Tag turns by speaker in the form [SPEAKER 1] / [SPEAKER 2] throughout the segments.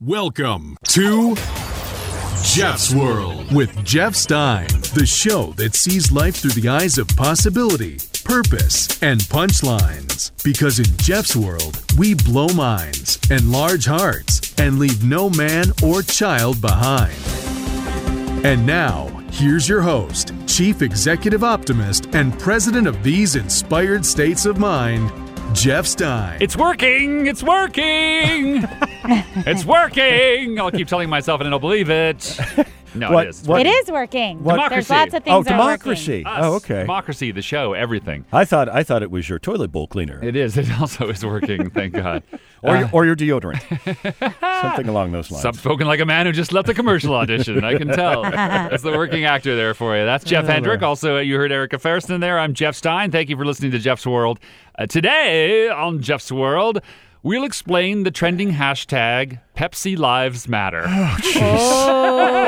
[SPEAKER 1] Welcome to Jeff's World with Jeff Stein, the show that sees life through the eyes of possibility, purpose, and punchlines. Because in Jeff's World, we blow minds and large hearts and leave no man or child behind. And now, here's your host, Chief Executive Optimist and President of these inspired states of mind, Jeff Stein.
[SPEAKER 2] It's working! It's working! it's working! I'll keep telling myself and I don't believe it. No,
[SPEAKER 3] What-
[SPEAKER 2] it is. It's
[SPEAKER 3] what-
[SPEAKER 2] working.
[SPEAKER 4] It is working.
[SPEAKER 3] What-
[SPEAKER 4] There's
[SPEAKER 2] Democracy.
[SPEAKER 4] lots of things.
[SPEAKER 3] Oh,
[SPEAKER 4] that are working.
[SPEAKER 3] democracy.
[SPEAKER 2] Us,
[SPEAKER 3] Oh, okay.
[SPEAKER 2] Democracy, the show, everything.
[SPEAKER 3] I thought I thought it was your toilet bowl cleaner
[SPEAKER 2] It is. It also is working, thank God.
[SPEAKER 3] or, your, or your deodorant, something along those lines.
[SPEAKER 2] Stop spoken like a man who just left a commercial audition. I can tell. That's the working actor there for you. That's Jeff Hendrick. Also, uh, you heard Erica Ferriston there. I'm Jeff Stein. Thank you for listening to Jeff's World. Uh, today on Jeff's World, we'll explain the trending hashtag Pepsi Lives Matter.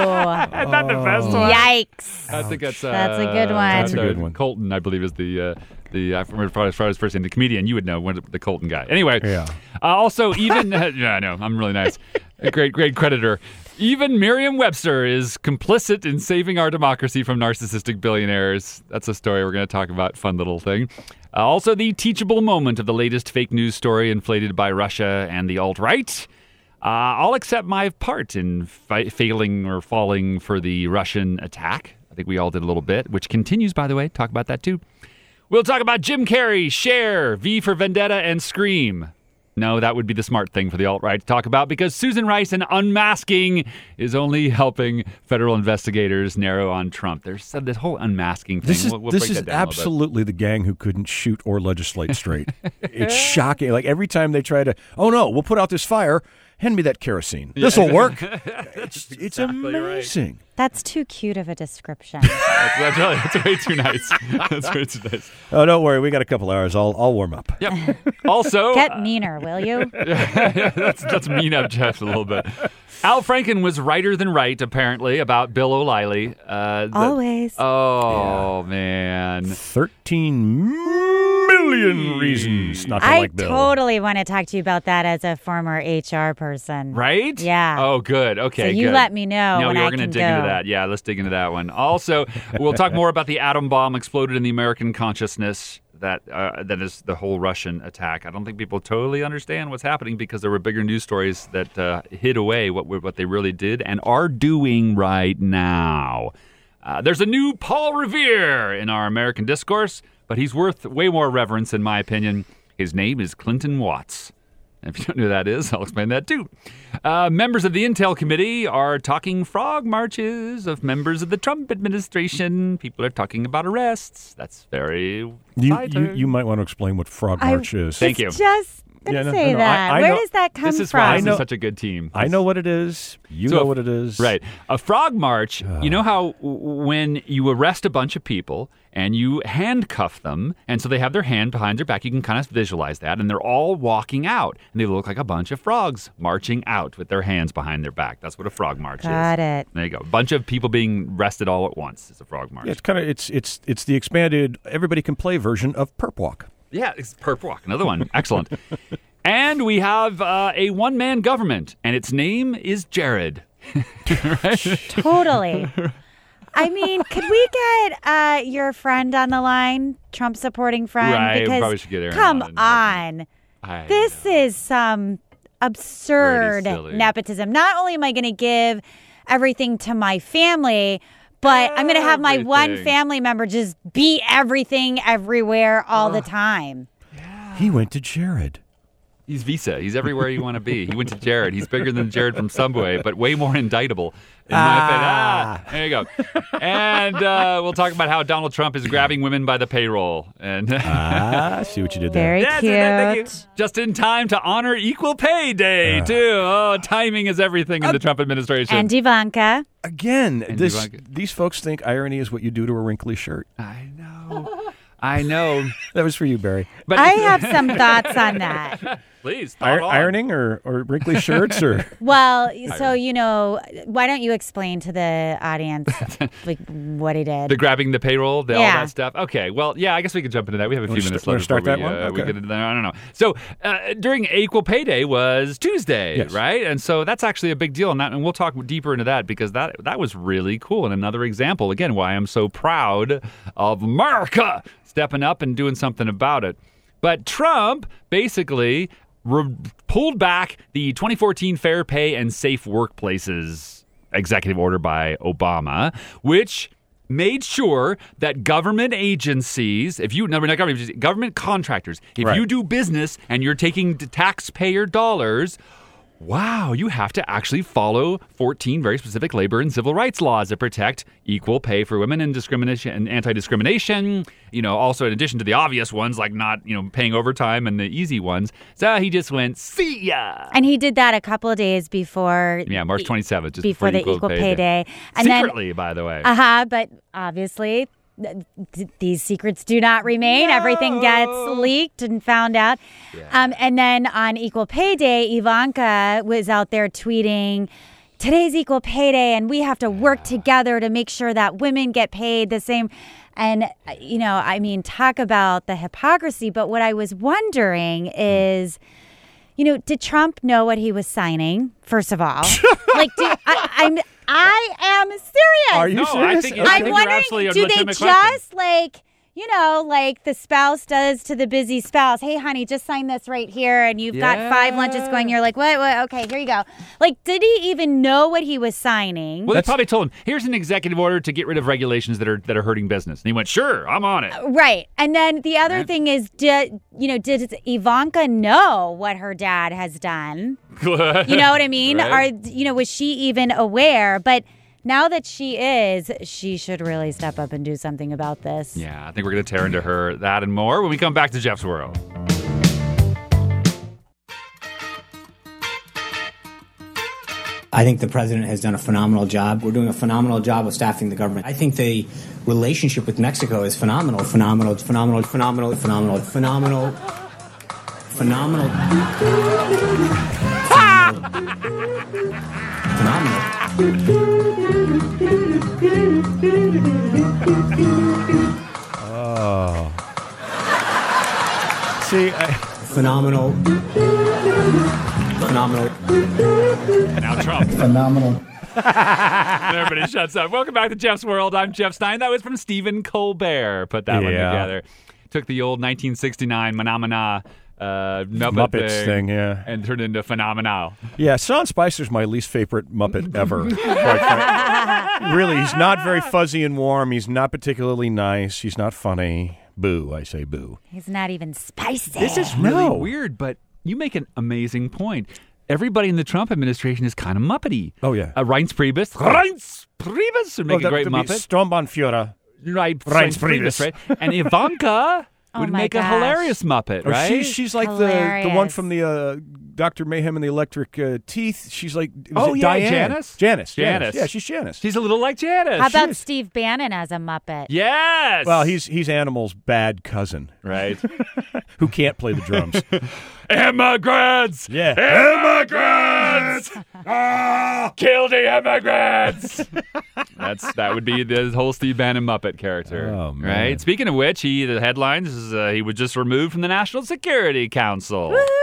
[SPEAKER 4] Oh,
[SPEAKER 2] Isn't that the best one?
[SPEAKER 4] yikes!
[SPEAKER 2] I think that's uh,
[SPEAKER 4] That's a good one. That's
[SPEAKER 3] a good one.
[SPEAKER 2] Colton, I believe, is the uh, the I remember as far as first name, the comedian. You would know when the Colton guy. Anyway,
[SPEAKER 3] Yeah.
[SPEAKER 2] Uh, also, even uh, yeah, I know I'm really nice, a great great creditor. Even Merriam-Webster is complicit in saving our democracy from narcissistic billionaires. That's a story we're going to talk about. Fun little thing. Uh, also, the teachable moment of the latest fake news story inflated by Russia and the alt right. Uh, I'll accept my part in fi- failing or falling for the Russian attack. I think we all did a little bit, which continues, by the way. Talk about that too. We'll talk about Jim Carrey, Cher, V for Vendetta, and Scream. No, that would be the smart thing for the alt right to talk about because Susan Rice and unmasking is only helping federal investigators narrow on Trump. There's uh, this whole unmasking thing.
[SPEAKER 3] This is
[SPEAKER 2] We'll- we'll
[SPEAKER 3] this
[SPEAKER 2] break
[SPEAKER 3] is
[SPEAKER 2] that down a little bit.
[SPEAKER 3] absolutely the gang who couldn't shoot or legislate straight. it's shocking. Like every time they try to, oh no, we'll put out this fire. Hand me that kerosene. This will work. It's, it's amazing.
[SPEAKER 4] That's too cute of a description.
[SPEAKER 2] That's, that's, that's way too nice. That's way too nice.
[SPEAKER 3] Oh, don't worry. We got a couple hours. I'll I'll warm up.
[SPEAKER 2] Yep. Also,
[SPEAKER 4] Get meaner, will you?
[SPEAKER 2] that's that's mean up Jeff a little bit. Al Franken was righter than right apparently about Bill O'Reilly. Uh, the-
[SPEAKER 4] Always.
[SPEAKER 2] Oh man.
[SPEAKER 3] Thirteen million reasons not to
[SPEAKER 4] I
[SPEAKER 3] like Bill.
[SPEAKER 4] totally want to talk to you about that as a former HR person.
[SPEAKER 2] Right?
[SPEAKER 4] Mm. Yeah.
[SPEAKER 2] Oh, good. Okay.
[SPEAKER 4] So you
[SPEAKER 2] good.
[SPEAKER 4] let me know
[SPEAKER 2] No,
[SPEAKER 4] when
[SPEAKER 2] you
[SPEAKER 4] I
[SPEAKER 2] were gonna
[SPEAKER 4] can
[SPEAKER 2] dig into
[SPEAKER 4] go.
[SPEAKER 2] that. Yeah, let's dig into that one. Also, we'll talk more about the atom bomb exploded in the American consciousness. That uh, that is the whole Russian attack. I don't think people totally understand what's happening because there were bigger news stories that uh, hid away what what they really did and are doing right now. Uh, there's a new Paul Revere in our American discourse, but he's worth way more reverence, in my opinion. His name is Clinton Watts. And if you don't know who that is, I'll explain that too. Uh, members of the Intel Committee are talking frog marches of members of the Trump administration. People are talking about arrests. That's very.
[SPEAKER 3] You, you
[SPEAKER 2] exciting.
[SPEAKER 3] you might want to explain what frog
[SPEAKER 4] I-
[SPEAKER 3] march is.
[SPEAKER 2] Thank you.
[SPEAKER 4] Just gonna
[SPEAKER 3] Yeah, no,
[SPEAKER 4] say
[SPEAKER 3] no, no,
[SPEAKER 4] that.
[SPEAKER 3] I- I
[SPEAKER 4] Where
[SPEAKER 3] know-
[SPEAKER 4] does that come
[SPEAKER 2] this is
[SPEAKER 4] from?
[SPEAKER 2] why this
[SPEAKER 3] know-
[SPEAKER 2] is such a good team.
[SPEAKER 3] I know what it is. You
[SPEAKER 2] So
[SPEAKER 3] know
[SPEAKER 2] if-
[SPEAKER 3] what it is.
[SPEAKER 2] Right. A frog march, you know how w- when you arrest a bunch of people and you handcuff them, and so they have their hand behind their back, you can kind of visualize that, and they're all walking out, and they look like a bunch of frogs marching out with their hands behind their back. That's what a frog march is.
[SPEAKER 4] Got it.
[SPEAKER 2] There you go. A bunch of people being arrested all at once is a frog march.
[SPEAKER 3] Yeah, it's kind of it's it's it's the expanded everybody can play version of perp walk.
[SPEAKER 2] Yeah, it's perp walk. Another one. Excellent. and we have uh, a one man government, and its name is Jared.
[SPEAKER 4] Totally. I mean, could we get uh, your friend on the line, Trump supporting friend?
[SPEAKER 2] Right, we
[SPEAKER 4] because
[SPEAKER 2] probably should get Aaron
[SPEAKER 4] come
[SPEAKER 2] on.
[SPEAKER 4] on.
[SPEAKER 2] I
[SPEAKER 4] This is some absurd
[SPEAKER 2] Pretty silly.
[SPEAKER 4] nepotism. Not only am I going to give everything to my family, but I'm going to have my one
[SPEAKER 2] Everything.
[SPEAKER 4] family member just be everything everywhere all the time.
[SPEAKER 3] He went to Jared.
[SPEAKER 2] He's Visa. He's everywhere you want to be. He went to Jared. He's bigger than Jared from Subway, but way more indictable. In my opinion. ah. There you go. And uh, we'll talk about how Donald Trump is grabbing women by the payroll. And
[SPEAKER 3] Ah, see what you did there.
[SPEAKER 4] Very
[SPEAKER 2] That's it.
[SPEAKER 4] cute.
[SPEAKER 2] Thank you. Just in time to honor Equal Pay Day, too. Oh, timing is everything in the Trump administration.
[SPEAKER 4] And Ivanka.
[SPEAKER 3] Again, this
[SPEAKER 2] Ivanka.
[SPEAKER 3] these folks think irony is what you do to a wrinkly shirt.
[SPEAKER 2] I know. I know.
[SPEAKER 3] That was for you, Barry.
[SPEAKER 2] But
[SPEAKER 4] I have some thoughts on that.
[SPEAKER 2] Please. thought
[SPEAKER 3] Ir-
[SPEAKER 2] on.
[SPEAKER 3] ironing or, or wrinkly shirts or
[SPEAKER 4] Well, so you know, why don't you explain to the audience like what he did?
[SPEAKER 2] The grabbing the payroll, the, all
[SPEAKER 4] Yeah.
[SPEAKER 2] that stuff. Okay, well, yeah, I guess we could jump into that. We have a few
[SPEAKER 3] st-
[SPEAKER 2] minutes
[SPEAKER 3] wanna
[SPEAKER 2] left
[SPEAKER 3] start
[SPEAKER 2] before we,
[SPEAKER 3] that one?
[SPEAKER 2] uh, we
[SPEAKER 3] Okay.
[SPEAKER 2] get into that. I don't know. So uh, during Equal Pay Day was Tuesday,
[SPEAKER 3] Yes.
[SPEAKER 2] right? And so that's actually a big deal, and, that, and we'll talk deeper into that because that that was really cool and another example again why I'm so proud of America stepping up and doing something about it. But Trump basically re- pulled back the 2014 Fair Pay and Safe Workplaces executive order by Obama, which made sure that government agencies, if you, no, not government agencies, government contractors, if
[SPEAKER 3] Right.
[SPEAKER 2] you do business and you're taking t- taxpayer dollars, wow, you have to actually follow 14 very specific labor and civil rights laws that protect equal pay for women and discrimination and anti-discrimination, you know, also in addition to the obvious ones like not, you know, paying overtime and the easy ones. So he just went, see ya.
[SPEAKER 4] and he did that a couple of days before
[SPEAKER 2] Yeah, March 27th, just
[SPEAKER 4] E, before, the equal pay day. And
[SPEAKER 2] Secretly, by the way.
[SPEAKER 4] then uh-huh, but obviously th- th- these secrets do not remain. Everything gets leaked and found out. Um, and then on Equal Pay Day, Ivanka was out there tweeting, "Today's Equal Pay Day, and we have to work together to make sure that women get paid the same." And uh, you know, I mean, talk about the hypocrisy. But what I was wondering
[SPEAKER 3] Hmm.
[SPEAKER 4] is. You know, did Trump know what he was signing? First of all, like, do, I, I'm, I am serious.
[SPEAKER 3] are you
[SPEAKER 2] No, I
[SPEAKER 3] serious?
[SPEAKER 2] think it-
[SPEAKER 3] Okay.
[SPEAKER 2] you're
[SPEAKER 4] I'm wondering,
[SPEAKER 2] absolutely a
[SPEAKER 4] do they
[SPEAKER 2] legitimate
[SPEAKER 4] just
[SPEAKER 2] question.
[SPEAKER 4] like, you know, like the spouse does to the busy spouse? Hey, honey, just sign this right here, and you've got five lunches going. You're like, what, what? Okay, here you go. Like, did he even know what he was signing?
[SPEAKER 2] Well, they probably told him, "Here's an executive order to get rid of regulations that are that are hurting business." And he went, "Sure, I'm on it."
[SPEAKER 4] Right. And then the other thing is, did you know? Did Ivanka know what her dad has done? You know what I mean?
[SPEAKER 2] Right.
[SPEAKER 4] Or you know, was she even aware? But now that she is, she should really step up and do something about this.
[SPEAKER 2] yeah, I think we're gonna tear into her that and more when we come back to Jeff's world.
[SPEAKER 5] I think the president has done a phenomenal job. We're doing a phenomenal job of staffing the government. I think the relationship with Mexico is phenomenal, phenomenal, phenomenal, phenomenal, phenomenal, phenomenal, phenomenal. phenomenal.
[SPEAKER 3] See, I,
[SPEAKER 5] Phenomenal. Phenomenal.
[SPEAKER 2] Now Trump.
[SPEAKER 5] Phenomenal.
[SPEAKER 2] And everybody shuts up. Welcome back to Jeff's World. I'm Jeff Stein. That was from Stephen Colbert. Put that one
[SPEAKER 3] Yeah.
[SPEAKER 2] together. Took the old 1969 Phenomena uh, Muppet
[SPEAKER 3] Muppets thing, yeah.
[SPEAKER 2] and turned into Phenomenal.
[SPEAKER 3] yeah, Sean Spicer's my least favorite Muppet ever. quite frankly. really, he's not very fuzzy and warm. He's not particularly nice. He's not funny. Boo! I say boo.
[SPEAKER 4] He's not even spicy.
[SPEAKER 2] This is really
[SPEAKER 3] No.
[SPEAKER 2] weird, but you make an amazing point. Everybody in the Trump administration is kind of muppety.
[SPEAKER 3] Oh, yeah.
[SPEAKER 2] uh, Reince Priebus, Reince Priebus would make
[SPEAKER 3] Oh, that
[SPEAKER 2] a great
[SPEAKER 3] could be
[SPEAKER 2] Muppet.
[SPEAKER 3] Strombonfura.
[SPEAKER 2] right,
[SPEAKER 3] Reince Priebus.
[SPEAKER 2] right? And Ivanka
[SPEAKER 4] Oh,
[SPEAKER 2] would
[SPEAKER 4] my
[SPEAKER 2] make
[SPEAKER 4] gosh.
[SPEAKER 2] a hilarious Muppet,
[SPEAKER 3] Or
[SPEAKER 2] right?
[SPEAKER 3] Oh, She, she's like the, the one
[SPEAKER 4] Hilarious.
[SPEAKER 3] from the uh, Doctor Mayhem and the Electric uh, Teeth. She's like is
[SPEAKER 2] Oh,
[SPEAKER 3] it
[SPEAKER 2] yeah,
[SPEAKER 3] Diane?
[SPEAKER 2] Janice?
[SPEAKER 3] Janice,
[SPEAKER 2] Janice.
[SPEAKER 3] Yeah, she's Janice.
[SPEAKER 2] she's a little like Janice.
[SPEAKER 4] How about
[SPEAKER 3] is.
[SPEAKER 4] Steve Bannon as a Muppet?
[SPEAKER 2] yes.
[SPEAKER 3] well, he's he's Animal's bad cousin
[SPEAKER 2] right.
[SPEAKER 3] who can't play the drums.
[SPEAKER 2] immigrants.
[SPEAKER 3] Yeah.
[SPEAKER 2] Immigrants. Ah! Kill the immigrants. That's that would be the whole Steve Bannon Muppet character.
[SPEAKER 3] Oh, man.
[SPEAKER 2] Right. Speaking of which, he the headlines is uh, he was just removed from the National Security Council.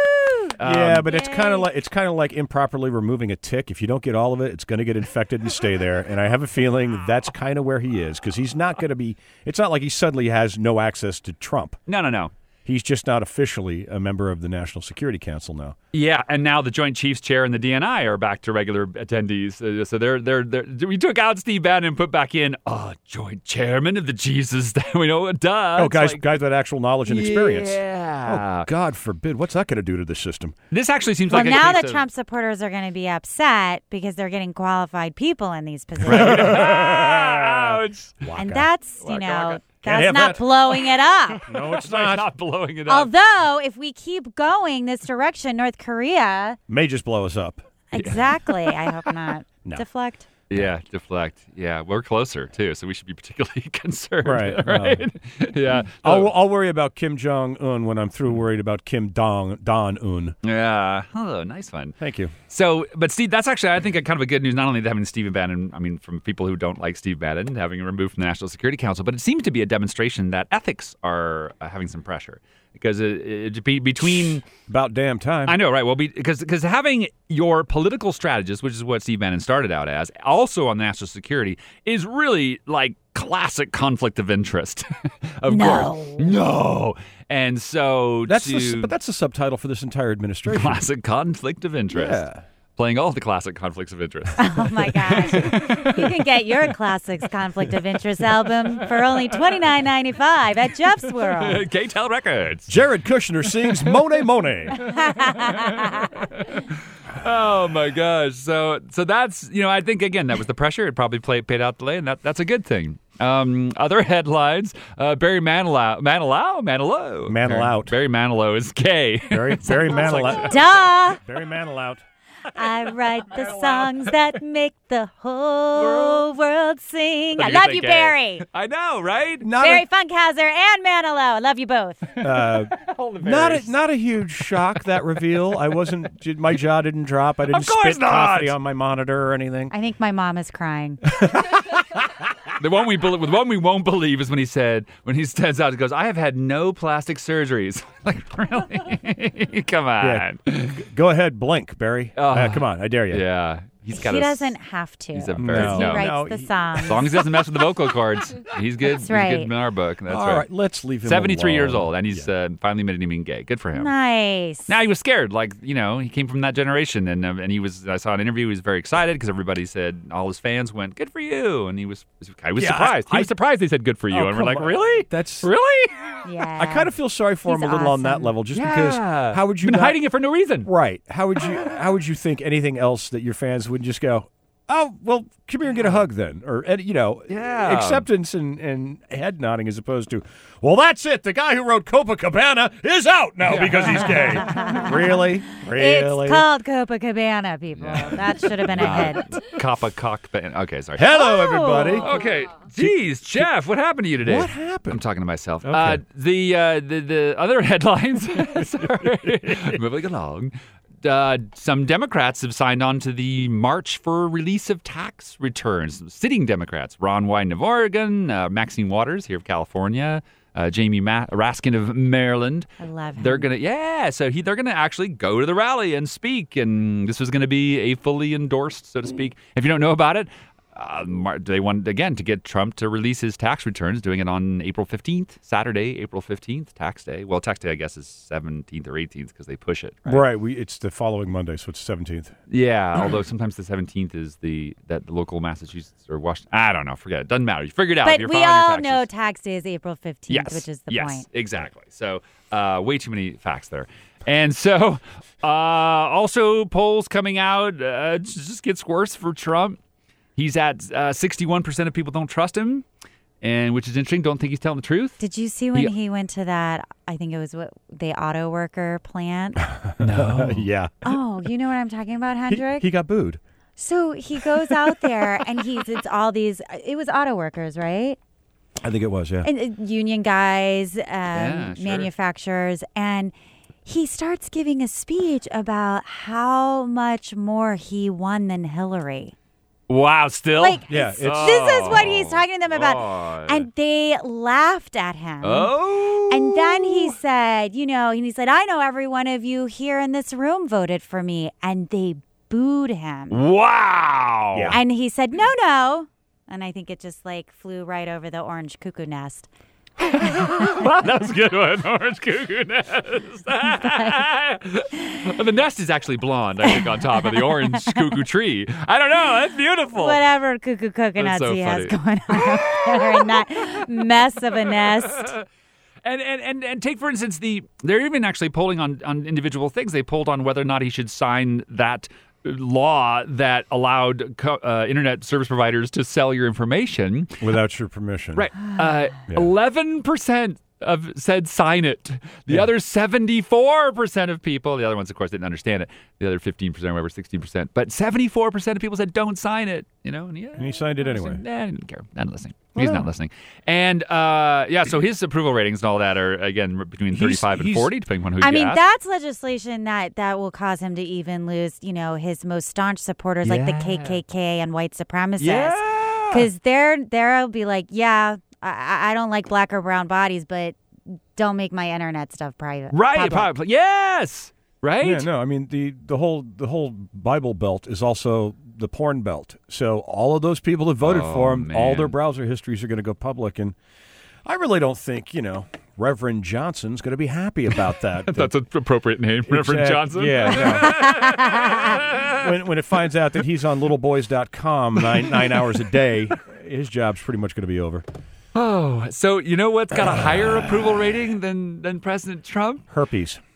[SPEAKER 2] Um,
[SPEAKER 3] yeah, but it's kind of like it's kind of like improperly removing a tick. If you don't get all of it, it's going to get infected and stay there. And I have a feeling that's kind of where he is because he's not going to be. It's not like he suddenly has no access to Trump.
[SPEAKER 2] No, no, no.
[SPEAKER 3] He's just not officially a member of the National Security Council now.
[SPEAKER 2] Yeah, and now the Joint Chiefs Chair and the DNI are back to regular attendees. Uh, so they're they're, they're we took out Steve Bannon and put back in uh Joint Chairman of the Jesus. we know it does.
[SPEAKER 3] oh, guys, guys with actual knowledge and experience.
[SPEAKER 2] Yeah.
[SPEAKER 3] Oh, God forbid. What's that going to do to the system?
[SPEAKER 2] This actually seems
[SPEAKER 4] Well,
[SPEAKER 2] like
[SPEAKER 4] now
[SPEAKER 2] a case
[SPEAKER 4] the
[SPEAKER 2] of-
[SPEAKER 4] Trump supporters are going to be upset because they're getting qualified people in these positions,
[SPEAKER 2] Ah, ouch.
[SPEAKER 4] and that's you
[SPEAKER 2] Waka,
[SPEAKER 4] know
[SPEAKER 2] waka.
[SPEAKER 4] that's
[SPEAKER 3] have
[SPEAKER 4] not
[SPEAKER 3] that.
[SPEAKER 4] blowing it up.
[SPEAKER 2] No, it's not. blowing it up.
[SPEAKER 4] Although, if we keep going this direction, North Korea,
[SPEAKER 3] May just blow us up.
[SPEAKER 4] exactly. I hope not.
[SPEAKER 3] No.
[SPEAKER 4] Deflect.
[SPEAKER 2] Yeah, deflect. Yeah, we're closer too, so we should be particularly concerned.
[SPEAKER 3] Right,
[SPEAKER 2] Right. Oh, yeah.
[SPEAKER 3] I'll, I'll worry about Kim Jong Un when I'm through worried about Kim Dong Don Un.
[SPEAKER 2] yeah. Oh, nice one.
[SPEAKER 3] Thank you.
[SPEAKER 2] So, but Steve, that's actually, I think, a kind of a good news. Not only having Steve Bannon, I mean, from people who don't like Steve Bannon, having him removed from the National Security Council, but it seems to be a demonstration that ethics are uh, having some pressure because it, it, be, between.
[SPEAKER 3] About damn time.
[SPEAKER 2] I know, right? Well, because because having your political strategist, which is what Steve Bannon started out as, also on national security, is really like classic conflict of interest. of
[SPEAKER 4] No.
[SPEAKER 2] course, no. And so
[SPEAKER 3] that's
[SPEAKER 2] to
[SPEAKER 3] the, s- but that's the subtitle for this entire administration.
[SPEAKER 2] classic conflict of interest.
[SPEAKER 3] Yeah.
[SPEAKER 2] Playing all the classic conflicts of interest.
[SPEAKER 4] Oh my gosh. you can get your classics conflict of interest album for only twenty nine ninety five at Jeff's World.
[SPEAKER 2] KTEL Records.
[SPEAKER 3] Jared Kushner sings Monet Monet.
[SPEAKER 2] Oh my gosh! So so that's you know I think again that was the pressure. It probably played paid out the lay, and that, that's a good thing. Um, other headlines: uh, Barry Manilow, Manilow, Manilow,
[SPEAKER 3] Manilow.
[SPEAKER 2] Barry, Barry Manilow is gay.
[SPEAKER 3] Barry, Barry Manilow.
[SPEAKER 4] Duh.
[SPEAKER 3] Barry Manilow.
[SPEAKER 4] I write the songs that make the whole world sing. I
[SPEAKER 2] You're
[SPEAKER 4] love you,
[SPEAKER 2] gay.
[SPEAKER 4] Barry.
[SPEAKER 2] I know, right?
[SPEAKER 3] Not
[SPEAKER 4] Barry Funkhauser and Manilow. I love you both.
[SPEAKER 3] Not a, not a huge shock that reveal. I wasn't. did- My jaw didn't drop. I didn't
[SPEAKER 2] Of course
[SPEAKER 3] spit
[SPEAKER 2] not.
[SPEAKER 3] coffee on my monitor or anything.
[SPEAKER 4] I think my mom is crying.
[SPEAKER 2] The one we bel- the one we won't believe is when he said when he stands out. He goes, "I have had no plastic surgeries." like really? Come
[SPEAKER 3] Yeah.
[SPEAKER 2] on. Yeah.
[SPEAKER 3] Go ahead, blink, Barry. Uh, come on, I dare you.
[SPEAKER 2] He's got.
[SPEAKER 4] He
[SPEAKER 2] a s-
[SPEAKER 4] doesn't have to.
[SPEAKER 2] He's a
[SPEAKER 4] He
[SPEAKER 2] very
[SPEAKER 3] No.
[SPEAKER 2] no.
[SPEAKER 4] writes
[SPEAKER 3] No,
[SPEAKER 4] the
[SPEAKER 3] he-
[SPEAKER 2] As
[SPEAKER 4] songs.
[SPEAKER 2] long as he doesn't mess with the vocal cords, he's good.
[SPEAKER 4] That's
[SPEAKER 2] He's
[SPEAKER 4] right.
[SPEAKER 2] good in our book. That's
[SPEAKER 3] All
[SPEAKER 2] right.
[SPEAKER 3] right, let's leave him.
[SPEAKER 2] 73 years
[SPEAKER 3] alone.
[SPEAKER 2] old, and he's uh, finally admitted to being gay. Good for him.
[SPEAKER 4] Nice.
[SPEAKER 2] Now he was scared, like you know, he came from that generation, and uh, and he was. I saw an interview. He was very excited because everybody said all his fans went, "Good for you," and he was. I was
[SPEAKER 3] Yeah,
[SPEAKER 2] surprised.
[SPEAKER 3] I-
[SPEAKER 2] he was surprised they said, "Good for you,"
[SPEAKER 3] Oh,
[SPEAKER 2] and we're
[SPEAKER 3] come
[SPEAKER 2] like,
[SPEAKER 3] on.
[SPEAKER 2] "Really?
[SPEAKER 3] That's.
[SPEAKER 2] Really?"
[SPEAKER 4] yeah.
[SPEAKER 3] I kind of feel sorry for him a
[SPEAKER 4] He's
[SPEAKER 3] little on that
[SPEAKER 4] awesome.
[SPEAKER 3] level, just because. How would you
[SPEAKER 2] been
[SPEAKER 3] not-
[SPEAKER 2] hiding it for no reason?
[SPEAKER 3] Right. How would you? How would you think anything else that your fans would just go? Oh well, come here and get a hug then, or and, you know,
[SPEAKER 2] Yeah.
[SPEAKER 3] acceptance and, and head nodding as opposed to, well, that's it. The guy who wrote Copacabana is out now because he's gay. really, really.
[SPEAKER 4] It's called Copacabana, people.
[SPEAKER 2] Yeah.
[SPEAKER 4] That should have been a hit.
[SPEAKER 2] Coppa cock. Band. Okay, sorry.
[SPEAKER 3] Hello,
[SPEAKER 4] Oh.
[SPEAKER 3] everybody.
[SPEAKER 2] Okay, geez, Jeff, what happened to you today?
[SPEAKER 3] What happened?
[SPEAKER 2] I'm talking to myself. Uh, the, uh, the the other headlines. sorry, moving along. Uh, some Democrats have signed on to the March for Release of Tax Returns. Sitting Democrats: Ron Wyden of Oregon, uh, Maxine Waters here of California, uh, Jamie Ma- Raskin of Maryland.
[SPEAKER 4] I love him.
[SPEAKER 2] They're gonna, yeah. So he, they're gonna actually go to the rally and speak, and this is gonna be a fully endorsed, so to speak. If you don't know about it, uh, Mar- they wanted again to get Trump to release his tax returns, doing it on April fifteenth, Saturday, April fifteenth, tax day. Well, tax day, I guess, is seventeenth or eighteenth because they push it. Right?
[SPEAKER 3] Right. We. It's the following Monday, so it's seventeenth.
[SPEAKER 2] Yeah. Although sometimes the seventeenth is the that local Massachusetts or Washington. I don't know. Forget it. Doesn't matter. You figure it out. if
[SPEAKER 4] But
[SPEAKER 2] you're
[SPEAKER 4] we
[SPEAKER 2] filing your
[SPEAKER 4] all
[SPEAKER 2] taxes.
[SPEAKER 4] know tax day is April 15th,
[SPEAKER 2] Yes.
[SPEAKER 4] which is the
[SPEAKER 2] yes,
[SPEAKER 4] point.
[SPEAKER 2] exactly. So, uh, way too many facts there. And so, uh, also polls coming out uh, it just gets worse for Trump. He's at uh, 61% of people don't trust him, and which is interesting. Don't think he's telling the truth.
[SPEAKER 4] Did you see when
[SPEAKER 2] Yeah.
[SPEAKER 4] he went to that? I think it was what the auto worker plant.
[SPEAKER 2] Mm.
[SPEAKER 3] yeah.
[SPEAKER 4] oh, you know what I'm talking about, Hendrik?
[SPEAKER 3] He got booed.
[SPEAKER 4] so he goes out there and he's it's all these. It was auto workers, right?
[SPEAKER 3] I think it was. Yeah.
[SPEAKER 4] And uh, union guys, um,
[SPEAKER 2] sure.
[SPEAKER 4] manufacturers, and he starts giving a speech about how much more he won than Hillary.
[SPEAKER 2] Wow, still?
[SPEAKER 4] Like,
[SPEAKER 3] Oh, Yeah,
[SPEAKER 4] this
[SPEAKER 3] it's- Oh,
[SPEAKER 4] is what he's talking to them about.
[SPEAKER 2] God.
[SPEAKER 4] And they laughed at him.
[SPEAKER 2] oh.
[SPEAKER 4] And then he said, you know, and he said, I know every one of you here in this room voted for me. And they booed him.
[SPEAKER 2] Wow.
[SPEAKER 3] Yeah.
[SPEAKER 4] And he said, no, no. And I think it just like flew right over the orange cuckoo nest.
[SPEAKER 2] that was a good one. Orange cuckoo nest. the nest is actually blonde, I think, on top of the orange cuckoo tree. I don't know. That's beautiful.
[SPEAKER 4] Whatever cuckoo coconuts
[SPEAKER 2] Oh. so
[SPEAKER 4] he has going
[SPEAKER 2] funny.
[SPEAKER 4] on out there in that mess of a nest.
[SPEAKER 2] And, and and and take for instance the they're even actually polling on on individual things. They polled on whether or not he should sign that law that allowed co- uh, internet service providers to sell your information.
[SPEAKER 3] Without your permission.
[SPEAKER 2] Right, Uh, eleven percent of said sign it. The other 74% of people, the other ones, of course, didn't understand it. The other 15% or whatever, 16%. But 74% of people said don't sign it, you know? And, yeah,
[SPEAKER 3] And he signed it anyway.
[SPEAKER 2] Nah, he didn't care. Not listening. He's not listening. And uh, yeah, so his approval ratings and all that are, again, between 35 and
[SPEAKER 3] he's-
[SPEAKER 2] 40, depending on who
[SPEAKER 4] I
[SPEAKER 2] you
[SPEAKER 4] mean,
[SPEAKER 2] ask.
[SPEAKER 4] that's legislation that that will cause him to even lose, you know, his most staunch supporters like the
[SPEAKER 2] Yeah.
[SPEAKER 4] KKK and white supremacists.
[SPEAKER 2] yeah.
[SPEAKER 4] Because they're they'll be like, yeah, I- I, I don't like black or brown bodies, but don't make my internet stuff private.
[SPEAKER 2] Right.
[SPEAKER 4] public."
[SPEAKER 2] Probably. Yes. Right?
[SPEAKER 3] Yeah, no, I mean the the whole the whole Bible Belt is also the porn belt. So all of those people that voted for
[SPEAKER 2] Oh,
[SPEAKER 3] him, all their
[SPEAKER 2] man.
[SPEAKER 3] browser histories are going to go public, and I really don't think you know Reverend Johnson's going to be happy about that.
[SPEAKER 2] That's an appropriate name, Reverend
[SPEAKER 3] Exact-
[SPEAKER 2] Johnson.
[SPEAKER 3] Yeah. no. when, when it finds out that he's on littleboys.com nine, nine hours a day, his job's pretty much going to be over.
[SPEAKER 2] Oh, so you know what's got a
[SPEAKER 3] Uh.
[SPEAKER 2] higher approval rating than than President Trump?
[SPEAKER 3] Herpes.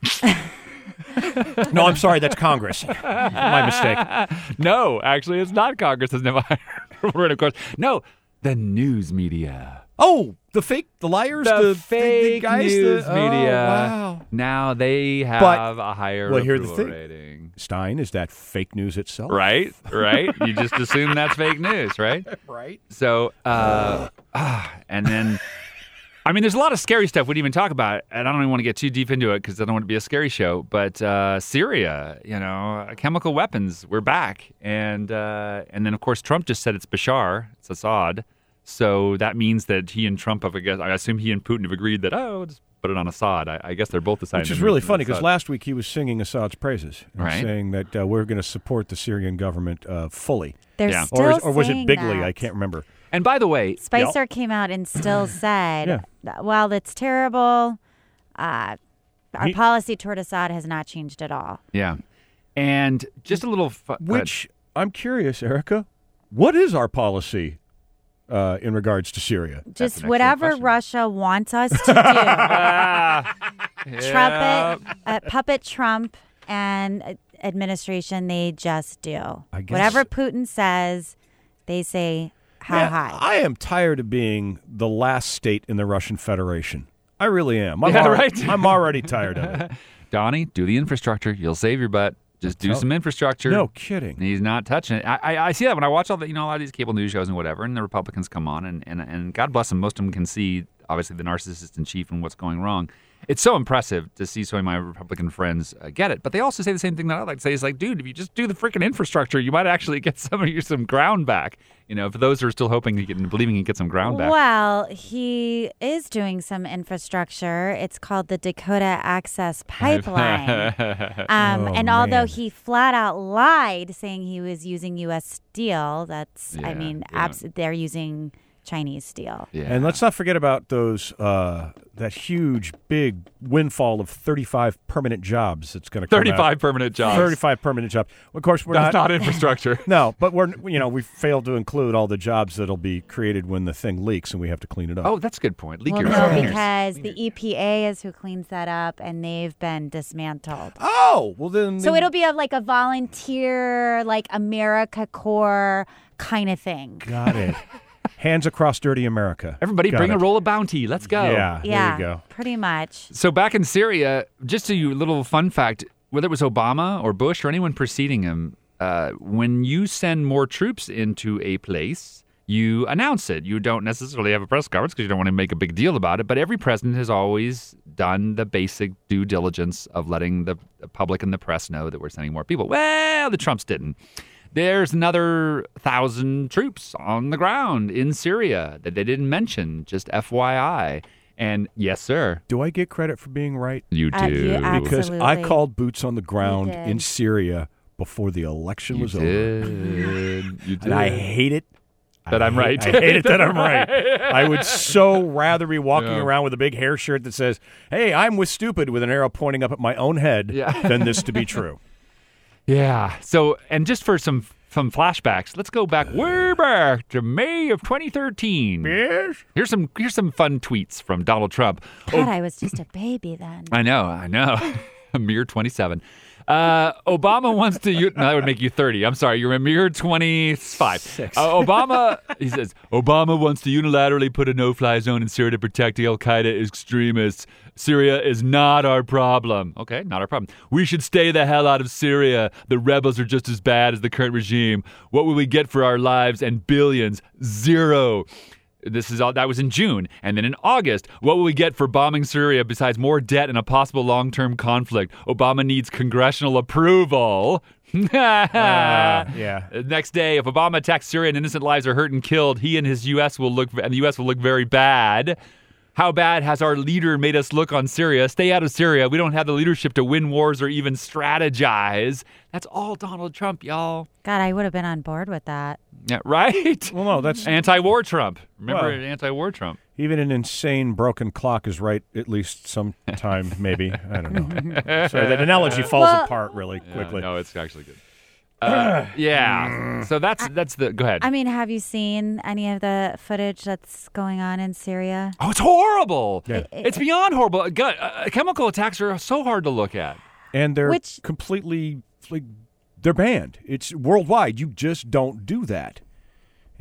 [SPEAKER 3] no, I'm sorry. That's Congress. My mistake.
[SPEAKER 2] No, actually, it's not. Congress doesn't have a higher approval rating, of course. No, the news media.
[SPEAKER 3] Oh, the fake, the liars,
[SPEAKER 2] The,
[SPEAKER 3] the, the- the
[SPEAKER 2] fake
[SPEAKER 3] guys, the-
[SPEAKER 2] news
[SPEAKER 3] oh,
[SPEAKER 2] media.
[SPEAKER 3] wow.
[SPEAKER 2] Now they have
[SPEAKER 3] But-
[SPEAKER 2] a higher
[SPEAKER 3] well, here's the
[SPEAKER 2] approval
[SPEAKER 3] thing.
[SPEAKER 2] rating.
[SPEAKER 3] Stein, is that fake news itself?
[SPEAKER 2] Right, right. you just assume that's fake news, right?
[SPEAKER 3] Right.
[SPEAKER 2] So, uh, ah, and then, I mean, there's a lot of scary stuff we didn't even talk about, and I don't even want to get too deep into it because I don't want it to be a scary show. But uh, Syria, you know, uh, chemical weapons, we're back, and uh, and then of course Trump just said it's Bashar, it's Assad, so that means that he and Trump have, I guess, I assume he and Putin have agreed that oh, just put it on Assad. I, I guess they're both deciding.
[SPEAKER 3] Which is
[SPEAKER 2] to
[SPEAKER 3] really
[SPEAKER 2] move
[SPEAKER 3] funny
[SPEAKER 2] to
[SPEAKER 3] because
[SPEAKER 2] Assad.
[SPEAKER 3] last week he was singing Assad's praises, and
[SPEAKER 2] Right.
[SPEAKER 3] saying that uh, we're going to support the Syrian government uh, fully.
[SPEAKER 4] They're
[SPEAKER 2] Yeah.
[SPEAKER 4] still
[SPEAKER 3] Or, is- or was it
[SPEAKER 4] saying
[SPEAKER 3] Bigley?
[SPEAKER 4] that.
[SPEAKER 3] I can't remember.
[SPEAKER 2] and by the way,
[SPEAKER 4] Spicer came out and still said,
[SPEAKER 3] Yeah.
[SPEAKER 4] that while it's terrible, uh, our
[SPEAKER 3] He-
[SPEAKER 4] policy toward Assad has not changed at all.
[SPEAKER 2] yeah, and just a little fu-
[SPEAKER 3] Which I'm curious, Erica, what is our policy uh, in regards to Syria?
[SPEAKER 2] That's an
[SPEAKER 4] Just
[SPEAKER 2] excellent
[SPEAKER 4] whatever
[SPEAKER 2] question.
[SPEAKER 4] Russia wants us to do. Trumpet, uh, puppet Trump and uh, administration, they just do.
[SPEAKER 3] I guess-
[SPEAKER 4] Whatever Putin says, they say how
[SPEAKER 3] Man,
[SPEAKER 4] high.
[SPEAKER 3] I am tired of being the last state in the Russian Federation. I really am. I'm,
[SPEAKER 2] Yeah,
[SPEAKER 3] already,
[SPEAKER 2] right.
[SPEAKER 3] I'm already tired of it.
[SPEAKER 2] Donnie, do the infrastructure. You'll save your butt. Just do some infrastructure.
[SPEAKER 3] No kidding.
[SPEAKER 2] He's not touching it. I, I, I see that when I watch all the, you know, a lot of these cable news shows and whatever, and the Republicans come on, and, and, and God bless them, most of them can see, obviously, the narcissist in chief and what's going wrong. It's so impressive to see so many of my Republican friends uh, get it. But they also say the same thing that I like to say is like, dude, if you just do the freaking infrastructure, you might actually get some of your some ground back. You know, for those who are still hoping to get and believing you get some ground back.
[SPEAKER 4] Well, he is doing some infrastructure. It's called the Dakota Access Pipeline. um, and although he flat out lied, saying he was using U.S. steel, that's, I
[SPEAKER 2] Yeah,
[SPEAKER 4] mean,
[SPEAKER 2] yeah.
[SPEAKER 4] abs- they're using Chinese steel.
[SPEAKER 2] Yeah.
[SPEAKER 3] And let's not forget about those uh, that huge big windfall of 35 permanent jobs that's going to come out.
[SPEAKER 2] 35 permanent jobs.
[SPEAKER 3] 35 permanent jobs. Of course, we're
[SPEAKER 2] That's not infrastructure.
[SPEAKER 3] No, but we're you know we failed to include all the jobs that'll be created when the thing leaks and we have to clean it up.
[SPEAKER 2] oh, that's a good point. Leak
[SPEAKER 4] Well,
[SPEAKER 2] your
[SPEAKER 4] no,
[SPEAKER 2] fingers.
[SPEAKER 4] because the EPA is who cleans that up, and they've been dismantled.
[SPEAKER 3] Oh, well then.
[SPEAKER 4] So it'll be a, like a volunteer, like America Corps kind of thing.
[SPEAKER 3] got it. Hands across dirty America.
[SPEAKER 2] Everybody
[SPEAKER 3] Got
[SPEAKER 2] bring
[SPEAKER 3] it.
[SPEAKER 2] a roll of bounty. Let's go.
[SPEAKER 3] Yeah,
[SPEAKER 4] yeah,
[SPEAKER 3] There you go.
[SPEAKER 4] pretty much.
[SPEAKER 2] So back in Syria, just a little fun fact: whether it was Obama or Bush or anyone preceding him, uh, when you send more troops into a place, you announce it. You don't necessarily have a press conference because you don't want to make a big deal about it. But every president has always done the basic due diligence of letting the public and the press know that we're sending more people. Well, the Trumps didn't. There's another thousand troops on the ground in Syria that they didn't mention. Just FYI. And yes, sir.
[SPEAKER 3] Do I get credit for being right?
[SPEAKER 2] You do.
[SPEAKER 4] Uh, you act-
[SPEAKER 3] Because I
[SPEAKER 4] Absolutely.
[SPEAKER 3] called boots on the ground
[SPEAKER 4] You did.
[SPEAKER 3] in Syria before the election
[SPEAKER 2] you
[SPEAKER 3] was over,
[SPEAKER 2] did. You did.
[SPEAKER 3] and I hate it.
[SPEAKER 2] That
[SPEAKER 3] I
[SPEAKER 2] I'm
[SPEAKER 3] hate-
[SPEAKER 2] right.
[SPEAKER 3] I hate it that I'm right. I would so rather be walking around with a big hair shirt that says, "Hey, I'm with stupid," with an arrow pointing up at my own head,
[SPEAKER 2] Yeah.
[SPEAKER 3] than this to be true.
[SPEAKER 2] yeah. So, and just for some some flashbacks, let's go back way back to May of 2013. Here's some here's some fun tweets from Donald Trump.
[SPEAKER 4] God, I was just a baby then.
[SPEAKER 2] I know, I know. a mere 27. Uh, Obama wants to. You, no, that would make you 30. I'm sorry. You're a mere 25. Uh, Obama, he says, Obama wants to unilaterally put a no fly zone in Syria to protect Al Qaeda extremists. Syria is not our problem. Okay, not our problem. We should stay the hell out of Syria. The rebels are just as bad as the current regime. What will we get for our lives and billions? Zero. This is all that was in June. And then in August, what will we get for bombing Syria besides more debt and a possible long term conflict? Obama needs congressional approval.
[SPEAKER 3] Uh,
[SPEAKER 2] Uh,
[SPEAKER 3] yeah.
[SPEAKER 2] Next day, if Obama attacks Syria and innocent lives are hurt and killed, he and his U.S. will look and the U.S. will look very bad. How bad has our leader made us look on Syria? Stay out of Syria. We don't have the leadership to win wars or even strategize. That's all Donald Trump, y'all.
[SPEAKER 4] God, I would have been on board with that.
[SPEAKER 2] Yeah, right.
[SPEAKER 3] Well, no, that's
[SPEAKER 2] Anti-war Trump. Remember,
[SPEAKER 3] Well-
[SPEAKER 2] anti-war Trump.
[SPEAKER 3] even an insane broken clock is right at least sometime, maybe. I don't know. So that analogy falls
[SPEAKER 4] Well-
[SPEAKER 3] apart really
[SPEAKER 2] Yeah,
[SPEAKER 3] quickly.
[SPEAKER 2] no, it's actually good. Uh, yeah. So that's that's the go ahead.
[SPEAKER 4] I mean, have you seen any of the footage that's going on in Syria?
[SPEAKER 2] oh, it's horrible.
[SPEAKER 3] Yeah.
[SPEAKER 2] It's beyond horrible. Gut, uh, chemical attacks are so hard to look at.
[SPEAKER 3] And they're
[SPEAKER 4] Which-
[SPEAKER 3] completely like they're banned. It's worldwide. You just don't do that.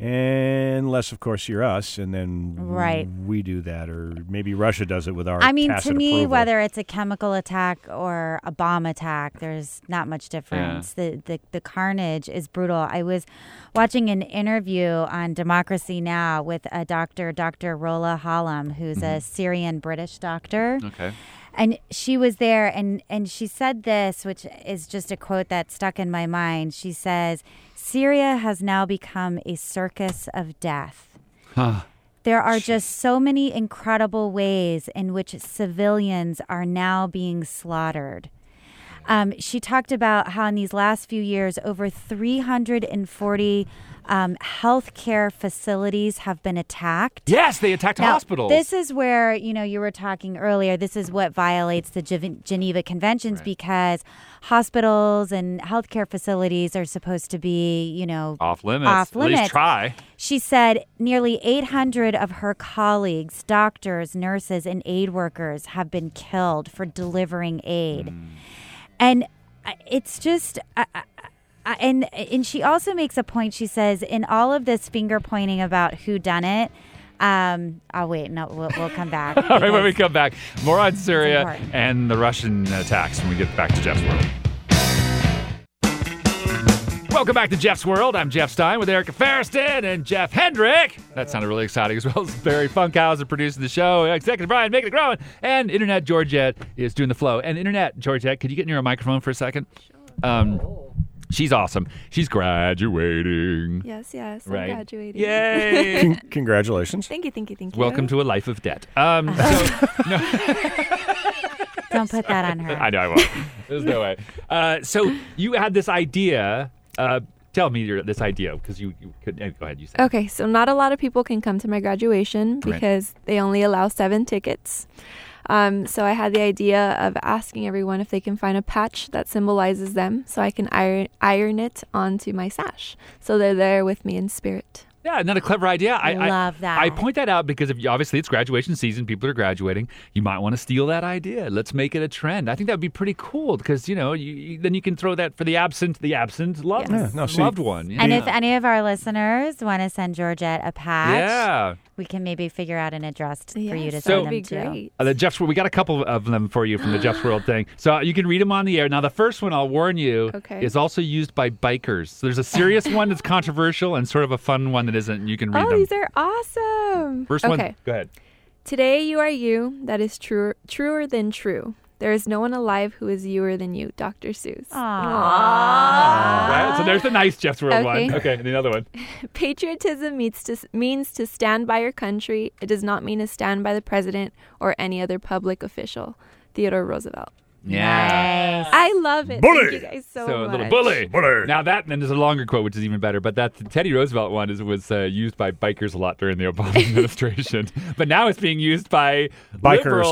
[SPEAKER 3] Unless, of course, you're us, and then
[SPEAKER 4] Right.
[SPEAKER 3] we do that, or maybe Russia does it with our.
[SPEAKER 4] I mean, to
[SPEAKER 3] tacit
[SPEAKER 4] me,
[SPEAKER 3] approval.
[SPEAKER 4] whether it's a chemical attack or a bomb attack, there's not much difference. The, the the carnage is brutal. I was watching an interview on Democracy Now with a doctor, Dr. Rola Hallam, who's
[SPEAKER 3] Mm-hmm.
[SPEAKER 4] a Syrian British doctor.
[SPEAKER 2] Okay.
[SPEAKER 4] and she was there and and she said this which is just a quote that stuck in my mind she says syria has now become a circus of death there are just so many incredible ways in which civilians are now being slaughtered um, she talked about how in these last few years, over 340 um, healthcare facilities have been attacked.
[SPEAKER 2] Yes, they attacked
[SPEAKER 4] Now,
[SPEAKER 2] hospitals.
[SPEAKER 4] This is where you know you were talking earlier. This is what violates the Gen- Geneva Conventions because hospitals and healthcare facilities are supposed to be, you know,
[SPEAKER 2] off limits.
[SPEAKER 4] Off
[SPEAKER 2] At
[SPEAKER 4] limits.
[SPEAKER 2] least try.
[SPEAKER 4] she said nearly 800 of her colleagues, doctors, nurses, and aid workers have been killed for delivering aid.
[SPEAKER 2] Mm.
[SPEAKER 4] And I- it's just. I, I, I- and and she also makes a point. She says in all of this finger pointing about who done it. Um, oh wait, no, we'll, we'll come back.
[SPEAKER 2] All right, when we come back, more on Syria
[SPEAKER 4] important.
[SPEAKER 2] and the Russian attacks when we get back to Jeff's world. Welcome back to Jeff's World. I'm Jeff Stein with Erica Ferriston and Jeff Hendrick. That sounded really exciting as well as Barry Funkhauser producing the show, Executive Brian making it growing, and Internet Georgette is doing the flow. And Internet Georgette, could you get near a microphone for a second? Um, she's awesome. She's graduating.
[SPEAKER 6] Yes, yes.
[SPEAKER 2] Right.
[SPEAKER 6] I'm graduating.
[SPEAKER 2] Yay!
[SPEAKER 3] Con- congratulations.
[SPEAKER 6] Thank you, thank you, thank you.
[SPEAKER 2] Welcome to a life of debt. Um, so-
[SPEAKER 4] Don't put that on her.
[SPEAKER 2] I know I won't. There's no way. Uh, so you had this idea. Uh, tell me your, this idea because you, you could. eh, Go ahead. You said.
[SPEAKER 6] Okay, so not a lot of people can come to my graduation
[SPEAKER 2] Right.
[SPEAKER 6] because they only allow seven tickets. Um, so I had the idea of asking everyone if they can find a patch that symbolizes them, so I can iron iron it onto my sash, so they're there with me in spirit.
[SPEAKER 2] Yeah, not a clever idea. I
[SPEAKER 4] Love
[SPEAKER 2] I,
[SPEAKER 4] that.
[SPEAKER 2] I point that out because if you, obviously it's graduation season, people are graduating. You might want to steal that idea. Let's make it a trend. I think that would be pretty cool because you know you, you, then you can throw that for the absent, the absent loved,
[SPEAKER 3] Yes. Yeah, no, see-
[SPEAKER 2] loved one. Yeah.
[SPEAKER 4] And if any of our listeners want to send Georgette a patch,
[SPEAKER 2] yeah.
[SPEAKER 4] we can maybe figure out an address t- for you to
[SPEAKER 6] Yes,
[SPEAKER 2] So-
[SPEAKER 6] that'd
[SPEAKER 4] send
[SPEAKER 6] be
[SPEAKER 4] them to.
[SPEAKER 6] great.
[SPEAKER 2] Uh, the Jeff's World, we got a couple of them for you from the Jeff's World thing. So uh, you can read them on the air. Now, the first one, I'll warn you,
[SPEAKER 6] Okay.
[SPEAKER 2] is also used by bikers. So there's a serious one that's controversial and sort of a fun one that isn't. and You can read
[SPEAKER 6] Oh,
[SPEAKER 2] them.
[SPEAKER 6] these are awesome.
[SPEAKER 2] First
[SPEAKER 6] okay.
[SPEAKER 2] one, go ahead.
[SPEAKER 6] Today you are you. That is truer, truer than true. There is no one alive who is youer than you, Dr. Seuss.
[SPEAKER 2] Right? So there's the nice Jeff's World one.
[SPEAKER 6] Okay.
[SPEAKER 2] Okay, and the other one.
[SPEAKER 6] Patriotism means to, means to stand by your country. It does not mean to stand by the president or any other public official. Theodore Roosevelt.
[SPEAKER 2] Yeah.
[SPEAKER 6] I love it. Thank
[SPEAKER 3] Bully!
[SPEAKER 6] you guys so,
[SPEAKER 2] So a
[SPEAKER 6] much.
[SPEAKER 2] little bully.
[SPEAKER 3] Bully.
[SPEAKER 2] Now that and there's a longer quote which is even better, but that Teddy Roosevelt one is was uh, used by bikers a lot during the Obama administration, but now it's being used by
[SPEAKER 3] Bikers a
[SPEAKER 2] liberals-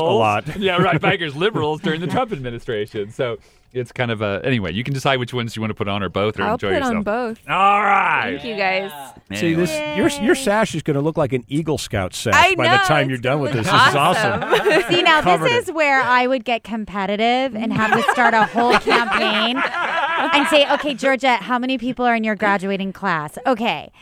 [SPEAKER 3] lot.
[SPEAKER 2] yeah, right, bikers, liberals during the Trump administration. So It's kind of a anyway. You can decide which ones you want to put on, or both, or
[SPEAKER 6] I'll
[SPEAKER 2] enjoy
[SPEAKER 6] put
[SPEAKER 2] yourself.
[SPEAKER 6] on both.
[SPEAKER 2] All right.
[SPEAKER 6] Thank you guys.
[SPEAKER 3] See this, your your sash is going to look like an Eagle Scout sash
[SPEAKER 6] I
[SPEAKER 3] by the
[SPEAKER 6] know,
[SPEAKER 3] time
[SPEAKER 6] it's
[SPEAKER 3] you're done with
[SPEAKER 6] gonna
[SPEAKER 3] this.
[SPEAKER 6] look
[SPEAKER 3] This is awesome.
[SPEAKER 4] See, now
[SPEAKER 3] Covered
[SPEAKER 4] this
[SPEAKER 3] it.
[SPEAKER 4] is where I would get competitive and have to start a whole campaign and say, okay, Georgia, how many people are in your graduating class? Okay.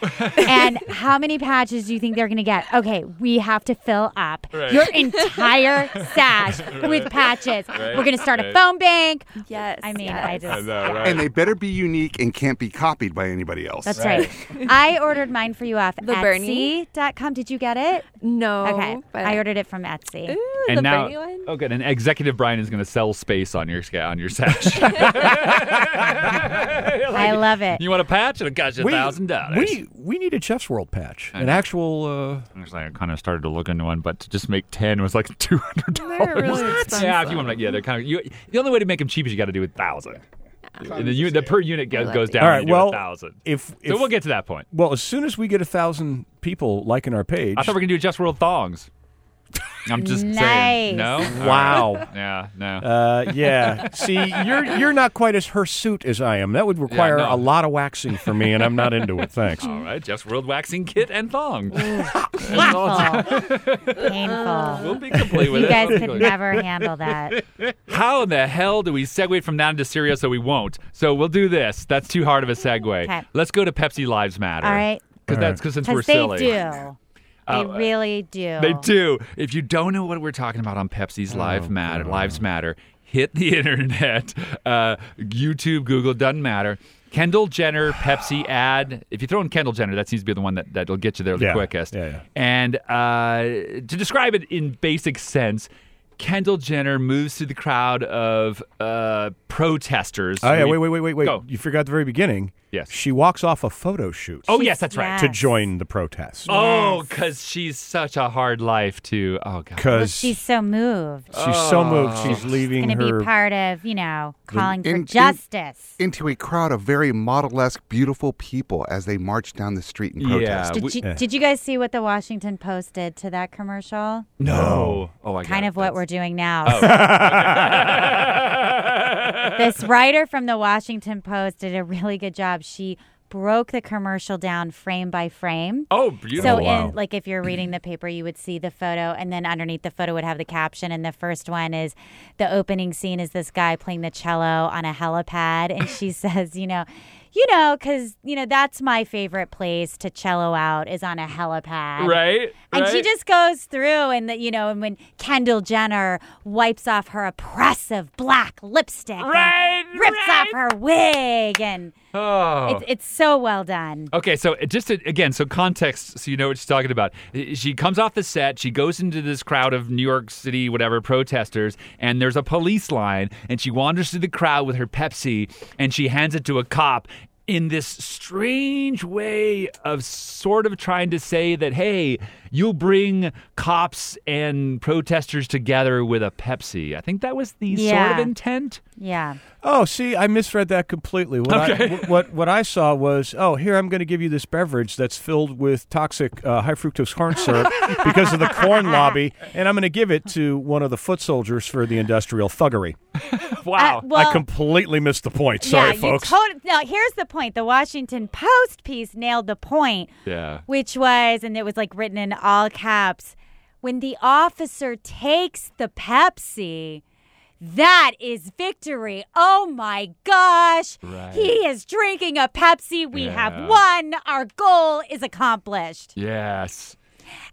[SPEAKER 4] And how many patches do you think they're going to get? Okay, we have to fill up
[SPEAKER 2] Right.
[SPEAKER 4] your entire sash with patches. We're going to start a
[SPEAKER 2] Right.
[SPEAKER 4] phone bank.
[SPEAKER 6] Yes.
[SPEAKER 4] I mean,
[SPEAKER 6] yes.
[SPEAKER 4] I just.
[SPEAKER 2] I know, right?
[SPEAKER 7] And they better be unique and can't be copied by anybody else.
[SPEAKER 4] That's right. I ordered mine for you off
[SPEAKER 6] The Bernie?
[SPEAKER 4] Etsy.com. Did you get it?
[SPEAKER 6] no.
[SPEAKER 4] okay.
[SPEAKER 6] but
[SPEAKER 4] I ordered it from Etsy.
[SPEAKER 6] Ooh,
[SPEAKER 2] and
[SPEAKER 6] the
[SPEAKER 2] now,
[SPEAKER 6] Bernie one.
[SPEAKER 2] oh, good. And executive Brian is going to sell space on your sca- on your sash.
[SPEAKER 4] I love it.
[SPEAKER 2] you want a patch? It'll cost you a thousand dollars.
[SPEAKER 3] We we need a Jeff's World patch, an actual. Uh,
[SPEAKER 2] Actually, I kind of started to look into one, but to just make ten was like two hundred
[SPEAKER 6] They're
[SPEAKER 2] dollars.
[SPEAKER 6] really expensive.
[SPEAKER 2] Yeah, if you want to make, yeah, they're kind of. You, the only way to make them cheap is you got to do a thousand. And the, u- the per unit
[SPEAKER 6] I
[SPEAKER 2] goes,
[SPEAKER 6] like
[SPEAKER 2] goes
[SPEAKER 6] it.
[SPEAKER 2] down.
[SPEAKER 3] all
[SPEAKER 2] when you
[SPEAKER 3] right.
[SPEAKER 2] do
[SPEAKER 3] Well,
[SPEAKER 2] a thousand.
[SPEAKER 3] if, if
[SPEAKER 2] so we'll get to that point.
[SPEAKER 3] well as soon as we get a thousand people liking our page.
[SPEAKER 2] I thought we were gonna do just world thongs. I'm just
[SPEAKER 4] Nice.
[SPEAKER 2] saying. No.
[SPEAKER 3] Wow.
[SPEAKER 2] All right. Yeah. No.
[SPEAKER 3] Uh, yeah. See, you're you're not quite as hirsute as I am. That would require
[SPEAKER 2] no.
[SPEAKER 3] a lot of waxing for me, and I'm not into it. Thanks.
[SPEAKER 2] All right. Just world waxing kit and thong.
[SPEAKER 4] Painful. Painful.
[SPEAKER 2] We'll be complete with
[SPEAKER 4] You
[SPEAKER 2] it.
[SPEAKER 4] guys
[SPEAKER 2] We'll be
[SPEAKER 4] could
[SPEAKER 2] complete.
[SPEAKER 4] never handle that.
[SPEAKER 2] How in the hell do we segue from that into Syria so we won't? So we'll do this. That's too hard of a segue.
[SPEAKER 4] Okay.
[SPEAKER 2] Let's go to Pepsi Lives Matter.
[SPEAKER 4] All right.
[SPEAKER 2] Because that's because since we're
[SPEAKER 4] Because they
[SPEAKER 2] silly.
[SPEAKER 4] do. They
[SPEAKER 2] Oh, uh,
[SPEAKER 4] really do.
[SPEAKER 2] They do. If you don't know what we're talking about on Pepsi's
[SPEAKER 3] Oh,
[SPEAKER 2] Live Matter, Lives Matter, hit the internet. Uh, YouTube, Google, doesn't matter. Kendall Jenner Pepsi ad. If you throw in Kendall Jenner, that seems to be the one that, that'll get you there the
[SPEAKER 3] Yeah.
[SPEAKER 2] quickest.
[SPEAKER 3] Yeah, yeah.
[SPEAKER 2] And uh, to describe it in basic sense, Kendall Jenner moves through the crowd of uh, protesters.
[SPEAKER 3] Oh yeah.
[SPEAKER 2] We-
[SPEAKER 3] Wait, wait, wait, wait, wait.
[SPEAKER 2] Go.
[SPEAKER 3] You forgot the very beginning.
[SPEAKER 2] Yes.
[SPEAKER 3] She walks off a photo shoot.
[SPEAKER 2] Oh, yes, that's right.
[SPEAKER 4] Yeah.
[SPEAKER 3] To join the protest.
[SPEAKER 2] Oh, because she's such a hard life to. Oh, God.
[SPEAKER 4] Well,
[SPEAKER 3] Because
[SPEAKER 4] she's
[SPEAKER 3] she's
[SPEAKER 4] so moved.
[SPEAKER 2] Uh,
[SPEAKER 3] so moved, she's
[SPEAKER 4] She's
[SPEAKER 3] leaving
[SPEAKER 4] going to
[SPEAKER 3] her.
[SPEAKER 4] be part of, you know, calling for
[SPEAKER 7] In- in-
[SPEAKER 4] justice.
[SPEAKER 7] Into a crowd of very model-esque, beautiful people as they march down the street in protest.
[SPEAKER 2] Yeah.
[SPEAKER 4] did,
[SPEAKER 2] we-
[SPEAKER 4] you, did you guys see what the Washington Post did to that commercial?
[SPEAKER 2] No. Oh, I got
[SPEAKER 4] kind
[SPEAKER 2] it.
[SPEAKER 4] of what we're doing now.
[SPEAKER 2] Oh. That's-
[SPEAKER 4] this writer from the Washington Post did a really good job. She broke the commercial down frame by frame.
[SPEAKER 2] oh,
[SPEAKER 4] So,
[SPEAKER 2] beautiful.
[SPEAKER 3] Oh, wow.
[SPEAKER 4] in, like, if you're reading the paper, you would see the photo, and then underneath the photo would have the caption. And the first one is the opening scene is this guy playing the cello on a helipad, and she says, you know, you know, because you know that's my favorite place to cello out is on a helipad,
[SPEAKER 2] right?
[SPEAKER 4] And she
[SPEAKER 2] Right?
[SPEAKER 4] just goes through, and the, you know, and when Kendall Jenner wipes off her oppressive black lipstick, and
[SPEAKER 2] Right,
[SPEAKER 4] rips
[SPEAKER 2] right.
[SPEAKER 4] off her wig, and
[SPEAKER 2] Oh.
[SPEAKER 4] it's, it's so well done.
[SPEAKER 2] Okay, so it just to, again, so context, so you know what she's talking about. I- She comes off the set, she goes into this crowd of New York City, whatever, protesters, and there's a police line, and she wanders through the crowd with her Pepsi, and she hands it to a cop in this strange way of sort of trying to say that, hey, you'll bring cops and protesters together with a Pepsi. I think that was the sort
[SPEAKER 4] Yeah.
[SPEAKER 2] of intent.
[SPEAKER 4] Yeah.
[SPEAKER 3] Oh, see, I misread that completely. What, I, wh- what what I saw was, oh, here I'm going to give you this beverage that's filled with toxic uh, high fructose corn syrup because of the corn lobby, and I'm going to give it to one of the foot soldiers for the industrial thuggery.
[SPEAKER 2] Wow.
[SPEAKER 4] Uh, well,
[SPEAKER 3] I completely missed the point. Sorry,
[SPEAKER 4] yeah,
[SPEAKER 3] folks.
[SPEAKER 4] You tot- now, here's the point. The Washington Post piece nailed the point,
[SPEAKER 2] yeah.
[SPEAKER 4] which was, and it was like written in all caps when the officer takes the Pepsi, that is victory. Oh my gosh. He is drinking a Pepsi. We
[SPEAKER 2] Yeah.
[SPEAKER 4] have won. Our goal is accomplished.
[SPEAKER 2] Yes.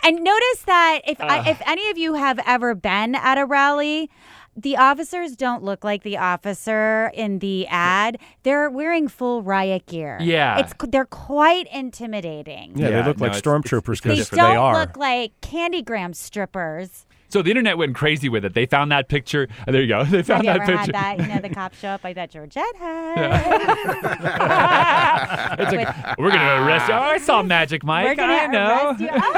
[SPEAKER 4] And notice that if I, if any of you have ever been at a rally, the officers don't look like the officer in the ad. They're wearing full riot gear.
[SPEAKER 2] Yeah.
[SPEAKER 4] it's they're quite intimidating.
[SPEAKER 3] yeah,
[SPEAKER 2] Yeah,
[SPEAKER 3] they look
[SPEAKER 2] no,
[SPEAKER 3] like
[SPEAKER 2] it's- it's-
[SPEAKER 3] stormtroopers
[SPEAKER 4] They
[SPEAKER 3] because
[SPEAKER 4] don't
[SPEAKER 3] they are.
[SPEAKER 4] look like candygram strippers.
[SPEAKER 2] So the internet went crazy with it. They found that picture. uh, there you go. They
[SPEAKER 4] Have
[SPEAKER 2] found
[SPEAKER 4] you
[SPEAKER 2] that
[SPEAKER 4] ever
[SPEAKER 2] picture.
[SPEAKER 4] had that? You know, the cops show up. I bet Georgette has.
[SPEAKER 2] It's like,
[SPEAKER 4] Ah,
[SPEAKER 2] we're gonna arrest you. Oh, I saw Magic Mike.
[SPEAKER 4] We're gonna
[SPEAKER 2] I know.
[SPEAKER 4] arrest you. Oh,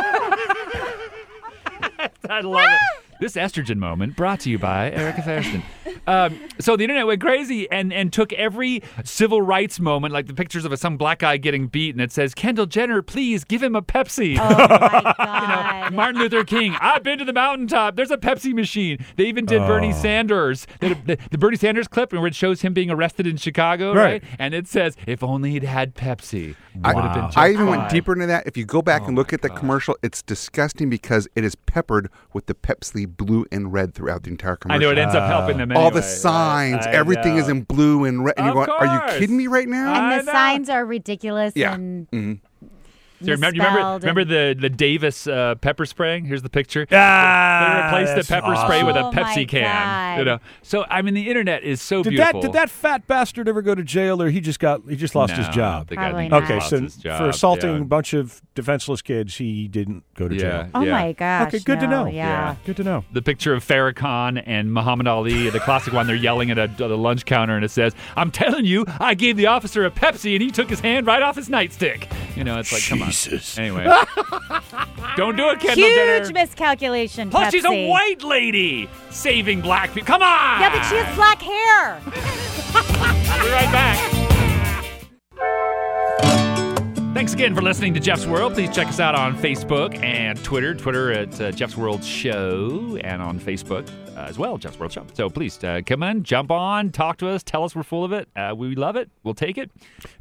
[SPEAKER 2] I love it. This estrogen moment brought to you by Erica Thurston. Um, so the internet went crazy and, and took every civil rights moment, like the pictures of some black guy getting beat, and it says, Kendall Jenner, please give him a Pepsi.
[SPEAKER 4] Oh my god.
[SPEAKER 2] Martin Luther King. I've been to the mountaintop. There's a Pepsi machine. They even did
[SPEAKER 3] Oh.
[SPEAKER 2] Bernie Sanders. They had a- the, the Bernie Sanders clip where it shows him being arrested in Chicago,
[SPEAKER 3] Right.
[SPEAKER 2] right? And it says, "If only he'd had Pepsi,
[SPEAKER 7] I,
[SPEAKER 2] would have been." Oh just
[SPEAKER 7] I even went
[SPEAKER 2] fine."
[SPEAKER 7] deeper into that. If you go back and look at the commercial, it's disgusting because it is peppered with the Pepsi blue and red throughout the entire
[SPEAKER 2] I
[SPEAKER 7] commercial.
[SPEAKER 2] know it ends up helping them. Anyway.
[SPEAKER 7] All the signs,
[SPEAKER 2] I
[SPEAKER 7] everything
[SPEAKER 2] know.
[SPEAKER 7] is in blue and red. And you're
[SPEAKER 2] Of
[SPEAKER 7] going, are
[SPEAKER 2] course.
[SPEAKER 7] you kidding me right now?
[SPEAKER 4] and
[SPEAKER 2] I
[SPEAKER 4] the
[SPEAKER 2] know.
[SPEAKER 4] signs are ridiculous
[SPEAKER 7] Yeah.
[SPEAKER 4] and
[SPEAKER 3] Mm-hmm.
[SPEAKER 2] So remember, you remember,
[SPEAKER 4] misspelled and-
[SPEAKER 2] remember the the Davis uh, pepper spraying? Here's the picture.
[SPEAKER 3] Ah,
[SPEAKER 2] They replaced the
[SPEAKER 3] that's
[SPEAKER 2] pepper spray with a
[SPEAKER 4] awesome. Oh my
[SPEAKER 2] Pepsi can.
[SPEAKER 4] God.
[SPEAKER 2] You know, so I mean, the internet is so
[SPEAKER 3] Did
[SPEAKER 2] beautiful.
[SPEAKER 3] that did that fat bastard ever go to jail, or he just got he just lost his
[SPEAKER 2] No,
[SPEAKER 3] job?
[SPEAKER 2] the guy
[SPEAKER 4] Probably
[SPEAKER 2] didn't
[SPEAKER 4] not.
[SPEAKER 2] lose
[SPEAKER 3] Okay, so
[SPEAKER 2] his job.
[SPEAKER 3] for assaulting
[SPEAKER 2] Yeah.
[SPEAKER 3] a bunch of defenseless kids, he didn't go to jail.
[SPEAKER 4] Oh
[SPEAKER 2] yeah.
[SPEAKER 4] my gosh.
[SPEAKER 3] okay, good to
[SPEAKER 4] no,
[SPEAKER 3] know.
[SPEAKER 4] Yeah.
[SPEAKER 3] good to know.
[SPEAKER 2] the picture of Farrakhan and Muhammad Ali, the classic one. They're yelling at a, at a lunch counter, and it says, "I'm telling you, I gave the officer a Pepsi, and he took his hand right off his nightstick." You know, it's like,
[SPEAKER 3] Jesus.
[SPEAKER 2] come on. Anyway, don't do it, Kendall Jenner.
[SPEAKER 4] Huge miscalculation.
[SPEAKER 2] Plus, she's a
[SPEAKER 4] Pepsi.
[SPEAKER 2] white lady saving black people. Come on.
[SPEAKER 4] Yeah, but she has black hair.
[SPEAKER 2] I'll be right back. Thanks again for listening to Jeff's World. Please check us out on Facebook and Twitter. Twitter at uh, Jeff's World Show and on Facebook uh, as well, Jeff's World Show. So please uh, come in, jump on, talk to us, tell us we're full of it. Uh, we love it. We'll take it.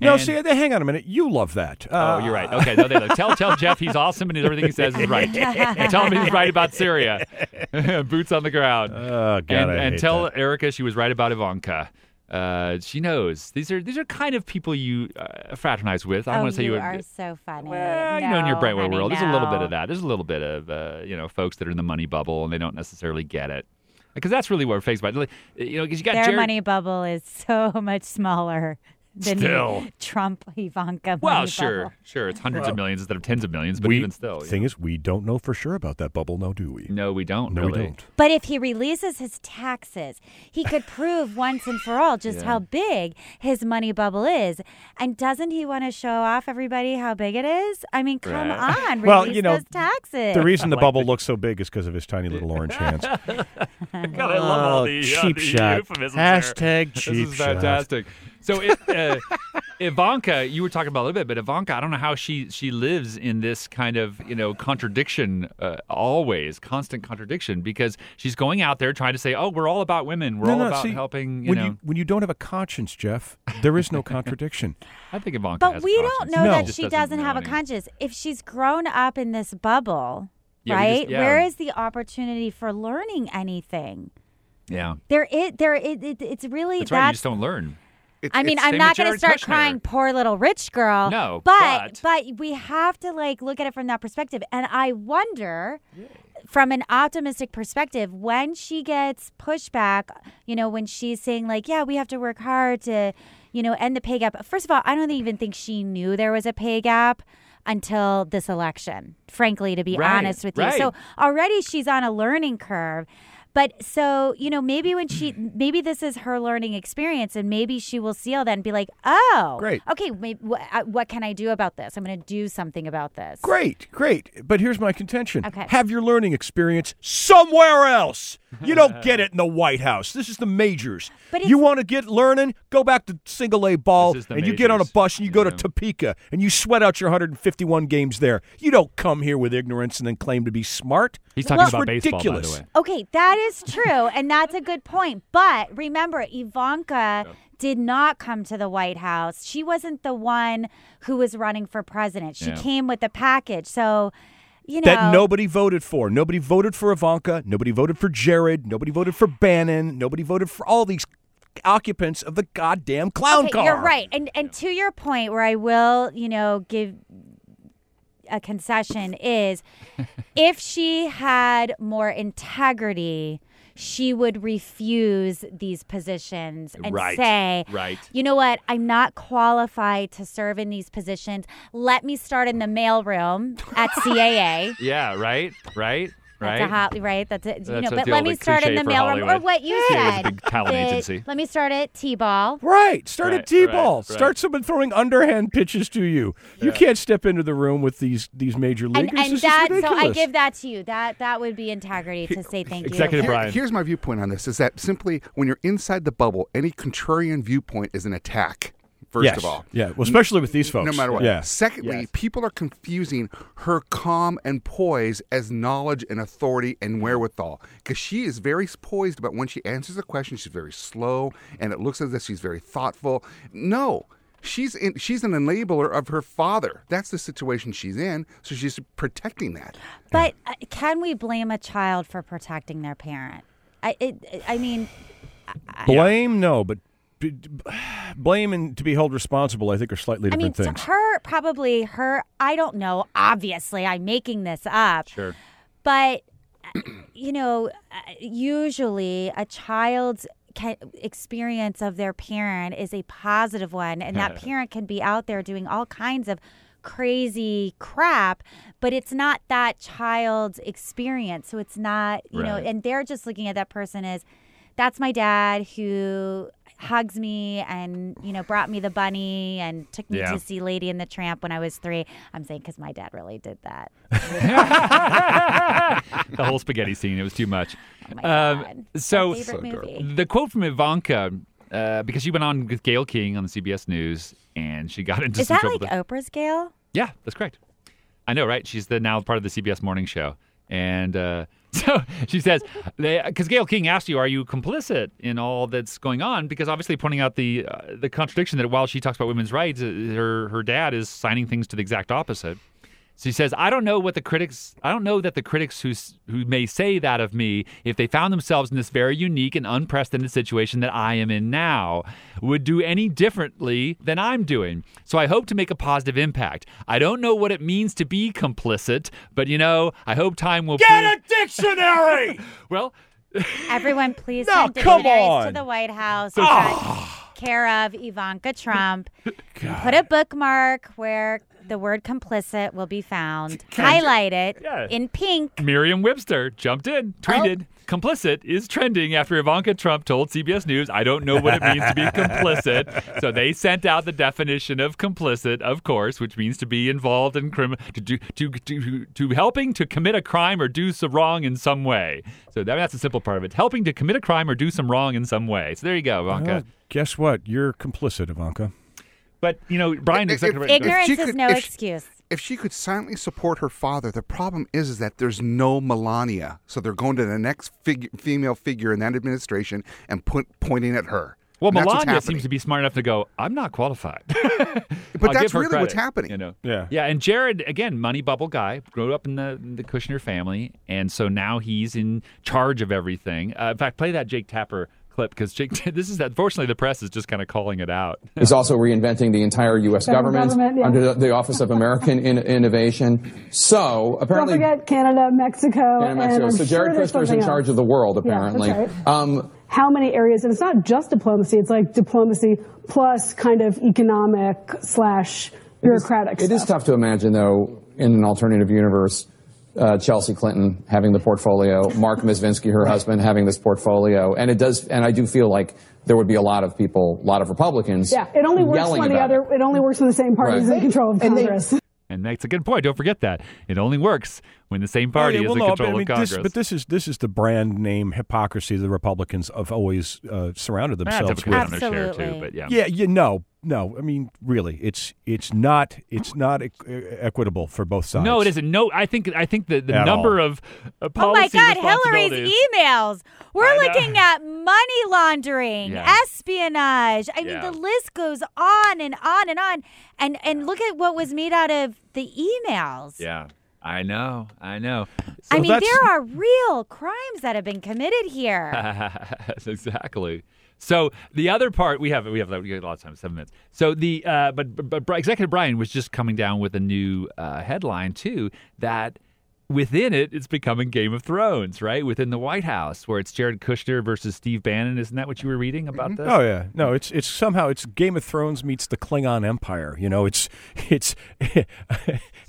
[SPEAKER 3] No,
[SPEAKER 2] And-
[SPEAKER 3] see, th- hang on a minute. You love that.
[SPEAKER 2] Oh,
[SPEAKER 3] Uh,
[SPEAKER 2] you're right. Okay, no, they look. Tell, tell Jeff he's awesome and everything he says is right. And tell him he's right about Syria. Boots on the ground
[SPEAKER 3] Oh, God,
[SPEAKER 2] and,
[SPEAKER 3] I
[SPEAKER 2] and
[SPEAKER 3] hate
[SPEAKER 2] tell
[SPEAKER 3] that.
[SPEAKER 2] Erica she was right about Ivanka. Uh, she knows these are these are kind of people you uh, fraternize with. I don't
[SPEAKER 4] oh,
[SPEAKER 2] want to say
[SPEAKER 4] you
[SPEAKER 2] you,
[SPEAKER 4] are so funny.
[SPEAKER 2] well, you know, in your
[SPEAKER 4] No,
[SPEAKER 2] Brightwell
[SPEAKER 4] honey,
[SPEAKER 2] world, there's a little bit
[SPEAKER 4] no.
[SPEAKER 2] of that. There's a little bit of uh, you know folks that are in the money bubble and they don't necessarily get it because that's really what we're faced by. Like, uh, You know, because you got
[SPEAKER 4] Their
[SPEAKER 2] Jared-
[SPEAKER 4] money bubble is so much smaller than the
[SPEAKER 2] Still.
[SPEAKER 4] Trump Ivanka.
[SPEAKER 2] Well,
[SPEAKER 4] money
[SPEAKER 2] sure,
[SPEAKER 4] bubble.
[SPEAKER 2] sure, it's hundreds of millions instead of tens of millions, but
[SPEAKER 3] we,
[SPEAKER 2] even still, yeah.
[SPEAKER 3] thing is, we don't know for sure about that bubble now, do we?
[SPEAKER 2] no, we don't.
[SPEAKER 3] No,
[SPEAKER 2] really.
[SPEAKER 3] we don't.
[SPEAKER 4] But if he releases his taxes, he could prove once and for all just how big his money bubble is. And doesn't he want to show off everybody how big it is? I mean, come
[SPEAKER 2] Right.
[SPEAKER 4] on, release
[SPEAKER 3] Well, you know,
[SPEAKER 4] those taxes.
[SPEAKER 3] The reason the bubble looks so big is because of his tiny little orange hands.
[SPEAKER 2] God, I love all
[SPEAKER 3] Oh,
[SPEAKER 2] the, uh,
[SPEAKER 3] cheap
[SPEAKER 2] the
[SPEAKER 3] shot.
[SPEAKER 2] euphemisms there.
[SPEAKER 3] Hashtag cheap
[SPEAKER 2] This is
[SPEAKER 3] shot.
[SPEAKER 2] fantastic. So it, uh, Ivanka, you were talking about a little bit, but Ivanka, I don't know how she she lives in this kind of you know contradiction uh, always, constant contradiction, because she's going out there trying to say, oh, we're all about women, we're all about
[SPEAKER 3] see,
[SPEAKER 2] helping. You
[SPEAKER 3] when
[SPEAKER 2] know,
[SPEAKER 3] you when you don't have a conscience, Jeff, there is no contradiction.
[SPEAKER 2] I think Ivanka.
[SPEAKER 4] but
[SPEAKER 2] has a
[SPEAKER 4] we don't
[SPEAKER 2] conscience.
[SPEAKER 4] know
[SPEAKER 3] No.
[SPEAKER 4] that
[SPEAKER 2] just
[SPEAKER 4] she doesn't
[SPEAKER 2] know
[SPEAKER 4] have a
[SPEAKER 2] any.
[SPEAKER 4] conscience. If she's grown up in this bubble,
[SPEAKER 2] Yeah, we
[SPEAKER 4] right?
[SPEAKER 2] just- yeah.
[SPEAKER 4] Where is the opportunity for learning anything?
[SPEAKER 2] Yeah,
[SPEAKER 4] There is there it, it it's really
[SPEAKER 2] that's
[SPEAKER 4] that.
[SPEAKER 2] right. You just don't learn.
[SPEAKER 4] I mean,
[SPEAKER 2] it's
[SPEAKER 4] I'm
[SPEAKER 2] same
[SPEAKER 4] not
[SPEAKER 2] with
[SPEAKER 4] going to
[SPEAKER 2] Jared
[SPEAKER 4] start
[SPEAKER 2] Kushner.
[SPEAKER 4] crying, poor little rich girl.
[SPEAKER 2] No,
[SPEAKER 4] but, we have to like look at it from that perspective. And I wonder, from an optimistic perspective, when she gets pushback, you know, when she's saying like, "Yeah, we have to work hard to, you know, end the pay gap." First of all, I don't even think she knew there was a pay gap until this election. Frankly, to be
[SPEAKER 2] Right,
[SPEAKER 4] honest with you,
[SPEAKER 2] right.
[SPEAKER 4] so already she's on a learning curve but so you know maybe when she maybe this is her learning experience and maybe she will see all that and be like oh
[SPEAKER 3] Great.
[SPEAKER 4] okay maybe, what can i do about this i'm going to do something about this
[SPEAKER 3] Great, great. But here's my contention.
[SPEAKER 4] Okay.
[SPEAKER 3] Have your learning experience somewhere else. You don't get it in the White House. This is the majors.
[SPEAKER 4] But
[SPEAKER 3] you
[SPEAKER 4] it's-
[SPEAKER 3] want to get learning? Go back to single A ball
[SPEAKER 2] This is
[SPEAKER 3] and
[SPEAKER 2] the
[SPEAKER 3] you get on a
[SPEAKER 2] majors.
[SPEAKER 3] bus and you go to
[SPEAKER 2] Yeah.
[SPEAKER 3] Topeka and you sweat out your 151 games there. You don't come here with ignorance and then claim to be smart.
[SPEAKER 2] He's talking
[SPEAKER 4] Well-
[SPEAKER 2] about
[SPEAKER 3] It's
[SPEAKER 2] baseball, by the
[SPEAKER 3] ridiculous.
[SPEAKER 2] way.
[SPEAKER 4] Okay, that is true, and that's a good point. But remember, Ivanka did not come to the White House. She wasn't the one who was running for president. She
[SPEAKER 2] Yeah.
[SPEAKER 4] came with a package. So, you know,
[SPEAKER 3] that nobody voted for. Nobody voted for Ivanka. Nobody voted for Jared. Nobody voted for Bannon. Nobody voted for all these occupants of the goddamn clown
[SPEAKER 4] Okay,
[SPEAKER 3] car.
[SPEAKER 4] You're right. And and to your point where I will, you know, give a concession is if she had more integrity, she would refuse these positions and
[SPEAKER 2] Right,
[SPEAKER 4] say,
[SPEAKER 2] right.
[SPEAKER 4] you know what? I'm not qualified to serve in these positions. Let me start in the mailroom at CAA.
[SPEAKER 2] Yeah, right, right. right?
[SPEAKER 4] That's a hot, right? That's it. You
[SPEAKER 2] That's
[SPEAKER 4] know,
[SPEAKER 2] what
[SPEAKER 4] but
[SPEAKER 2] the
[SPEAKER 4] let
[SPEAKER 2] old,
[SPEAKER 4] me
[SPEAKER 2] like,
[SPEAKER 4] start in
[SPEAKER 2] cliche
[SPEAKER 4] the
[SPEAKER 2] for
[SPEAKER 4] mailroom or
[SPEAKER 2] Hollywood.
[SPEAKER 4] what you
[SPEAKER 2] Yeah, it was a
[SPEAKER 4] said.
[SPEAKER 2] big talent
[SPEAKER 4] that-
[SPEAKER 2] agency.
[SPEAKER 4] Let me start at T-ball.
[SPEAKER 3] Right. Start
[SPEAKER 2] Right,
[SPEAKER 3] at T-ball.
[SPEAKER 2] right,
[SPEAKER 3] Start
[SPEAKER 2] right.
[SPEAKER 3] someone throwing underhand pitches to you. You can't step into the room with these these major leaguers.
[SPEAKER 4] And, and
[SPEAKER 3] this
[SPEAKER 4] that,
[SPEAKER 3] is ridiculous.
[SPEAKER 4] so I give that to you. That that would be integrity to say thank
[SPEAKER 2] Executive
[SPEAKER 4] you.
[SPEAKER 2] Brian.
[SPEAKER 7] Here's my viewpoint on this: is that simply when you're inside the bubble, any contrarian viewpoint is an attack. First
[SPEAKER 3] Yes.
[SPEAKER 7] of all,
[SPEAKER 3] Yeah. Well, especially with these folks.
[SPEAKER 7] No matter what.
[SPEAKER 3] Yeah.
[SPEAKER 7] Secondly,
[SPEAKER 2] Yes.
[SPEAKER 7] people are confusing her calm and poise as knowledge and authority and wherewithal because she is very poised about when she answers a question. She's very slow and it looks as if she's very thoughtful. No. She's in, she's an enabler of her father. That's the situation she's in, so she's protecting that.
[SPEAKER 4] But uh, can we blame a child for protecting their parent? I it, I mean,
[SPEAKER 3] Blame no, but b- d- blame and to be held responsible, I think, are slightly
[SPEAKER 4] I mean,
[SPEAKER 3] different
[SPEAKER 4] to
[SPEAKER 3] things.
[SPEAKER 4] her probably her. I don't know. Obviously, I'm making this up.
[SPEAKER 2] Sure.
[SPEAKER 4] but uh, you know uh, usually a child's ca- experience of their parent is a positive one and that parent can be out there doing all kinds of crazy crap but it's not that child's experience so it's not you know
[SPEAKER 2] Right.
[SPEAKER 4] and they're just looking at that person as that's my dad who hugs me and you know brought me the bunny and took me
[SPEAKER 2] Yeah.
[SPEAKER 4] to see lady and the tramp when i was three i'm saying because my dad really did that
[SPEAKER 2] the whole spaghetti scene. It was too much.
[SPEAKER 4] Oh my God.
[SPEAKER 2] um, so,
[SPEAKER 4] My favorite So adorable. movie.
[SPEAKER 2] the quote from Ivanka, uh, because she went on with Gail King on the CBS News, and she got into
[SPEAKER 4] Is
[SPEAKER 2] some
[SPEAKER 4] that
[SPEAKER 2] trouble.
[SPEAKER 4] like Oprah's Gail?
[SPEAKER 2] yeah, that's correct. I know, right? She's the now part of the CBS Morning Show, and uh, so she says, because Gail King asked you, "Are you complicit in all that's going on?" Because obviously, pointing out the uh, the contradiction that while she talks about women's rights, uh, her her dad is signing things to the exact opposite. She says, "I don't know what the critics. I don't know that the critics who s- who may say that of me, if they found themselves in this very unique and unprecedented situation that I am in now, would do any differently than I'm doing. So I hope to make a positive impact. I don't know what it means to be complicit, but you know, I hope time will prove-
[SPEAKER 3] Get a dictionary.
[SPEAKER 2] well."
[SPEAKER 4] Everyone, please
[SPEAKER 3] No,
[SPEAKER 4] send
[SPEAKER 3] come
[SPEAKER 4] dictionaries to
[SPEAKER 3] on.
[SPEAKER 4] the White House. It's got Care of Ivanka Trump. Put a bookmark where the word complicit will be found. Highlight it
[SPEAKER 2] Yeah.
[SPEAKER 4] in pink.
[SPEAKER 2] Merriam Webster jumped in, tweeted,
[SPEAKER 7] Oh.
[SPEAKER 2] complicit is trending after Ivanka Trump told CBS News, I don't know what it means to be complicit. So they sent out the definition of complicit, of course, which means to be involved in criminal, to, do, to, to, to helping to commit a crime or do some wrong in some way. So that, that's the simple part of it. Helping to commit a crime or do some wrong in some way. So there you go, Ivanka.
[SPEAKER 7] Oh.
[SPEAKER 3] Well, guess what? You're complicit, Ivanka.
[SPEAKER 2] but, you know, Brian,
[SPEAKER 7] It- it-
[SPEAKER 2] executive
[SPEAKER 7] it-
[SPEAKER 2] producer-
[SPEAKER 4] Ignorance
[SPEAKER 7] she
[SPEAKER 4] is
[SPEAKER 7] could-
[SPEAKER 4] no
[SPEAKER 7] if she-
[SPEAKER 4] excuse.
[SPEAKER 7] If she could silently support her father, the problem is, is that there's no Melania, so they're going to the next fig- female figure in that administration and put, pointing at her.
[SPEAKER 2] well,
[SPEAKER 7] And that's what's
[SPEAKER 2] Melania
[SPEAKER 7] happening.
[SPEAKER 2] seems to be smart enough to go, I'm not qualified.
[SPEAKER 7] But
[SPEAKER 2] I'll give
[SPEAKER 7] that's
[SPEAKER 2] her
[SPEAKER 7] really what's
[SPEAKER 2] credit,
[SPEAKER 7] happening.
[SPEAKER 2] You know?
[SPEAKER 3] Yeah.
[SPEAKER 2] Yeah. And Jared, again, money bubble guy, grew up in the, the Kushner family. And so now he's in charge of everything. Uh, in fact, play that Jake Tapper clip because Jake, this is, unfortunately, the press is just kind of calling it out.
[SPEAKER 8] He's also reinventing the entire U.S. government,
[SPEAKER 9] government, yeah.
[SPEAKER 8] under the, the Office of American in- Innovation. So
[SPEAKER 9] Don't
[SPEAKER 8] apparently,
[SPEAKER 9] forget Canada, Mexico,
[SPEAKER 8] Canada,
[SPEAKER 9] and
[SPEAKER 8] Mexico.
[SPEAKER 9] I'm
[SPEAKER 8] so Jared
[SPEAKER 9] sure there's
[SPEAKER 8] Kushner's in
[SPEAKER 9] something
[SPEAKER 8] charge
[SPEAKER 9] else.
[SPEAKER 8] of the world,
[SPEAKER 9] Yeah,
[SPEAKER 8] apparently.
[SPEAKER 9] that's right.
[SPEAKER 8] um,
[SPEAKER 9] How many areas? And it's not just diplomacy. It's like diplomacy plus kind of economic slash bureaucratic.
[SPEAKER 8] it is
[SPEAKER 9] stuff.
[SPEAKER 8] tough to imagine, though, in an alternative universe, uh, Chelsea Clinton having the portfolio, Mark Mizvinsky, her husband, having this portfolio, and it does. And I do feel like there would be a lot of people, a lot of Republicans.
[SPEAKER 9] Yeah, it only works
[SPEAKER 8] yelling
[SPEAKER 9] when the
[SPEAKER 8] about
[SPEAKER 9] other.
[SPEAKER 8] it.
[SPEAKER 9] It. only works when the same party is
[SPEAKER 8] Right.
[SPEAKER 9] in control of
[SPEAKER 8] And they-
[SPEAKER 9] Congress.
[SPEAKER 2] And that's a good point. Don't forget that. It only works when the same party
[SPEAKER 3] Oh, yeah,
[SPEAKER 2] is
[SPEAKER 3] well,
[SPEAKER 2] in
[SPEAKER 3] no,
[SPEAKER 2] control
[SPEAKER 3] but, I mean,
[SPEAKER 2] of Congress.
[SPEAKER 3] This, but this is this is the brand name hypocrisy the Republicans have always uh, surrounded
[SPEAKER 2] Ah,
[SPEAKER 3] themselves
[SPEAKER 2] typically
[SPEAKER 3] with.
[SPEAKER 2] on their share, too.
[SPEAKER 4] Absolutely.
[SPEAKER 2] But yeah.
[SPEAKER 3] Yeah, you know, no, I mean, really, it's it's not it's not equ- equitable for both sides.
[SPEAKER 2] No, it isn't. No, I think I think the, the
[SPEAKER 3] At
[SPEAKER 2] number of uh,
[SPEAKER 4] Oh my
[SPEAKER 2] policy
[SPEAKER 4] God, Hillary's
[SPEAKER 2] responsibilities.
[SPEAKER 4] emails. We're
[SPEAKER 2] I know.
[SPEAKER 4] looking at money laundering,
[SPEAKER 2] Yeah.
[SPEAKER 4] espionage. I
[SPEAKER 2] Yeah.
[SPEAKER 4] mean, the list goes on and on and on. And and look at what was made out of the emails.
[SPEAKER 2] Yeah. I know. I know.
[SPEAKER 4] I mean,
[SPEAKER 3] that's-
[SPEAKER 4] there are real crimes that have been committed here.
[SPEAKER 2] exactly. So the other part we have we have we got a lot of time seven minutes. So the uh, but, but but executive Brian was just coming down with a new uh, headline too that within it it's becoming Game of Thrones right within the White House where it's Jared Kushner versus Steve Bannon. Isn't that what you were reading about
[SPEAKER 7] Mm-hmm.
[SPEAKER 2] this?
[SPEAKER 3] Oh yeah, no, it's it's somehow it's Game of Thrones meets the Klingon Empire. You know, it's it's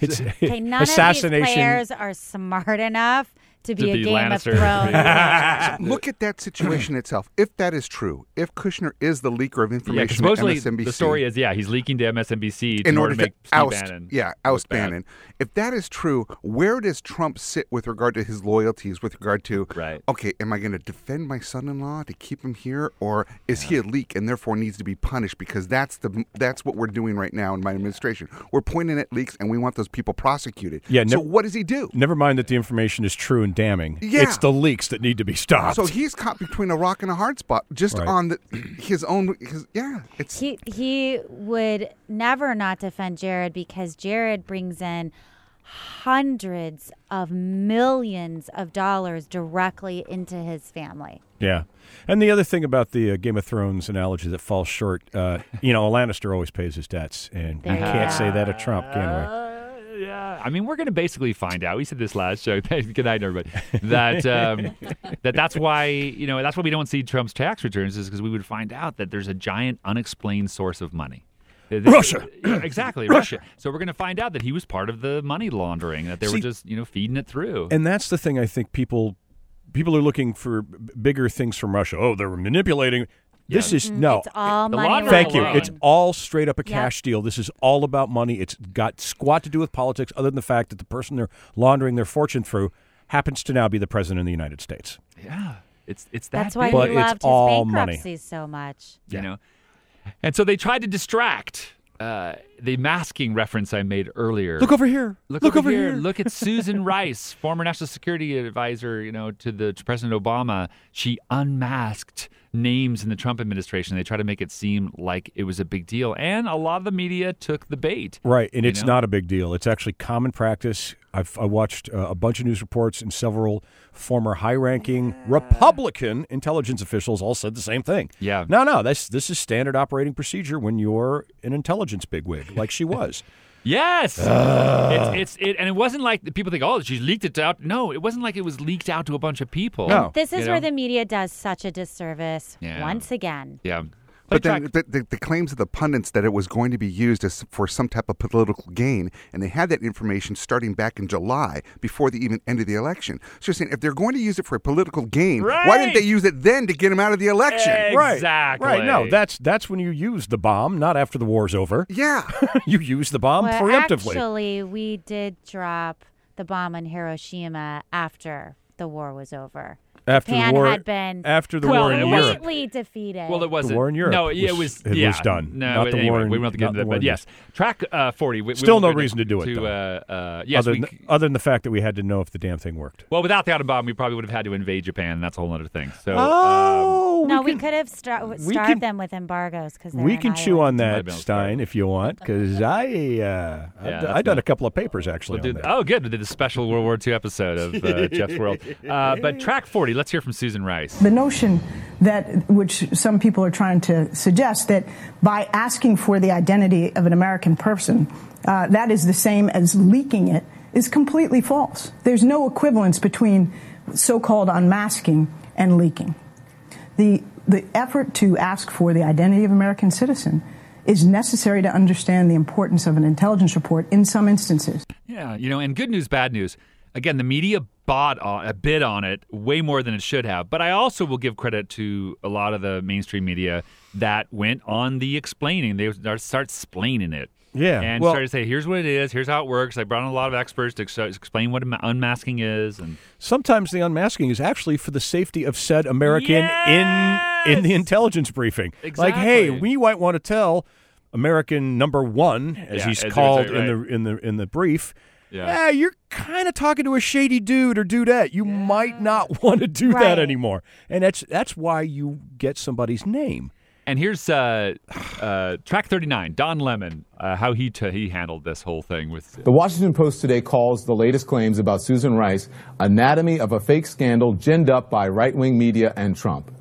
[SPEAKER 3] it's,
[SPEAKER 4] Okay, none
[SPEAKER 3] assassination.
[SPEAKER 4] of these players are smart enough to be
[SPEAKER 2] To
[SPEAKER 4] a
[SPEAKER 2] be
[SPEAKER 4] Game
[SPEAKER 2] Lannister.
[SPEAKER 4] of Thrones.
[SPEAKER 7] Look at that situation itself. If that is true, if Kushner is the leaker of
[SPEAKER 2] Yeah, 'cause
[SPEAKER 7] information at
[SPEAKER 2] supposedly
[SPEAKER 7] MSNBC,
[SPEAKER 2] the story is yeah he's leaking to MSNBC to-
[SPEAKER 7] in order to,
[SPEAKER 2] make Steve
[SPEAKER 7] oust,
[SPEAKER 2] Bannon.
[SPEAKER 7] yeah, oust
[SPEAKER 2] look bad.
[SPEAKER 7] Bannon. If that is true, where does Trump sit with regard to his loyalties? With regard to,
[SPEAKER 2] Right.
[SPEAKER 7] Okay, am I going to defend my son-in-law to keep him here, or is he a leak and therefore needs to be punished? Because that's the that's what we're doing right now in my administration. We're pointing at leaks and we want those people prosecuted.
[SPEAKER 3] Yeah,
[SPEAKER 7] So
[SPEAKER 3] no-
[SPEAKER 7] what does he do?
[SPEAKER 3] Never mind that the information is true and damning.
[SPEAKER 7] Yeah.
[SPEAKER 3] It's the leaks that need to be stopped.
[SPEAKER 7] So he's caught between a rock and a hard spot, just
[SPEAKER 3] Right.
[SPEAKER 7] on the, his own. His, yeah, it's
[SPEAKER 4] he he would never not defend Jared because Jared brings in hundreds of millions of dollars directly into his family.
[SPEAKER 3] yeah. And the other thing about the uh, Game of Thrones analogy that falls short, uh, you know, a Lannister always pays his debts, and we
[SPEAKER 4] There you
[SPEAKER 3] can't
[SPEAKER 4] go.
[SPEAKER 3] say that of Trump, can we?
[SPEAKER 2] Uh, Yeah, I mean, we're going to basically find out. We said this last show. Good night, everybody. That um, that that's why you know that's why we don't see Trump's tax returns is because we would find out that there's a giant unexplained source of money. That this-
[SPEAKER 3] Russia.
[SPEAKER 2] Yeah, exactly, Russia. So we're going to find out that he was part of the money laundering. That they were
[SPEAKER 3] See-
[SPEAKER 2] just you know feeding it through.
[SPEAKER 3] And that's the thing I think people people are looking for b- bigger things from Russia. Oh, they're manipulating. This is no.
[SPEAKER 4] Mm, It's all
[SPEAKER 2] The
[SPEAKER 4] money.
[SPEAKER 2] laundry
[SPEAKER 3] Thank you.
[SPEAKER 2] alone.
[SPEAKER 3] It's all straight up a cash deal. This is all about money. It's got squat to do with politics, other than the fact that the person they're laundering their fortune through happens to now be the president of the United States.
[SPEAKER 2] yeah, it's it's that
[SPEAKER 4] That's why
[SPEAKER 2] big.
[SPEAKER 4] he
[SPEAKER 3] But
[SPEAKER 4] loved
[SPEAKER 3] it's
[SPEAKER 4] his
[SPEAKER 3] all money.
[SPEAKER 4] bankruptcy so much.
[SPEAKER 2] you know and so they tried to distract uh, the masking reference i made earlier
[SPEAKER 3] Look over here.
[SPEAKER 2] Look over, here. Look at Susan Rice, former national security advisor, you know, to the to President Obama. She unmasked names in the Trump administration. They try to make it seem like it was a big deal, and a lot of the media took the bait.
[SPEAKER 3] Right, and it's
[SPEAKER 2] know?
[SPEAKER 3] not a big deal. It's actually common practice. I've I watched uh, a bunch of news reports, and several former high-ranking Republican intelligence officials all said the same thing.
[SPEAKER 2] Yeah.
[SPEAKER 3] no, no, this this is standard operating procedure when you're an intelligence bigwig, like she was.
[SPEAKER 2] Yes, it's, it's it, and it wasn't like the people think, oh, she leaked it out. No, it wasn't like it was leaked out to a bunch of people.
[SPEAKER 3] No.
[SPEAKER 4] This is
[SPEAKER 2] You
[SPEAKER 4] where
[SPEAKER 2] know?
[SPEAKER 4] the media does such a disservice
[SPEAKER 2] Yeah.
[SPEAKER 4] once again.
[SPEAKER 2] yeah.
[SPEAKER 7] But then the, the, the claims of the pundits that it was going to be used as for some type of political gain, and they had that information starting back in July before they even ended the election. So you're saying if they're going to use it for a political gain, why didn't
[SPEAKER 2] Right.
[SPEAKER 7] they use it then to get him out of the election?
[SPEAKER 3] Right, right. No,
[SPEAKER 2] Exactly.
[SPEAKER 3] that's that's when you use the bomb, not after the war's over.
[SPEAKER 7] Yeah.
[SPEAKER 3] you use the bomb
[SPEAKER 4] Well,
[SPEAKER 3] Um, preemptively.
[SPEAKER 4] Actually, we did drop the bomb on Hiroshima after the war was over.
[SPEAKER 3] after
[SPEAKER 4] Japan
[SPEAKER 3] the war
[SPEAKER 4] had been
[SPEAKER 3] after the
[SPEAKER 2] Well,
[SPEAKER 3] war in
[SPEAKER 2] it
[SPEAKER 3] Europe.
[SPEAKER 2] was-
[SPEAKER 4] completely defeated.
[SPEAKER 2] Well, it wasn't.
[SPEAKER 3] war in Europe
[SPEAKER 2] No, yeah, it
[SPEAKER 3] was-
[SPEAKER 2] was.
[SPEAKER 3] it
[SPEAKER 2] yeah.
[SPEAKER 3] was done.
[SPEAKER 2] No,
[SPEAKER 3] Not the
[SPEAKER 2] anyway,
[SPEAKER 3] war in-
[SPEAKER 2] we won't have to get
[SPEAKER 3] not
[SPEAKER 2] into
[SPEAKER 3] the
[SPEAKER 2] that.
[SPEAKER 3] war in
[SPEAKER 2] But yes, track uh, forty. We, we
[SPEAKER 3] Still
[SPEAKER 2] won't
[SPEAKER 3] no
[SPEAKER 2] go into-
[SPEAKER 3] reason to do it,
[SPEAKER 2] To,
[SPEAKER 3] though.
[SPEAKER 2] uh, uh, yes,
[SPEAKER 3] other,
[SPEAKER 2] we
[SPEAKER 3] than,
[SPEAKER 2] c-
[SPEAKER 3] other than the fact that we had to know if the damn thing worked.
[SPEAKER 2] well, without the atom bomb, we probably would have had to invade Japan. and That's a whole other thing. So,
[SPEAKER 3] Oh,
[SPEAKER 4] no, we, could have stra-
[SPEAKER 3] we
[SPEAKER 4] starved
[SPEAKER 3] can-
[SPEAKER 4] them with embargoes because
[SPEAKER 3] We can chew on
[SPEAKER 2] Might have
[SPEAKER 3] that,
[SPEAKER 2] been a
[SPEAKER 3] Stein, if you want, because I uh, I've, d-
[SPEAKER 2] that's
[SPEAKER 3] I've done
[SPEAKER 2] not-
[SPEAKER 3] a couple of papers actually.
[SPEAKER 2] we'll do
[SPEAKER 3] on
[SPEAKER 2] th-
[SPEAKER 3] that.
[SPEAKER 2] oh, good. We did a special World War II episode of uh, Jeff's World. Uh, but track forty. Let's hear from Susan Rice.
[SPEAKER 10] The notion that, which some people are trying to suggest, that by asking for the identity of an American person, uh, that is the same as leaking it, is completely false. There's no equivalence between so called unmasking and leaking. The, the effort to ask for the identity of an American citizen is necessary to understand the importance of an intelligence report in some instances.
[SPEAKER 2] Yeah, you know, and good news, bad news. Again, the media bought on, a bid on it way more than it should have. But I also will give credit to a lot of the mainstream media that went on the explaining. They would start splaining it.
[SPEAKER 3] Yeah,
[SPEAKER 2] And
[SPEAKER 3] well-
[SPEAKER 2] started to say, here's what it is, here's how it works. I brought in a lot of experts to ex- explain what unma- unmasking is. And
[SPEAKER 3] Sometimes the unmasking is actually for the safety of said American in in the
[SPEAKER 2] Yes!
[SPEAKER 3] intelligence briefing. Like, hey,
[SPEAKER 2] Exactly.
[SPEAKER 3] we might want to tell American number one, as
[SPEAKER 2] Yeah,
[SPEAKER 3] he's
[SPEAKER 2] as-
[SPEAKER 3] called
[SPEAKER 2] right,
[SPEAKER 3] in the
[SPEAKER 2] right.
[SPEAKER 3] in the in the brief.
[SPEAKER 2] Yeah.
[SPEAKER 3] "Eh, you're kind of talking to a shady dude or dudette. You might not want to do that
[SPEAKER 4] Right.
[SPEAKER 3] anymore, and that's that's why you get somebody's name.
[SPEAKER 2] and here's uh, uh, track 39, Don Lemon, uh, how he t- he handled this whole thing with.
[SPEAKER 8] The Washington Post today calls the latest claims about Susan Rice anatomy of a fake scandal ginned up by right wing media and Trump.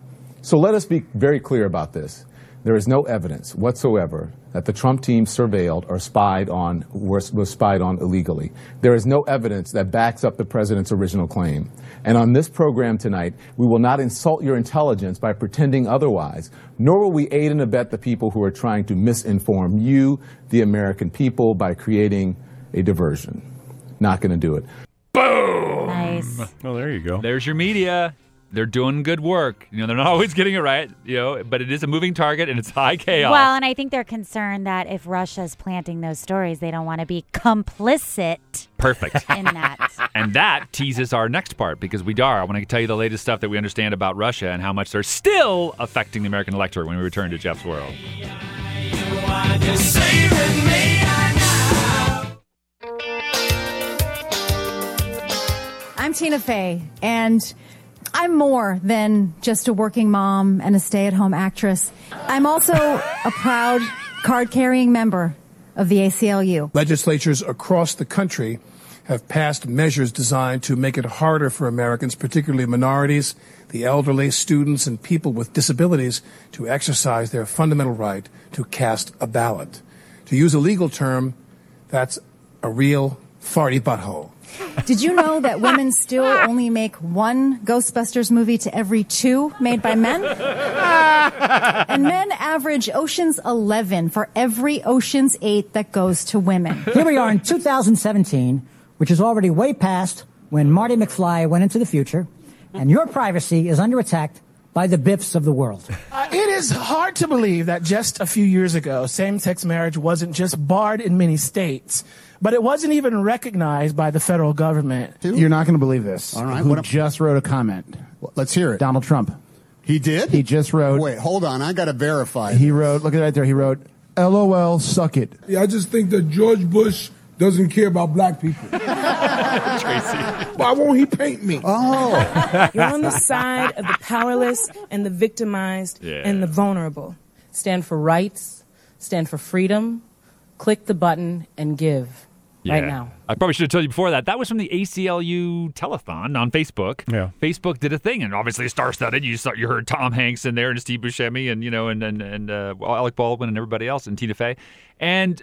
[SPEAKER 8] So let us be very clear about this. There is no evidence whatsoever that the Trump team surveilled or spied on was, was spied on illegally. There is no evidence that backs up the president's original claim. And on this program tonight, we will not insult your intelligence by pretending otherwise, nor will we aid and abet the people who are trying to misinform you, the American people, by creating a diversion. Not going to do it.
[SPEAKER 4] nice. Yes.
[SPEAKER 2] Oh,
[SPEAKER 3] Well, there you go.
[SPEAKER 2] There's your media. They're doing good work. You know, they're not always getting it right, you know, but it is a moving target and it's high chaos.
[SPEAKER 4] Well, and I think they're concerned that if Russia's planting those stories, they don't want to be complicit
[SPEAKER 2] Perfect.
[SPEAKER 4] in that.
[SPEAKER 2] and that teases our next part because we are. I want to tell you the latest stuff that we understand about Russia and how much they're still affecting the American electorate when we return to Jeff's World.
[SPEAKER 11] I'm Tina Fey, and I'm more than just a working mom and a stay at home actress. I'm also a proud card carrying member of the ACLU.
[SPEAKER 12] Legislatures across the country have passed measures designed to make it harder for Americans, particularly minorities, the elderly, students, and people with disabilities, to exercise their fundamental right to cast a ballot. To use a legal term, that's a real farty butthole.
[SPEAKER 11] Did you know that women still only make one Ghostbusters movie to every two made by men? And men average Ocean's 11 for every Ocean's 8 that goes to women.
[SPEAKER 13] Here we are in 2017, which is already way past when Marty McFly went into the future, and your privacy is under attack by the biffs of the world.
[SPEAKER 12] Uh, it is hard to believe that just a few years ago, same sex marriage wasn't just barred in many states, but it wasn't even recognized by the federal government.
[SPEAKER 14] You're not going to believe this. All
[SPEAKER 15] right,
[SPEAKER 14] Who
[SPEAKER 15] what am-
[SPEAKER 14] just wrote a comment? Let's hear it. Donald Trump.
[SPEAKER 15] He did.
[SPEAKER 14] He just wrote.
[SPEAKER 15] Wait, hold on. I got to verify.
[SPEAKER 14] He wrote. Look at it right there. He wrote. LOL. Suck it.
[SPEAKER 16] Yeah, I just think that George Bush doesn't care about black people. Why won't he paint me?
[SPEAKER 17] Oh. You're on the side of the powerless and the victimized
[SPEAKER 18] Yeah.
[SPEAKER 17] and the vulnerable. Stand for rights, stand for freedom, click the button and give right
[SPEAKER 2] Yeah.
[SPEAKER 17] now.
[SPEAKER 2] I probably should have told you before that. That was from the ACLU telethon on Facebook. Yeah. Facebook did a thing, and obviously star studded. You saw, you heard Tom Hanks in there, and Steve Buscemi, and you know, and and and uh, well, Alec Baldwin, and everybody else, and Tina Fey, and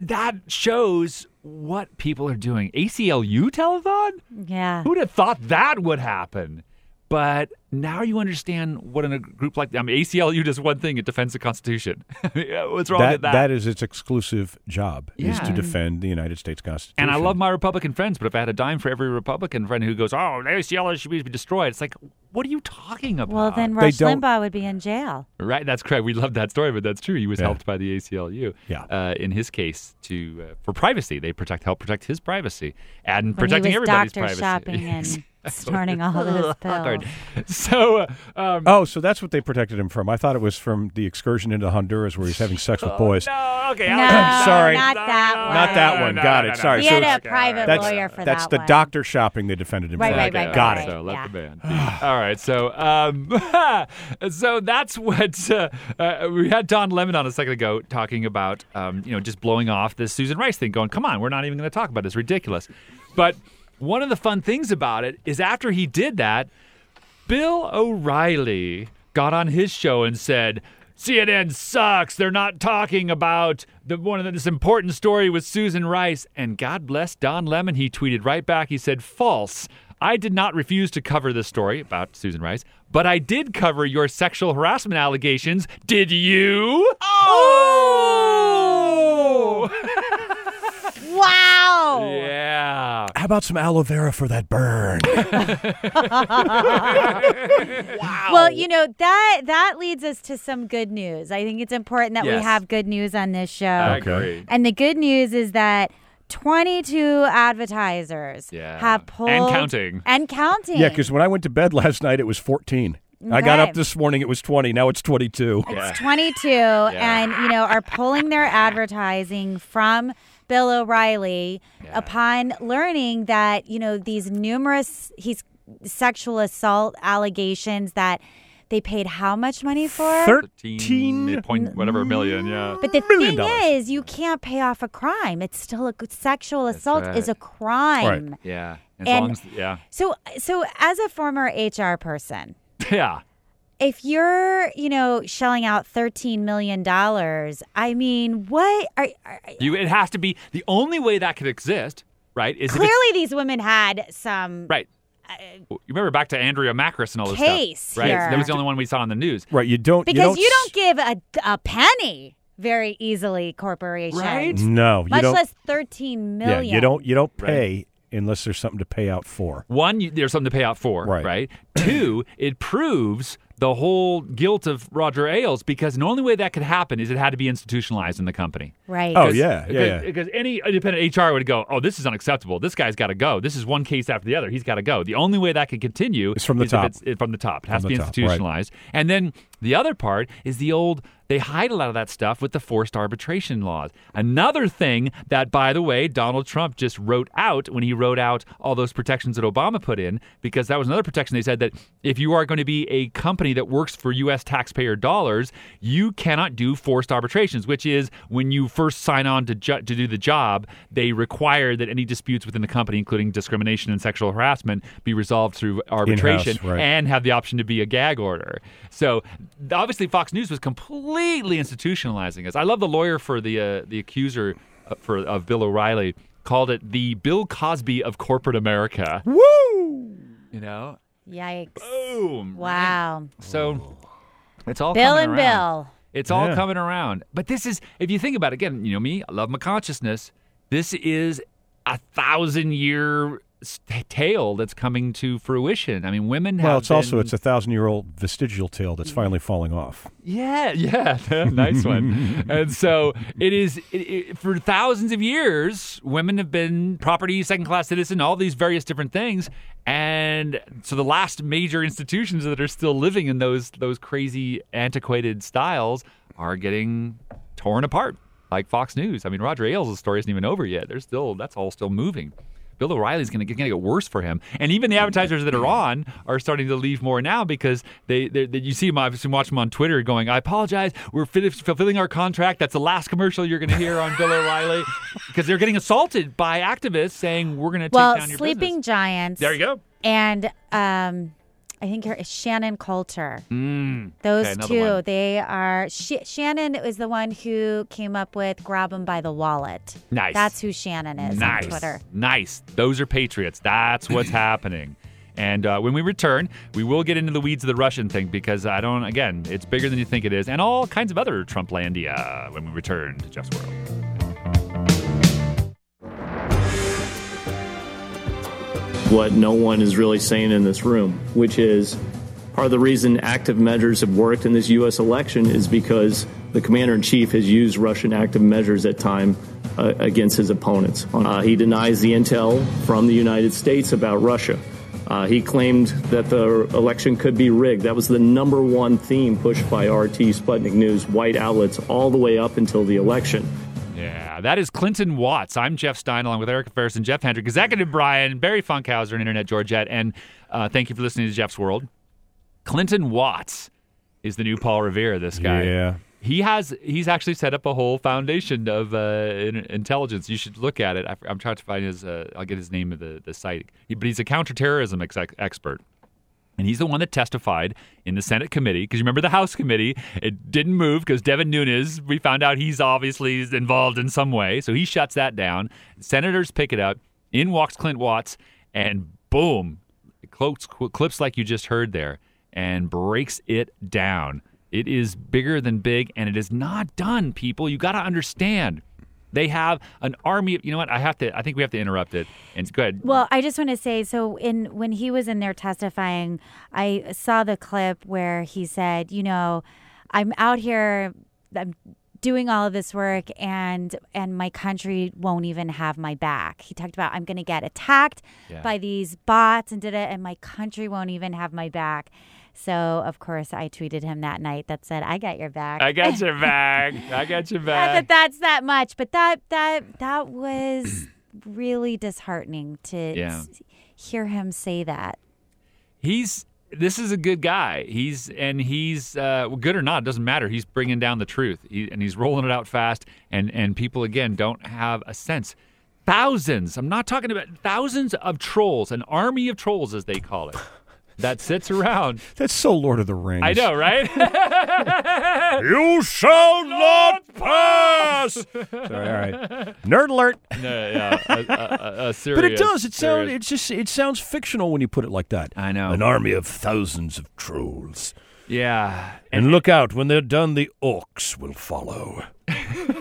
[SPEAKER 2] that shows what people are doing. ACLU telethon.
[SPEAKER 4] Yeah.
[SPEAKER 2] Who'd have thought that would happen? But now you understand what in a group like I mean, ACLU does one thing: it defends the Constitution. What's wrong with that?
[SPEAKER 3] that is its exclusive job is
[SPEAKER 2] Yeah.
[SPEAKER 3] to defend the United States Constitution.
[SPEAKER 2] And I love my Republican friends, but if I had a dime for every Republican friend who goes, "Oh, the ACLU should be destroyed," it's like, what are you talking about?
[SPEAKER 4] Well, then Rush Limbaugh would be in jail.
[SPEAKER 2] Right, that's correct. We love that story, but that's true. He was helped by the ACLU. Yeah. Uh, in his case, to uh, for privacy, they protect help protect his privacy and
[SPEAKER 4] When
[SPEAKER 2] protecting
[SPEAKER 4] he was
[SPEAKER 2] everybody's
[SPEAKER 4] doctor
[SPEAKER 2] privacy.
[SPEAKER 4] shopping and snorting all of his
[SPEAKER 2] Hard.
[SPEAKER 4] pills.
[SPEAKER 2] So, um,
[SPEAKER 3] oh, so that's what they protected him from. I thought it was from the excursion into Honduras where he's having sex
[SPEAKER 2] Oh,
[SPEAKER 3] with boys.
[SPEAKER 2] okay,
[SPEAKER 4] No,
[SPEAKER 3] sorry,
[SPEAKER 4] not that one.
[SPEAKER 3] Not that one. Got it. Sorry.
[SPEAKER 4] He
[SPEAKER 3] So
[SPEAKER 4] had a
[SPEAKER 3] it's-
[SPEAKER 4] private
[SPEAKER 3] that's,
[SPEAKER 4] lawyer for
[SPEAKER 3] That's
[SPEAKER 4] that
[SPEAKER 3] the
[SPEAKER 4] one.
[SPEAKER 3] doctor shopping they defended him
[SPEAKER 4] Right,
[SPEAKER 3] from.
[SPEAKER 4] right, right,
[SPEAKER 3] Got
[SPEAKER 4] right,
[SPEAKER 3] it.
[SPEAKER 4] right.
[SPEAKER 2] So let the man. be. All right. So, um, so that's what uh, uh, we had. Don Lemon on a second ago talking about, um, you know, just blowing off this Susan Rice thing. Going, come on, we're not even going to talk about it. It's ridiculous. But one of the fun things about it is after he did that, Bill O'Reilly got on his show and said. CNN sucks. They're not talking about the one of the, this important story with Susan Rice. And God bless Don Lemon. He tweeted right back. He said, "False. I did not refuse to cover this story about Susan Rice, but I did cover your sexual harassment allegations. Did you? Oh!
[SPEAKER 4] Wow.
[SPEAKER 2] Yeah.
[SPEAKER 3] How about some aloe vera for that burn?
[SPEAKER 4] Well, you know that that leads us to some good news. I think it's important that we
[SPEAKER 19] Yes.
[SPEAKER 4] have good news on this show.
[SPEAKER 19] I agree.
[SPEAKER 4] And the good news is that 22 advertisers
[SPEAKER 3] Yeah.
[SPEAKER 4] have
[SPEAKER 3] And
[SPEAKER 4] pulled
[SPEAKER 3] counting.
[SPEAKER 4] and counting.
[SPEAKER 3] yeah, because when I went to bed last night, it was 14. I got
[SPEAKER 4] Okay.
[SPEAKER 3] up this morning, it was 20. Now it's 22.
[SPEAKER 4] It's 22
[SPEAKER 3] Yeah.
[SPEAKER 4] and you know are pulling their advertising from Bill O'Reilly upon learning that you know these numerous he's sexual assault allegations that they paid how much money for
[SPEAKER 2] 13 point whatever million, yeah.
[SPEAKER 4] But the
[SPEAKER 2] Million
[SPEAKER 4] thing
[SPEAKER 2] dollars.
[SPEAKER 4] is, you can't pay off a crime. It's still a sexual assault
[SPEAKER 2] right.
[SPEAKER 4] is a crime.
[SPEAKER 2] Yeah. As
[SPEAKER 4] And-
[SPEAKER 2] long as, yeah.
[SPEAKER 4] So, so as a former HR person,
[SPEAKER 2] Yeah.
[SPEAKER 4] if you're, you know, shelling out thirteen million dollars, I mean, what are, are
[SPEAKER 2] You, it has to be the only way that could exist, right? Is if it's-
[SPEAKER 4] clearly these women had some
[SPEAKER 2] right. You remember back to Andrea Macris and all this
[SPEAKER 4] Case
[SPEAKER 2] stuff, right?
[SPEAKER 4] here.
[SPEAKER 2] That was the only one we saw on the news.
[SPEAKER 3] Right. You don't.
[SPEAKER 4] because you don't, give a, a penny very easily, corporations.
[SPEAKER 3] No, you
[SPEAKER 4] much
[SPEAKER 3] don't-
[SPEAKER 4] less thirteen
[SPEAKER 3] Yeah,
[SPEAKER 4] million.
[SPEAKER 3] you don't. You don't pay unless there's something to pay out for.
[SPEAKER 2] One, you, there's something to pay out for, right? Two, it proves the whole guilt of Roger Ailes because the only way that could happen is it had to be institutionalized in the company.
[SPEAKER 4] Right.
[SPEAKER 3] Oh, yeah, yeah,
[SPEAKER 2] Because,
[SPEAKER 3] yeah.
[SPEAKER 2] because any independent HR would go, oh, this is unacceptable. This guy's got to go. This is one case after the other. He's got to go. The only way that can continue is
[SPEAKER 3] from the
[SPEAKER 2] if
[SPEAKER 3] top.
[SPEAKER 2] it's- it- from the top. It has
[SPEAKER 3] From
[SPEAKER 2] to be
[SPEAKER 3] the top, right.
[SPEAKER 2] institutionalized. And then the other part is the old. They hide a lot of that stuff with the forced arbitration laws. Another thing that, by the way, Donald Trump just wrote out when he wrote out all those protections that Obama put in, because that was another protection. They said that if you are going to be a company that works for U.S. taxpayer dollars, you cannot do forced arbitrations, which is when you first sign on to, ju- to do the job, they require that any disputes within the company, including discrimination and sexual harassment, be resolved through arbitration
[SPEAKER 3] right.
[SPEAKER 2] and have the option to be a gag order. So th- obviously, Fox News was completely institutionalizing this. I love the lawyer for the uh, the accuser uh, for of Bill O'Reilly called it the Bill Cosby of corporate America.
[SPEAKER 3] Woo!
[SPEAKER 2] You know,
[SPEAKER 4] Yikes.
[SPEAKER 2] Boom.
[SPEAKER 4] Wow.
[SPEAKER 2] so it's all
[SPEAKER 4] Bill
[SPEAKER 2] coming
[SPEAKER 4] and
[SPEAKER 2] around.
[SPEAKER 4] Bill.
[SPEAKER 2] It's all
[SPEAKER 4] Yeah.
[SPEAKER 2] coming around. But this is, if you think about it, again, you know me, I love my consciousness. This is a thousand year s- tale that's coming to fruition. I mean, women have.
[SPEAKER 3] Well, it's also
[SPEAKER 2] been-
[SPEAKER 3] it's a thousand year old vestigial tail that's finally falling off.
[SPEAKER 2] Yeah, yeah, nice one. and so it is it, it, for thousands of years, women have been property, second class citizen, all these various different things. And so the last major institutions that are still living in those those crazy antiquated styles are getting torn apart, like Fox News. I mean, Roger Ailes' story isn't even over yet. They're still that's all still moving. Bill O'Reilly's going to going to get worse for him, and even the advertisers that are on are starting to leave more now because they, they, they you see them obviously watch them on Twitter going, "I apologize, we're fi- fulfilling our contract." That's the last commercial you're going to hear on Bill O'Reilly because they're getting assaulted by activists saying we're going to take
[SPEAKER 4] Well,
[SPEAKER 2] down your
[SPEAKER 4] Sleeping
[SPEAKER 2] business.
[SPEAKER 4] Giants.
[SPEAKER 2] There you go.
[SPEAKER 4] And um, I think her Shannon Coulter.
[SPEAKER 2] Mm.
[SPEAKER 4] Those
[SPEAKER 2] Okay, another
[SPEAKER 4] two,
[SPEAKER 2] one.
[SPEAKER 4] they are. Sh- Shannon is the one who came up with "Grab 'em by the wallet."
[SPEAKER 2] Nice.
[SPEAKER 4] That's who Shannon is
[SPEAKER 2] nice.
[SPEAKER 4] on Twitter.
[SPEAKER 2] Nice. Those are patriots. That's what's happening. And uh, when we return, we will get into the weeds of the Russian thing because I don't, again, it's bigger than you think it is, and all kinds of other Trumplandia uh, when we return to Jeff's World.
[SPEAKER 18] what no one is really saying in this room, which is part of the reason active measures have worked in this U.S. election is because the commander in chief has used Russian active measures at time uh, against his opponents. Uh, he denies the intel from the United States about Russia. Uh, he claimed that the election could be rigged. That was the number one theme pushed by RT, Sputnik News, white outlets, all the way up until the election.
[SPEAKER 2] Yeah, that is Clinton Watts. I'm Jeff Stein, along with Erica Ferris and Jeff Hendrick, Executive Brian, Barry Funkhauser, and Internet Georgette. And uh, thank you for listening to Jeff's World. Clinton Watts is the new Paul Revere. This guy.
[SPEAKER 3] Yeah.
[SPEAKER 2] He has. He's actually set up a whole foundation of uh, in- intelligence. You should look at it. I, am trying to find his. Uh, I'll get his name of the the site. He- But he's a counterterrorism exec- expert. And he's the one that testified in the Senate committee. Because you remember the House committee, it didn't move because Devin Nunes, we found out he's obviously involved in some way. So he shuts that down. Senators pick it up. In walks Clint Watts. And boom, clips, clips like you just heard there and breaks it down. It is bigger than big and it is not done, people. You got to understand. They have an army. of- You know what? I have to, I think we have to interrupt it. And go ahead.
[SPEAKER 4] Well, I just want to say so in when he was in there testifying, I saw the clip where he said, you know, I'm out here I'm doing all of this work and and my country won't even have my back. He talked about I'm going to get attacked
[SPEAKER 19] Yeah.
[SPEAKER 4] by these bots and did it and my country won't even have my back. So, of course, I tweeted him that night that said, "I got your back."
[SPEAKER 2] I got your back. I got your
[SPEAKER 4] Not
[SPEAKER 2] back.
[SPEAKER 4] that that's that much, but that that that was really disheartening to
[SPEAKER 2] Yeah.
[SPEAKER 4] s- hear him say that.
[SPEAKER 2] he's this is a good guy. He's and he's uh, well, good or not doesn't matter. He's bringing down the truth he, and he's rolling it out fast. And and people again don't have a sense. Thousands. I'm not talking about thousands of trolls, an army of trolls as they call it, that sits around.
[SPEAKER 3] That's so Lord of the Rings.
[SPEAKER 2] I know, right?
[SPEAKER 3] You shall not pass. Sorry, all right. Nerd alert.
[SPEAKER 2] No, yeah, a- a- a- a
[SPEAKER 3] but it
[SPEAKER 2] serious-
[SPEAKER 3] does. It sounds.
[SPEAKER 2] serious-
[SPEAKER 3] It's just. It sounds fictional when you put it like that.
[SPEAKER 2] I know.
[SPEAKER 20] An army of thousands of trolls.
[SPEAKER 2] Yeah.
[SPEAKER 20] And, look out, when they're done, the orcs will follow.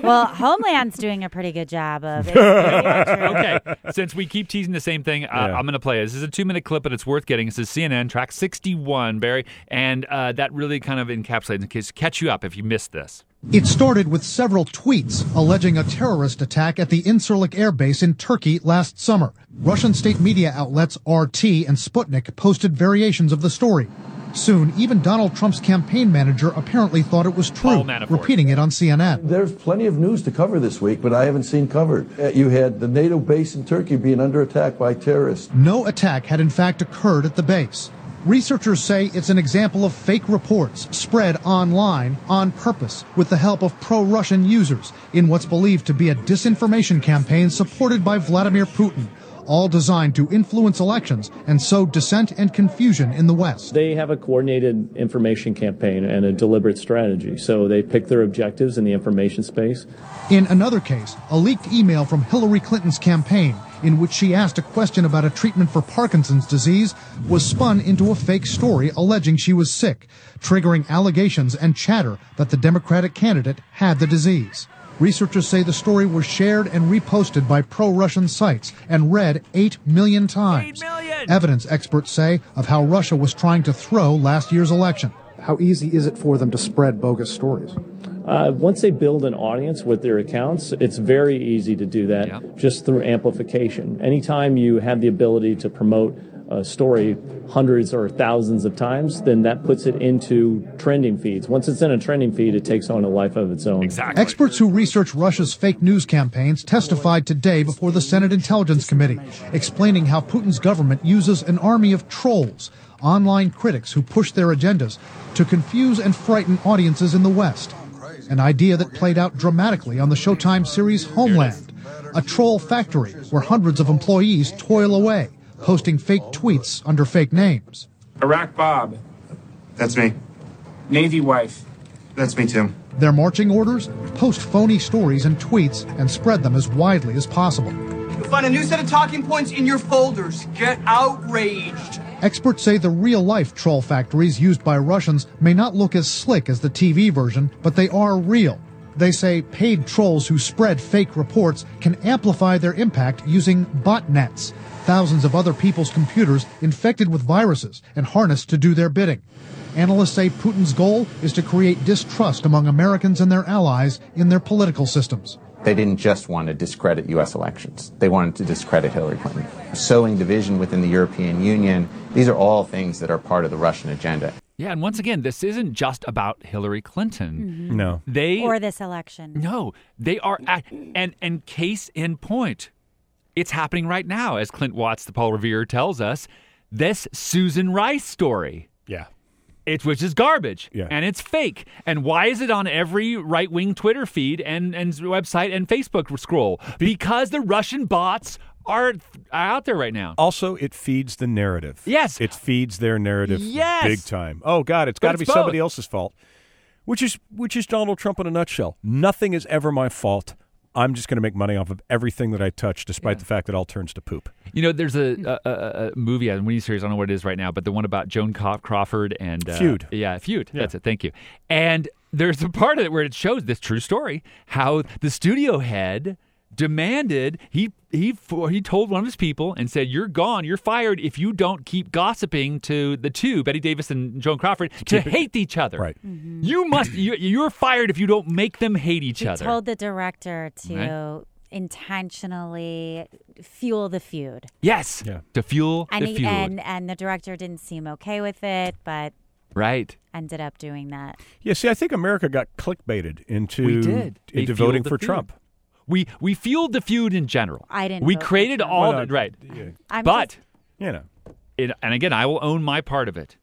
[SPEAKER 4] well, Homeland's doing a pretty good job of
[SPEAKER 2] okay, since we keep teasing the same thing, uh, I'm going to play it. This is a two minute clip, but it's worth getting. It says CNN track 61, Barry, and uh, that really kind of encapsulates in case catch you up if you missed this.
[SPEAKER 19] It started with several tweets alleging a terrorist attack at the Incirlik Air Base in Turkey last summer. Russian state media outlets RT and Sputnik posted variations of the story. Soon, even Donald Trump's campaign manager apparently thought it was true,
[SPEAKER 21] Paul Manafort.
[SPEAKER 19] repeating it on CNN.
[SPEAKER 21] There's plenty of news to cover this week, but I haven't seen covered. Uh, You had the NATO base in Turkey being under attack by terrorists.
[SPEAKER 19] No attack had in fact occurred at the base. Researchers say it's an example of fake reports spread online on purpose with the help of pro Russian users in what's believed to be a disinformation campaign supported by Vladimir Putin, all designed to influence elections and sow dissent and confusion in the West.
[SPEAKER 18] They have a coordinated information campaign and a deliberate strategy. So they pick their objectives in the information space.
[SPEAKER 19] In another case, a leaked email from Hillary Clinton's campaign, in which she asked a question about a treatment for Parkinson's disease, was spun into a fake story alleging she was sick, triggering allegations and chatter that the Democratic candidate had the disease. Researchers say the story was shared and reposted by pro Russian sites and read 8 million times. Evidence experts say of how Russia was trying to throw last year's election.
[SPEAKER 22] How easy is it for them to spread bogus stories?
[SPEAKER 18] Uh, once they build an audience with their accounts, it's very easy to do that just through amplification. Anytime you have the ability to promote a story hundreds or thousands of times, then that puts it into trending feeds. Once it's in a trending feed, it takes on a life of its own. Exactly.
[SPEAKER 19] Experts who research Russia's fake news campaigns testified today before the Senate Intelligence Committee, explaining how Putin's government uses an army of trolls, online critics who push their agendas, to confuse and frighten audiences in the West. An idea that played out dramatically on the Showtime series Homeland, a troll factory where hundreds of employees toil away, posting fake tweets under fake names.
[SPEAKER 23] Iraq Bob,
[SPEAKER 19] That's me.
[SPEAKER 23] Navy wife.
[SPEAKER 19] That's me too. Their marching orders? Post phony stories and tweets and spread them as widely as possible.
[SPEAKER 24] You'll find a new set of talking points in your folders. Get outraged.
[SPEAKER 19] Experts say the real life troll factories used by Russians may not look as slick as the TV version, but they are real. They say paid trolls who spread fake reports can amplify their impact using botnets, thousands of other people's computers infected with viruses and harnessed to do their bidding. Analysts say Putin's goal is to create distrust among Americans and their allies in their political systems.
[SPEAKER 25] They didn't just want to discredit U.S. elections. They wanted to discredit Hillary Clinton. Sowing division within the European Union, these are all things that are part of the Russian agenda.
[SPEAKER 2] Yeah, and once again, this isn't just about Hillary Clinton.
[SPEAKER 3] Mm-hmm.
[SPEAKER 4] Mhm. No.
[SPEAKER 2] They
[SPEAKER 4] or this election.
[SPEAKER 2] No, they are at and and case in point, it's happening right now, as Clint Watts, the Paul Revere, tells us. This Susan Rice story.
[SPEAKER 3] Yeah.
[SPEAKER 2] It's which is garbage.
[SPEAKER 3] Yeah.
[SPEAKER 2] And it's fake. And why is it on every right wing Twitter feed and, and website and Facebook scroll? Because the Russian bots are, are out there right now.
[SPEAKER 3] Also, it feeds the narrative.
[SPEAKER 2] Yes.
[SPEAKER 3] It feeds their narrative
[SPEAKER 2] Yes.
[SPEAKER 3] big time. Oh god, it's
[SPEAKER 2] But
[SPEAKER 3] got to
[SPEAKER 2] it's
[SPEAKER 3] be somebody
[SPEAKER 2] both.
[SPEAKER 3] else's fault. Which is which is Donald Trump in a nutshell. Nothing is ever my fault. I'm just going to make money off of everything that I touch despite the fact that all turns to poop.
[SPEAKER 2] You know, there's a, a, a, a movie, a mini series. I don't know what it is right now, but the one about Joan Cof- Crawford and uh,
[SPEAKER 3] Feud.
[SPEAKER 2] Yeah, feud. That's it. Thank you. And there's a part of it where it shows this true story how the studio head demanded he he for, he told one of his people and said you're gone you're fired if you don't keep gossiping to the two Betty Davis and Joan Crawford to
[SPEAKER 4] keep it-
[SPEAKER 2] hate each other right you must you, you're fired if you don't make them hate each
[SPEAKER 4] He
[SPEAKER 2] other
[SPEAKER 4] told the director to
[SPEAKER 2] Right.
[SPEAKER 4] intentionally fuel the feud.
[SPEAKER 2] yes to fuel
[SPEAKER 4] And,
[SPEAKER 2] the
[SPEAKER 4] he,
[SPEAKER 2] feud
[SPEAKER 4] and and the director didn't seem okay with it, but
[SPEAKER 2] right
[SPEAKER 4] ended up doing that.
[SPEAKER 3] Yeah, see, I think America got clickbaited into
[SPEAKER 2] we did They
[SPEAKER 3] into
[SPEAKER 2] fueled
[SPEAKER 3] voting
[SPEAKER 2] the
[SPEAKER 3] for
[SPEAKER 2] feud.
[SPEAKER 3] Trump.
[SPEAKER 2] We we fueled the feud in general.
[SPEAKER 4] I didn't
[SPEAKER 2] We
[SPEAKER 4] vote for
[SPEAKER 2] created
[SPEAKER 4] Trump.
[SPEAKER 2] all
[SPEAKER 4] Well,
[SPEAKER 2] the right.
[SPEAKER 4] I'm
[SPEAKER 2] but
[SPEAKER 3] you know,
[SPEAKER 2] it, and again, I will own my part of it.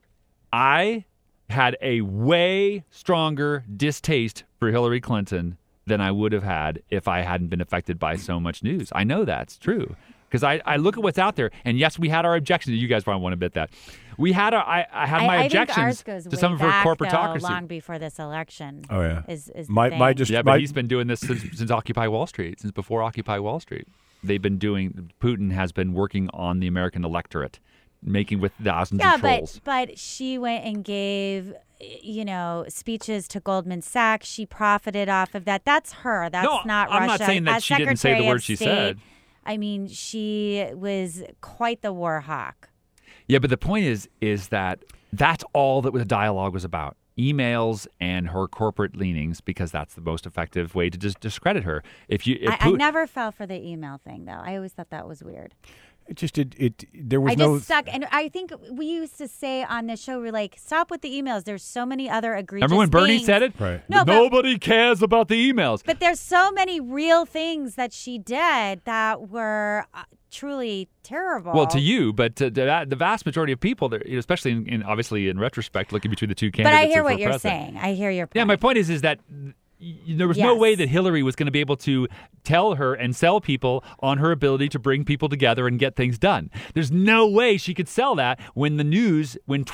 [SPEAKER 2] I had a way stronger distaste for Hillary Clinton than I would have had if I hadn't been affected by so much news. I know that's true because I, I look at what's out there, and yes, we had our objections. You guys probably want to admit that we had our I, I had
[SPEAKER 4] I,
[SPEAKER 2] my
[SPEAKER 4] I think
[SPEAKER 2] objections
[SPEAKER 4] ours goes
[SPEAKER 2] to
[SPEAKER 4] way
[SPEAKER 2] some of her
[SPEAKER 4] back, though,
[SPEAKER 2] corporatocracy.
[SPEAKER 4] long before this election.
[SPEAKER 2] Oh, yeah.
[SPEAKER 4] is, is
[SPEAKER 3] My-
[SPEAKER 4] the
[SPEAKER 3] my
[SPEAKER 4] thing.
[SPEAKER 3] just-
[SPEAKER 2] yeah, but
[SPEAKER 3] my-
[SPEAKER 2] he's been doing this since, since Occupy Wall Street, since before Occupy Wall Street. They've been doing. Putin has been working on the American electorate, making with thousands
[SPEAKER 4] yeah,
[SPEAKER 2] of trolls.
[SPEAKER 4] but but she went and gave you know, speeches to Goldman Sachs. She profited off of that. That's her. That's
[SPEAKER 2] No,
[SPEAKER 4] not Russia.
[SPEAKER 2] I'm not saying that
[SPEAKER 4] As
[SPEAKER 2] she didn't say the
[SPEAKER 4] Secretary of
[SPEAKER 2] words she
[SPEAKER 4] State,
[SPEAKER 2] said.
[SPEAKER 4] I mean, she was quite the war hawk.
[SPEAKER 2] Yeah, but the point is, is that that's all that the dialogue was about: emails and her corporate leanings, because that's the most effective way to just discredit her. If you, if
[SPEAKER 4] I, I
[SPEAKER 2] Putin-
[SPEAKER 4] never fell for the email thing, though. I always thought that was weird.
[SPEAKER 3] It just it, it there was
[SPEAKER 4] I
[SPEAKER 3] no
[SPEAKER 4] just stuck, and I think we used to say on the show, we're like, "Stop with the emails." There's so many other egregious.
[SPEAKER 2] remember when Bernie
[SPEAKER 4] things.
[SPEAKER 2] said it?
[SPEAKER 3] Right.
[SPEAKER 4] No, but-
[SPEAKER 2] Nobody cares about the emails.
[SPEAKER 4] But there's so many real things that she did that were uh, truly terrible.
[SPEAKER 2] Well, to you, but to, to that- the vast majority of people, there- you know, especially in, in obviously in retrospect, looking between the two
[SPEAKER 4] But
[SPEAKER 2] candidates.
[SPEAKER 4] I hear
[SPEAKER 2] for
[SPEAKER 4] what you're
[SPEAKER 2] president.
[SPEAKER 4] saying. I hear your.
[SPEAKER 2] Yeah, my point is, is that y- there was no
[SPEAKER 4] Yes.
[SPEAKER 2] way that Hillary was going to be able to tell her and sell people on her ability to bring people together and get things done. There's no way she could sell that when the news, when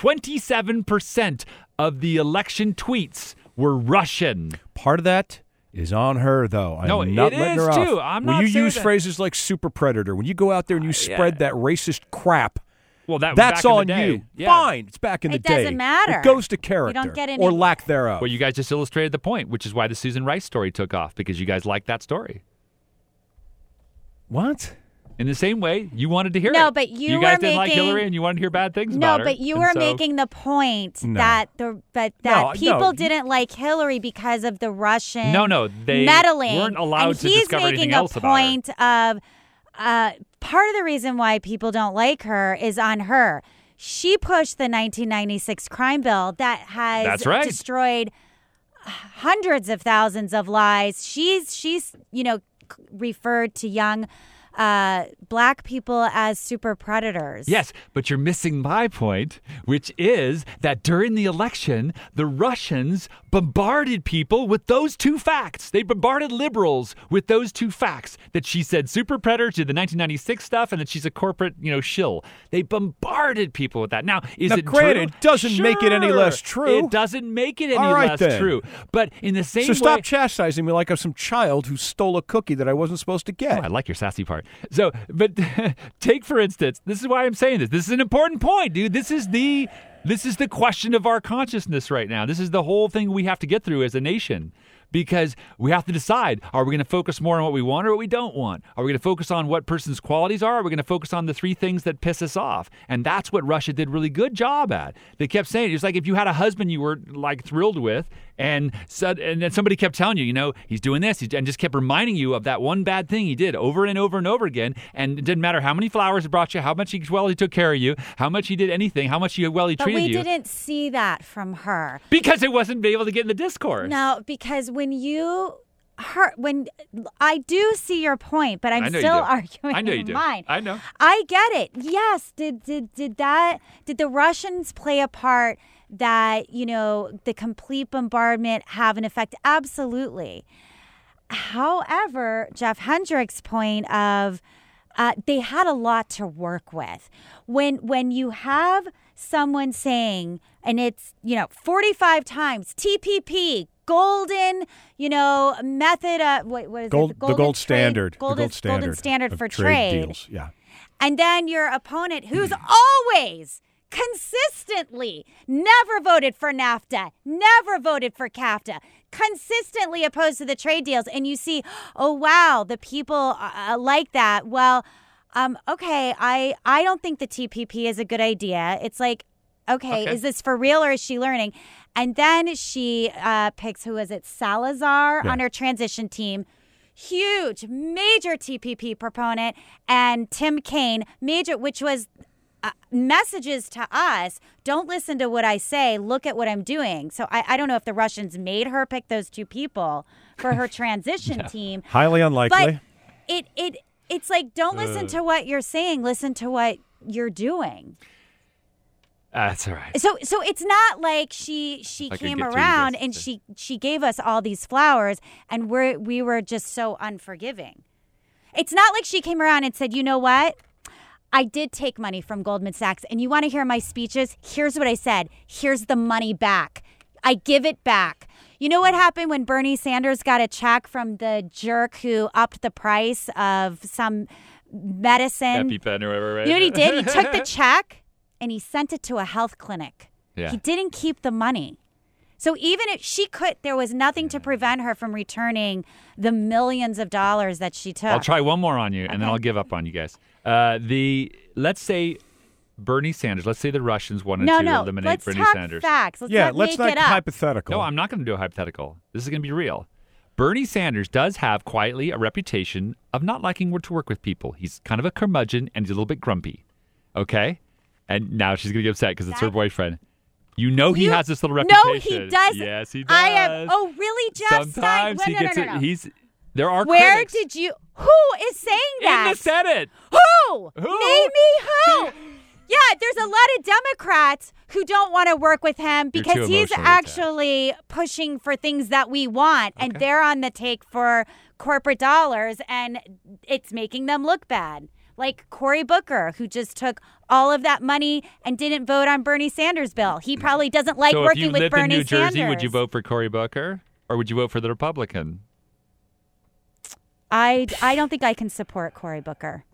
[SPEAKER 2] 27% of the election tweets were Russian.
[SPEAKER 3] part of that is on her though. I'm
[SPEAKER 2] No,
[SPEAKER 3] not
[SPEAKER 2] it
[SPEAKER 3] letting
[SPEAKER 2] is,
[SPEAKER 3] her off.
[SPEAKER 2] too. I'm
[SPEAKER 3] when
[SPEAKER 2] not
[SPEAKER 3] you
[SPEAKER 2] saying
[SPEAKER 3] use
[SPEAKER 2] that-
[SPEAKER 3] phrases like super predator, when you go out there and you spread that racist crap,
[SPEAKER 2] Well, that was
[SPEAKER 3] that's
[SPEAKER 2] back in the
[SPEAKER 3] on
[SPEAKER 2] day.
[SPEAKER 3] you.
[SPEAKER 2] Yeah.
[SPEAKER 3] Fine, it's back in the
[SPEAKER 4] It doesn't
[SPEAKER 3] day.
[SPEAKER 4] matter.
[SPEAKER 3] It goes to
[SPEAKER 4] You
[SPEAKER 3] character
[SPEAKER 4] don't get any-
[SPEAKER 3] or lack thereof.
[SPEAKER 2] Well, you guys just illustrated the point, which is why the Susan Rice story took off because you guys liked that story.
[SPEAKER 3] What?
[SPEAKER 2] In the same way, you wanted to hear
[SPEAKER 4] No,
[SPEAKER 2] it.
[SPEAKER 4] but you
[SPEAKER 2] guys
[SPEAKER 4] were
[SPEAKER 2] didn't like
[SPEAKER 4] making-
[SPEAKER 2] Hillary and you wanted to hear bad things
[SPEAKER 4] No,
[SPEAKER 2] about her.
[SPEAKER 4] but you
[SPEAKER 2] And
[SPEAKER 4] were
[SPEAKER 2] so-
[SPEAKER 4] making the point
[SPEAKER 2] No.
[SPEAKER 4] that the but that
[SPEAKER 2] No, no,
[SPEAKER 4] people
[SPEAKER 2] you-
[SPEAKER 4] didn't like Hillary because of the Russian
[SPEAKER 2] No, no, they
[SPEAKER 4] meddling.
[SPEAKER 2] weren't allowed
[SPEAKER 4] and
[SPEAKER 2] to
[SPEAKER 4] he's
[SPEAKER 2] discover
[SPEAKER 4] making
[SPEAKER 2] anything
[SPEAKER 4] a
[SPEAKER 2] else about her.
[SPEAKER 4] point of uh, part of the reason why people don't like her is on her. She pushed the 1996 crime bill that has
[SPEAKER 2] That's right.
[SPEAKER 4] destroyed hundreds of thousands of lives. She's she's you know c- referred to young uh, black people as super predators.
[SPEAKER 2] Yes, but you're missing my point, which is that during the election, the Russians bombarded people with those two facts. They bombarded liberals with those two facts that she said super predator to the 1996 stuff and that she's a corporate, you know, shill. They bombarded people with that. Now, is
[SPEAKER 3] Now,
[SPEAKER 2] it
[SPEAKER 3] granted,
[SPEAKER 2] true?
[SPEAKER 3] it doesn't make it any
[SPEAKER 2] Sure,
[SPEAKER 3] less true.
[SPEAKER 2] It doesn't make it any
[SPEAKER 3] All right,
[SPEAKER 2] less
[SPEAKER 3] then.
[SPEAKER 2] true. But in the same
[SPEAKER 3] so
[SPEAKER 2] way,
[SPEAKER 3] stop chastising me like I'm some child who stole a cookie that I wasn't supposed to get.
[SPEAKER 2] I like your sassy part. So, but take for instance, this is why I'm saying this. This is an important point, dude. This is the this is the question of our consciousness right now. This is the whole thing we have to get through as a nation because we have to decide are we going to focus more on what we want or what we don't want? Are we going to focus on what person's qualities are? Are we going to focus on the three things that piss us off? And that's what Russia did really good job at. They kept saying it's like if you had a husband you were like thrilled with and said and then somebody kept telling you, you know, he's doing this, he's, and just kept reminding you of that one bad thing he did over and over and over again. And it didn't matter how many flowers he brought you, how much he well he took care of you, how much he did anything, how much he well he
[SPEAKER 4] But
[SPEAKER 2] treated
[SPEAKER 4] we
[SPEAKER 2] you,
[SPEAKER 4] didn't see that from her.
[SPEAKER 2] because it wasn't able to get in the discourse.
[SPEAKER 4] No, because when you her when I do see your point, but I'm
[SPEAKER 2] I know you
[SPEAKER 4] still
[SPEAKER 2] do.
[SPEAKER 4] arguing
[SPEAKER 2] I know you do.
[SPEAKER 4] mine.
[SPEAKER 2] I know.
[SPEAKER 4] I get it. Yes, did did did that did the Russians play a part that, you know, the complete bombardment have an effect? Absolutely. However, Jeff Hendrick's point of uh, they had a lot to work with. When when you have someone saying, and it's you know forty five times TPP, golden, you know method of what, what is
[SPEAKER 3] Gold-
[SPEAKER 4] it?
[SPEAKER 3] the gold
[SPEAKER 4] trade-
[SPEAKER 3] standard.
[SPEAKER 4] golden,
[SPEAKER 3] the gold standard.
[SPEAKER 4] golden standard
[SPEAKER 3] of
[SPEAKER 4] for
[SPEAKER 3] trade, deals. Yeah.
[SPEAKER 4] and then your opponent, who's always consistently never voted for NAFTA, never voted for CAFTA, consistently opposed to the trade deals, and you see, oh wow, the people uh, uh, like that. Well, um, okay, I I don't think the TPP is a good idea. It's like. Okay,
[SPEAKER 1] Okay.
[SPEAKER 4] is this for real or is she learning? And then she uh, picks who is it? Salazar
[SPEAKER 1] Yeah.
[SPEAKER 4] on her transition team, huge, major TPP proponent, and Tim Kaine, major, which was uh, messages to us don't listen to what I say, look at what I'm doing. So I, I don't know if the Russians made her pick those two people for her transition team.
[SPEAKER 3] Highly unlikely.
[SPEAKER 4] But it, it, it's like, don't listen
[SPEAKER 2] Uh.
[SPEAKER 4] to what you're saying, listen to what you're doing.
[SPEAKER 2] That's all right.
[SPEAKER 4] So so it's not like she she
[SPEAKER 2] If I could
[SPEAKER 4] came
[SPEAKER 2] get to you
[SPEAKER 4] around
[SPEAKER 2] guys
[SPEAKER 4] and she she gave us all these flowers and we we were just so unforgiving. It's not like she came around and said, "You know what? I did take money from Goldman Sachs and you want to hear my speeches? Here's what I said. Here's the money back. I give it back." You know what happened when Bernie Sanders got a check from the jerk who upped the price of some medicine?
[SPEAKER 2] EpiPen or whatever, right?
[SPEAKER 4] You know what he did? He took the check and he sent it to a health clinic.
[SPEAKER 2] Yeah.
[SPEAKER 4] He didn't keep the money. So even if she could, there was nothing to prevent her from returning the millions of dollars that she took.
[SPEAKER 2] I'll try one more on you, and then I'll give up on you guys. Uh, the let's say Bernie Sanders. Let's say the Russians wanted
[SPEAKER 4] No,
[SPEAKER 2] to
[SPEAKER 4] no.
[SPEAKER 2] eliminate
[SPEAKER 4] Let's
[SPEAKER 2] Bernie
[SPEAKER 4] talk
[SPEAKER 2] Sanders.
[SPEAKER 4] facts. Let's Yeah, not let's make not it up.
[SPEAKER 3] hypothetical.
[SPEAKER 2] No, I'm not going to do a hypothetical. This is going to be real. Bernie Sanders does have quietly a reputation of not liking to work with people. He's kind of a curmudgeon and he's a little bit grumpy. Okay, and now she's going to get upset because it's her boyfriend. You know Oh, he has this little reputation.
[SPEAKER 4] No, he does.
[SPEAKER 2] Yes, he does.
[SPEAKER 4] I am. Oh, really, Jeff Stein?
[SPEAKER 2] Sometimes
[SPEAKER 4] Well,
[SPEAKER 2] he
[SPEAKER 4] no,
[SPEAKER 2] gets
[SPEAKER 4] no, no,
[SPEAKER 2] it.
[SPEAKER 4] no.
[SPEAKER 2] He's there are
[SPEAKER 4] Where
[SPEAKER 2] critics.
[SPEAKER 4] did you? Who is saying
[SPEAKER 2] In the
[SPEAKER 4] that?
[SPEAKER 2] Senate.
[SPEAKER 4] Who?
[SPEAKER 2] Who?
[SPEAKER 4] Name me who. yeah, there's a lot of Democrats who don't want to work with him
[SPEAKER 1] You're
[SPEAKER 4] because
[SPEAKER 1] too
[SPEAKER 4] he's
[SPEAKER 1] emotionally attached.
[SPEAKER 4] actually pushing for things that we want, and they're on the take for corporate dollars, and it's making them look bad. Like Cory Booker, who just took all of that money and didn't vote on Bernie Sanders' bill. He probably doesn't like
[SPEAKER 2] Mm-hmm. so
[SPEAKER 4] working
[SPEAKER 2] if you
[SPEAKER 4] with
[SPEAKER 2] lived
[SPEAKER 4] Bernie
[SPEAKER 2] in New Jersey,
[SPEAKER 4] Sanders.
[SPEAKER 2] would you vote for Cory Booker or would you vote for the Republican?
[SPEAKER 4] I, I don't think I can support Cory Booker.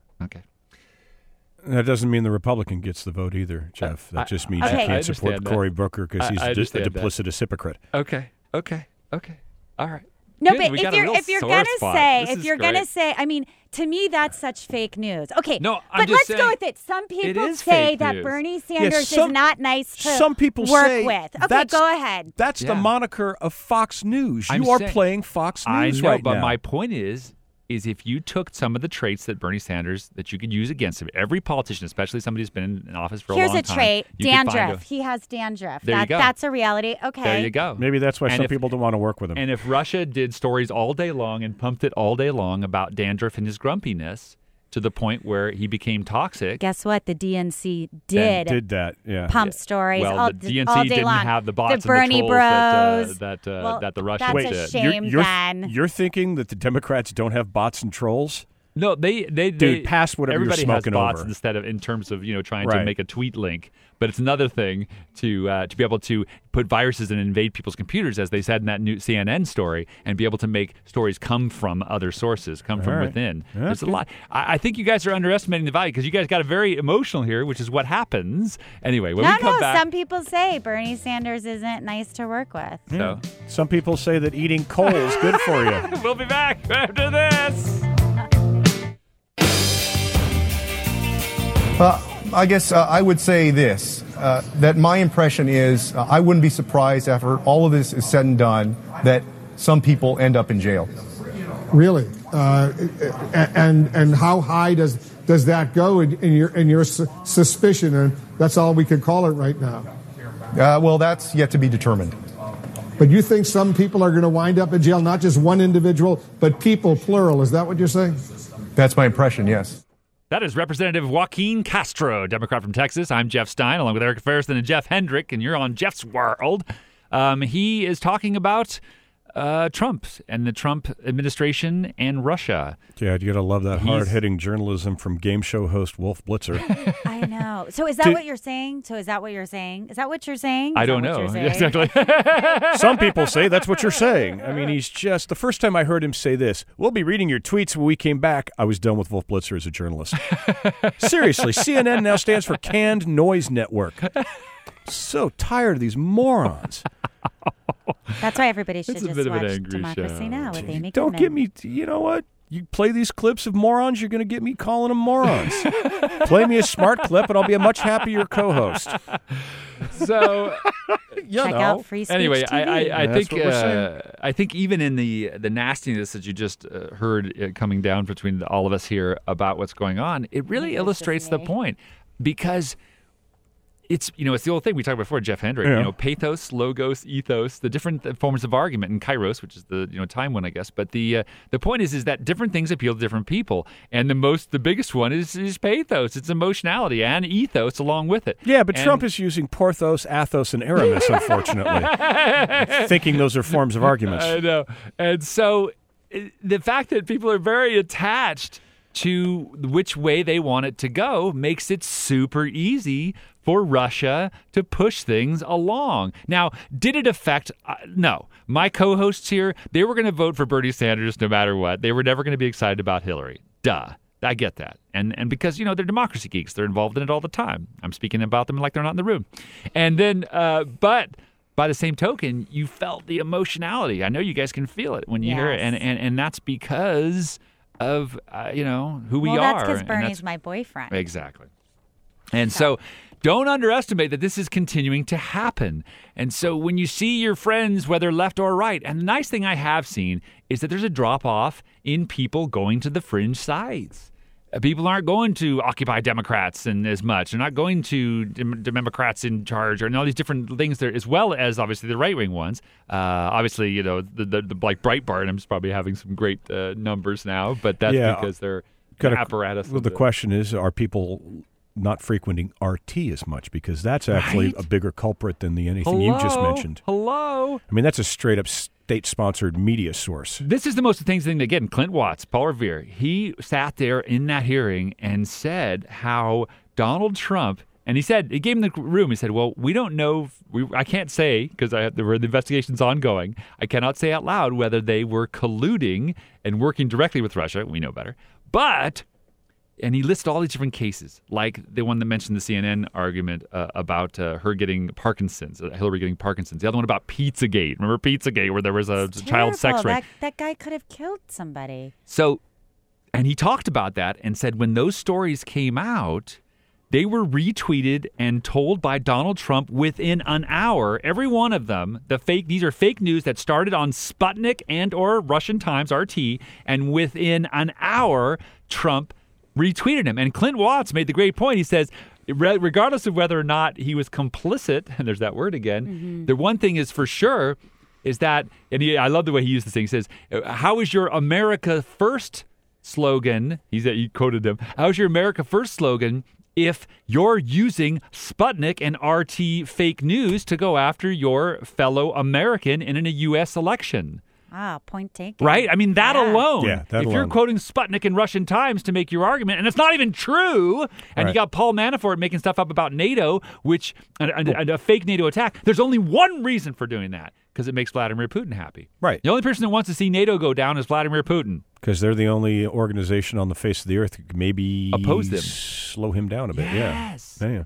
[SPEAKER 3] That doesn't mean the Republican gets the vote either, Jeff.
[SPEAKER 2] I-
[SPEAKER 3] That just means
[SPEAKER 2] I-
[SPEAKER 3] you
[SPEAKER 2] I
[SPEAKER 3] can't support
[SPEAKER 2] understand that.
[SPEAKER 3] Cory Booker because
[SPEAKER 2] I-
[SPEAKER 3] he's
[SPEAKER 2] I
[SPEAKER 3] just a
[SPEAKER 2] understand that.
[SPEAKER 3] duplicitous hypocrite.
[SPEAKER 2] Okay. Okay. Okay. All right.
[SPEAKER 4] No,
[SPEAKER 2] Good, we
[SPEAKER 4] but if
[SPEAKER 2] got a
[SPEAKER 4] you're
[SPEAKER 2] real
[SPEAKER 4] if you're
[SPEAKER 2] sore
[SPEAKER 4] gonna
[SPEAKER 2] spot.
[SPEAKER 4] say
[SPEAKER 2] This
[SPEAKER 4] if
[SPEAKER 2] is
[SPEAKER 4] you're
[SPEAKER 2] great.
[SPEAKER 4] gonna say, I mean, to me that's such fake news. Okay,
[SPEAKER 2] No, I'm
[SPEAKER 4] but let's
[SPEAKER 2] just
[SPEAKER 4] go
[SPEAKER 2] saying
[SPEAKER 4] with it. Some people
[SPEAKER 2] is
[SPEAKER 4] say
[SPEAKER 2] fake
[SPEAKER 4] that
[SPEAKER 2] news.
[SPEAKER 4] Bernie
[SPEAKER 3] Yeah,
[SPEAKER 4] Sanders
[SPEAKER 3] some-
[SPEAKER 4] is not nice to
[SPEAKER 3] Some people
[SPEAKER 4] work
[SPEAKER 3] say
[SPEAKER 4] with. Okay,
[SPEAKER 3] that's-
[SPEAKER 4] go ahead.
[SPEAKER 3] That's the
[SPEAKER 2] Yeah.
[SPEAKER 3] moniker of Fox News.
[SPEAKER 2] I'm
[SPEAKER 3] you are
[SPEAKER 2] saying-
[SPEAKER 3] playing Fox
[SPEAKER 2] I
[SPEAKER 3] News
[SPEAKER 2] know,
[SPEAKER 3] right
[SPEAKER 2] but
[SPEAKER 3] now.
[SPEAKER 2] my point is, is if you took some of the traits that Bernie Sanders that you could use against him, every politician, especially somebody who's been in office for
[SPEAKER 4] Here's
[SPEAKER 2] a long
[SPEAKER 4] a
[SPEAKER 2] time,
[SPEAKER 4] trait:
[SPEAKER 2] you could find
[SPEAKER 4] dandruff. he has dandruff.
[SPEAKER 2] There you
[SPEAKER 4] that,
[SPEAKER 2] go.
[SPEAKER 4] That's a reality. Okay.
[SPEAKER 2] a- there you go.
[SPEAKER 3] Maybe that's why
[SPEAKER 2] And
[SPEAKER 3] some
[SPEAKER 2] if-
[SPEAKER 3] people don't want to work with him.
[SPEAKER 2] And if Russia did stories all day long and pumped it all day long about dandruff and his grumpiness to the point where he became toxic,
[SPEAKER 4] Guess what? The DNC did
[SPEAKER 3] did that, yeah.
[SPEAKER 4] pump stories
[SPEAKER 2] Well,
[SPEAKER 4] all,
[SPEAKER 2] the DNC
[SPEAKER 4] all day
[SPEAKER 2] didn't
[SPEAKER 4] long.
[SPEAKER 2] have the bots and
[SPEAKER 4] the
[SPEAKER 2] the
[SPEAKER 4] Bernie
[SPEAKER 2] trolls that, uh,
[SPEAKER 4] Bros.
[SPEAKER 2] that, uh,
[SPEAKER 4] well,
[SPEAKER 2] that the Russians
[SPEAKER 4] that's
[SPEAKER 2] Wait,
[SPEAKER 4] a
[SPEAKER 2] did.
[SPEAKER 4] shame.
[SPEAKER 3] you're, you're,
[SPEAKER 4] then.
[SPEAKER 3] you're thinking that the Democrats don't have bots and trolls?
[SPEAKER 2] No, they they
[SPEAKER 3] Dude,
[SPEAKER 2] they,
[SPEAKER 3] pass whatever you're
[SPEAKER 2] everybody
[SPEAKER 3] smoking
[SPEAKER 2] has bots
[SPEAKER 3] over.
[SPEAKER 2] instead of in terms of you know trying
[SPEAKER 3] Right.
[SPEAKER 2] to make a tweet link. But it's another thing to uh, to be able to put viruses and invade people's computers, as they said in that new CNN story, and be able to make stories come from other sources, come from
[SPEAKER 3] All right.
[SPEAKER 2] within.
[SPEAKER 3] Yeah,
[SPEAKER 2] There's a
[SPEAKER 3] okay.
[SPEAKER 2] lot. I, I think you guys are underestimating the value because you guys got very emotional here, which is what happens. Anyway, when
[SPEAKER 4] no,
[SPEAKER 2] we come
[SPEAKER 4] no.
[SPEAKER 2] back,
[SPEAKER 4] Some people say Bernie Sanders isn't nice to work with.
[SPEAKER 2] No.
[SPEAKER 3] Some people say that eating coal is good for you.
[SPEAKER 2] we'll be back after this.
[SPEAKER 5] Uh, I guess uh, I would say this uh, that my impression is uh, I wouldn't be surprised after all of this is said and done that some people end up in jail.
[SPEAKER 22] Really? Uh, and and how high does does that go in, in your in your su- suspicion? And that's all we can call it right now.
[SPEAKER 5] Uh, well, that's yet to be determined.
[SPEAKER 22] But you think some people are going to wind up in jail? Not just one individual, but people, plural. Is that what you're saying?
[SPEAKER 5] That's my impression, yes.
[SPEAKER 2] That is Representative Joaquin Castro, Democrat from Texas. I'm Jeff Stein, along with Eric Ferriston and Jeff Hendrick, and you're on Jeff's World. Um, he is talking about uh, Trump and the Trump administration and Russia.
[SPEAKER 3] Yeah, you gotta love that
[SPEAKER 2] He's-
[SPEAKER 3] hard-hitting journalism from game show host Wolf Blitzer.
[SPEAKER 4] I know. So is that
[SPEAKER 3] Did-
[SPEAKER 4] what you're saying? So is that what you're saying? Is that what you're saying?
[SPEAKER 3] I
[SPEAKER 4] Is that
[SPEAKER 3] don't
[SPEAKER 4] what you're
[SPEAKER 3] know.
[SPEAKER 4] saying?
[SPEAKER 3] Exactly. Some people say that's what you're saying. I mean, he's just the first time I heard him say this. We'll be reading your tweets when we came back. I was done with Wolf Blitzer as a journalist. Seriously, CNN now stands for Canned Noise Network. So tired of these morons.
[SPEAKER 4] That's why everybody should
[SPEAKER 2] It's a
[SPEAKER 4] just
[SPEAKER 2] bit of an
[SPEAKER 4] watch
[SPEAKER 2] angry
[SPEAKER 4] Democracy
[SPEAKER 2] show.
[SPEAKER 4] Now with Amy
[SPEAKER 3] Don't
[SPEAKER 4] Goodman.
[SPEAKER 3] get me. You know what? You play these clips of morons, you're going to get me calling them morons. play me a smart clip, and I'll be a much happier co-host.
[SPEAKER 2] So,
[SPEAKER 3] you
[SPEAKER 4] Check
[SPEAKER 3] know.
[SPEAKER 4] out free speech
[SPEAKER 2] anyway, I, I, I
[SPEAKER 3] That's
[SPEAKER 2] think
[SPEAKER 3] what we're
[SPEAKER 2] uh,
[SPEAKER 3] saying.
[SPEAKER 2] I think even in the the nastiness that you just uh, heard uh, coming down between all of us here about what's going on, it really illustrates the point because it's you know it's the old thing we talked before Jeff Hendrick
[SPEAKER 6] Yeah.
[SPEAKER 2] you know pathos logos ethos the different th- forms of argument and kairos which is the you know time one I guess but the uh, the point is is that different things appeal to different people and the most the biggest one is is pathos it's emotionality and ethos along with it
[SPEAKER 3] Yeah, but
[SPEAKER 2] And-
[SPEAKER 3] Trump is using Porthos, Athos, and Aramis, unfortunately, thinking those are forms of arguments.
[SPEAKER 2] I know. And so i- the fact that people are very attached to which way they want it to go makes it super easy for Russia to push things along. Now, did it affect? Uh, no. My co hosts here, they were going to vote for Bernie Sanders no matter what. They were never going to be excited about Hillary. Duh. I get that. And and because, you know, they're democracy geeks, they're involved in it all the time. I'm speaking about them like they're not in the room. And then, uh, but by the same token, you felt the emotionality. I know you guys can feel it when you hear it, and and and that's because of uh, you know who we
[SPEAKER 4] well,
[SPEAKER 2] are.
[SPEAKER 4] that's because
[SPEAKER 2] and
[SPEAKER 4] Bernie's my boyfriend.
[SPEAKER 2] Exactly. And so don't underestimate that this is continuing to happen. And so when you see your friends, whether left or right, and the nice thing I have seen is that there's a drop off in people going to the fringe sides. Uh, People aren't going to Occupy Democrats and as much. They're not going to Dem- Democrats in charge or and all these different things there, as well as obviously the right wing ones. Uh, obviously, you know the, the, the like Breitbart is probably having some great uh, numbers now, but that's
[SPEAKER 3] Yeah.
[SPEAKER 2] because they're
[SPEAKER 3] Got a-
[SPEAKER 2] apparatus.
[SPEAKER 3] Well,
[SPEAKER 2] of
[SPEAKER 3] the question is, are people not frequenting RT as much? Because that's actually
[SPEAKER 2] Right?
[SPEAKER 3] a bigger culprit than the anything you just
[SPEAKER 2] Hello?
[SPEAKER 3] mentioned.
[SPEAKER 2] Hello.
[SPEAKER 3] I mean, that's a straight up state sponsored media source.
[SPEAKER 2] This is the most things thing again. Clint Watts, Paul Revere, he sat there in that hearing and said how Donald Trump. And he said he gave him the room. He said, "Well, we don't know. if- We, I can't say because I have, there were the investigations ongoing. I cannot say out loud whether they were colluding and working directly with Russia. We know better, but and he lists all these different cases, like the one that mentioned the CNN argument uh, about uh, her getting Parkinson's, uh, Hillary getting Parkinson's. The other one about Pizzagate. Remember Pizzagate, where there was a child sex
[SPEAKER 4] Terrible.
[SPEAKER 2] ring.
[SPEAKER 4] That, that guy could have killed somebody.
[SPEAKER 2] So, and he talked about that and said when those stories came out, they were retweeted and told by Donald Trump within an hour. Every one of them, the fake these are fake news that started on Sputnik and or Russian Times RT and within an hour Trump retweeted him. And Clint Watts made the great point. He says re- regardless of whether or not he was complicit, and there's that word again, the one thing is for sure is that, and he, I love the way he used this thing. He says, "Uh, How is your America First slogan? He's, he quoted them. How's your America First slogan if you're using Sputnik and RT fake news to go after your fellow American in a U.S. election?
[SPEAKER 4] Ah, point taken.
[SPEAKER 2] Right? I mean, that alone.
[SPEAKER 3] Yeah, that
[SPEAKER 2] if you're
[SPEAKER 3] alone.
[SPEAKER 2] quoting Sputnik and Russian Times to make your argument, and it's not even true, and you
[SPEAKER 3] Right.
[SPEAKER 2] got Paul Manafort making stuff up about NATO, which, and, and- and a fake NATO attack, there's only one reason for doing that because it makes Vladimir Putin happy.
[SPEAKER 3] Right.
[SPEAKER 2] The only person that wants to see NATO go down is Vladimir Putin.
[SPEAKER 3] Because they're the only organization on the face of the earth that could maybe
[SPEAKER 2] Oppose them.
[SPEAKER 3] slow him down a bit.
[SPEAKER 2] Yes.
[SPEAKER 3] Yeah. Yeah.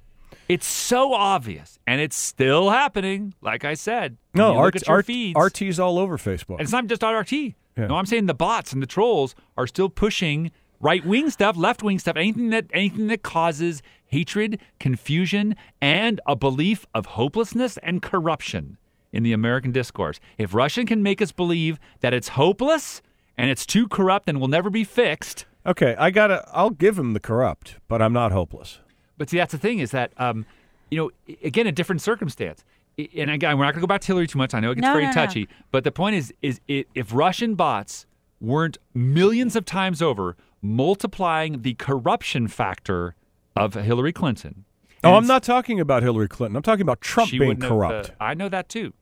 [SPEAKER 2] It's so obvious, and it's still happening, like I said. When
[SPEAKER 3] No,
[SPEAKER 2] you look
[SPEAKER 3] RT,
[SPEAKER 2] at your
[SPEAKER 3] RT
[SPEAKER 2] feeds.
[SPEAKER 3] RT's all over Facebook.
[SPEAKER 2] And it's not just on RT. No, I'm saying the bots and the trolls are still pushing right wing stuff, left wing stuff, anything that anything that causes hatred, confusion, and a belief of hopelessness and corruption in the American discourse. If Russian can make us believe that it's hopeless and it's too corrupt and will never be fixed,
[SPEAKER 3] Okay, I gotta. I'll give him the corrupt, but I'm not hopeless.
[SPEAKER 2] But see, that's the thing is that, um, you know, i- again, a different circumstance. I- And again, we're not going to go back to Hillary too much. I know it gets
[SPEAKER 4] No,
[SPEAKER 2] very
[SPEAKER 4] no, no.
[SPEAKER 2] touchy. But the point is, is i if Russian bots weren't millions of times over multiplying the corruption factor of Hillary Clinton,
[SPEAKER 3] Oh, I'm not talking about Hillary Clinton. I'm talking about Trump
[SPEAKER 2] she
[SPEAKER 3] being
[SPEAKER 2] wouldn't have,
[SPEAKER 3] corrupt.
[SPEAKER 2] uh, I know that too.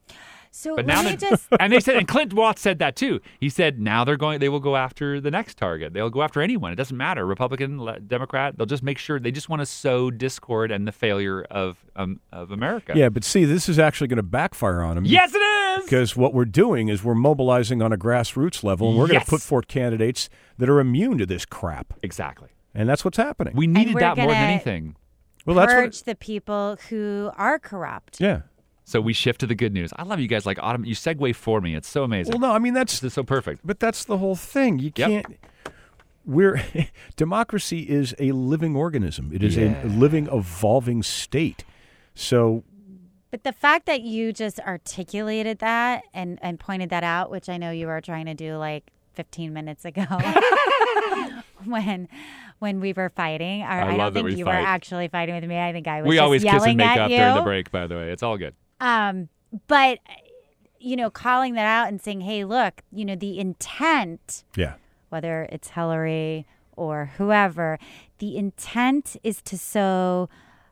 [SPEAKER 4] So
[SPEAKER 2] But
[SPEAKER 4] let
[SPEAKER 2] now
[SPEAKER 4] me
[SPEAKER 2] that,
[SPEAKER 4] just
[SPEAKER 2] and they said, and Clint Watts said that too. He said now they're going, they will go after the next target. They'll go after anyone. It doesn't matter, Republican, le- Democrat. They'll just make sure they just want to sow discord and the failure of um, of America.
[SPEAKER 3] Yeah, um, but see, this is actually going to backfire on him.
[SPEAKER 2] Yes, it is.
[SPEAKER 3] Because what we're doing is we're mobilizing on a grassroots level, and we're going
[SPEAKER 2] Yes.
[SPEAKER 3] to put forth candidates that are immune to this crap.
[SPEAKER 2] Exactly.
[SPEAKER 3] And that's what's happening.
[SPEAKER 2] We
[SPEAKER 4] needed we're that more than gonna-
[SPEAKER 2] anything.
[SPEAKER 3] Well, that's what.
[SPEAKER 4] purge the people who are corrupt.
[SPEAKER 3] Yeah.
[SPEAKER 2] So we shift to the good news. I love you guys. Like autumn, you segue for me. It's so amazing.
[SPEAKER 3] Well, no, I mean that's
[SPEAKER 2] this is so perfect.
[SPEAKER 3] But that's the whole thing. You can't. We're democracy is a living organism. It is
[SPEAKER 2] Yeah.
[SPEAKER 3] a living, evolving state. So
[SPEAKER 4] But the fact that you just articulated that and, and pointed that out, which I know you were trying to do like 15 minutes ago when when we were fighting, or
[SPEAKER 2] I
[SPEAKER 4] I,
[SPEAKER 2] love
[SPEAKER 4] don't
[SPEAKER 2] that
[SPEAKER 4] think
[SPEAKER 2] we
[SPEAKER 4] you
[SPEAKER 2] fight.
[SPEAKER 4] were actually fighting with me. I think I was
[SPEAKER 2] we
[SPEAKER 4] just
[SPEAKER 2] always kiss
[SPEAKER 4] yelling
[SPEAKER 2] and make
[SPEAKER 4] at
[SPEAKER 2] up
[SPEAKER 4] you.
[SPEAKER 2] during the break. By the way, it's all good.
[SPEAKER 4] Um, but you know, calling that out and saying, "Hey, look, you know, the intent,
[SPEAKER 3] Yeah.
[SPEAKER 4] whether it's Hillary or whoever, the intent is to sow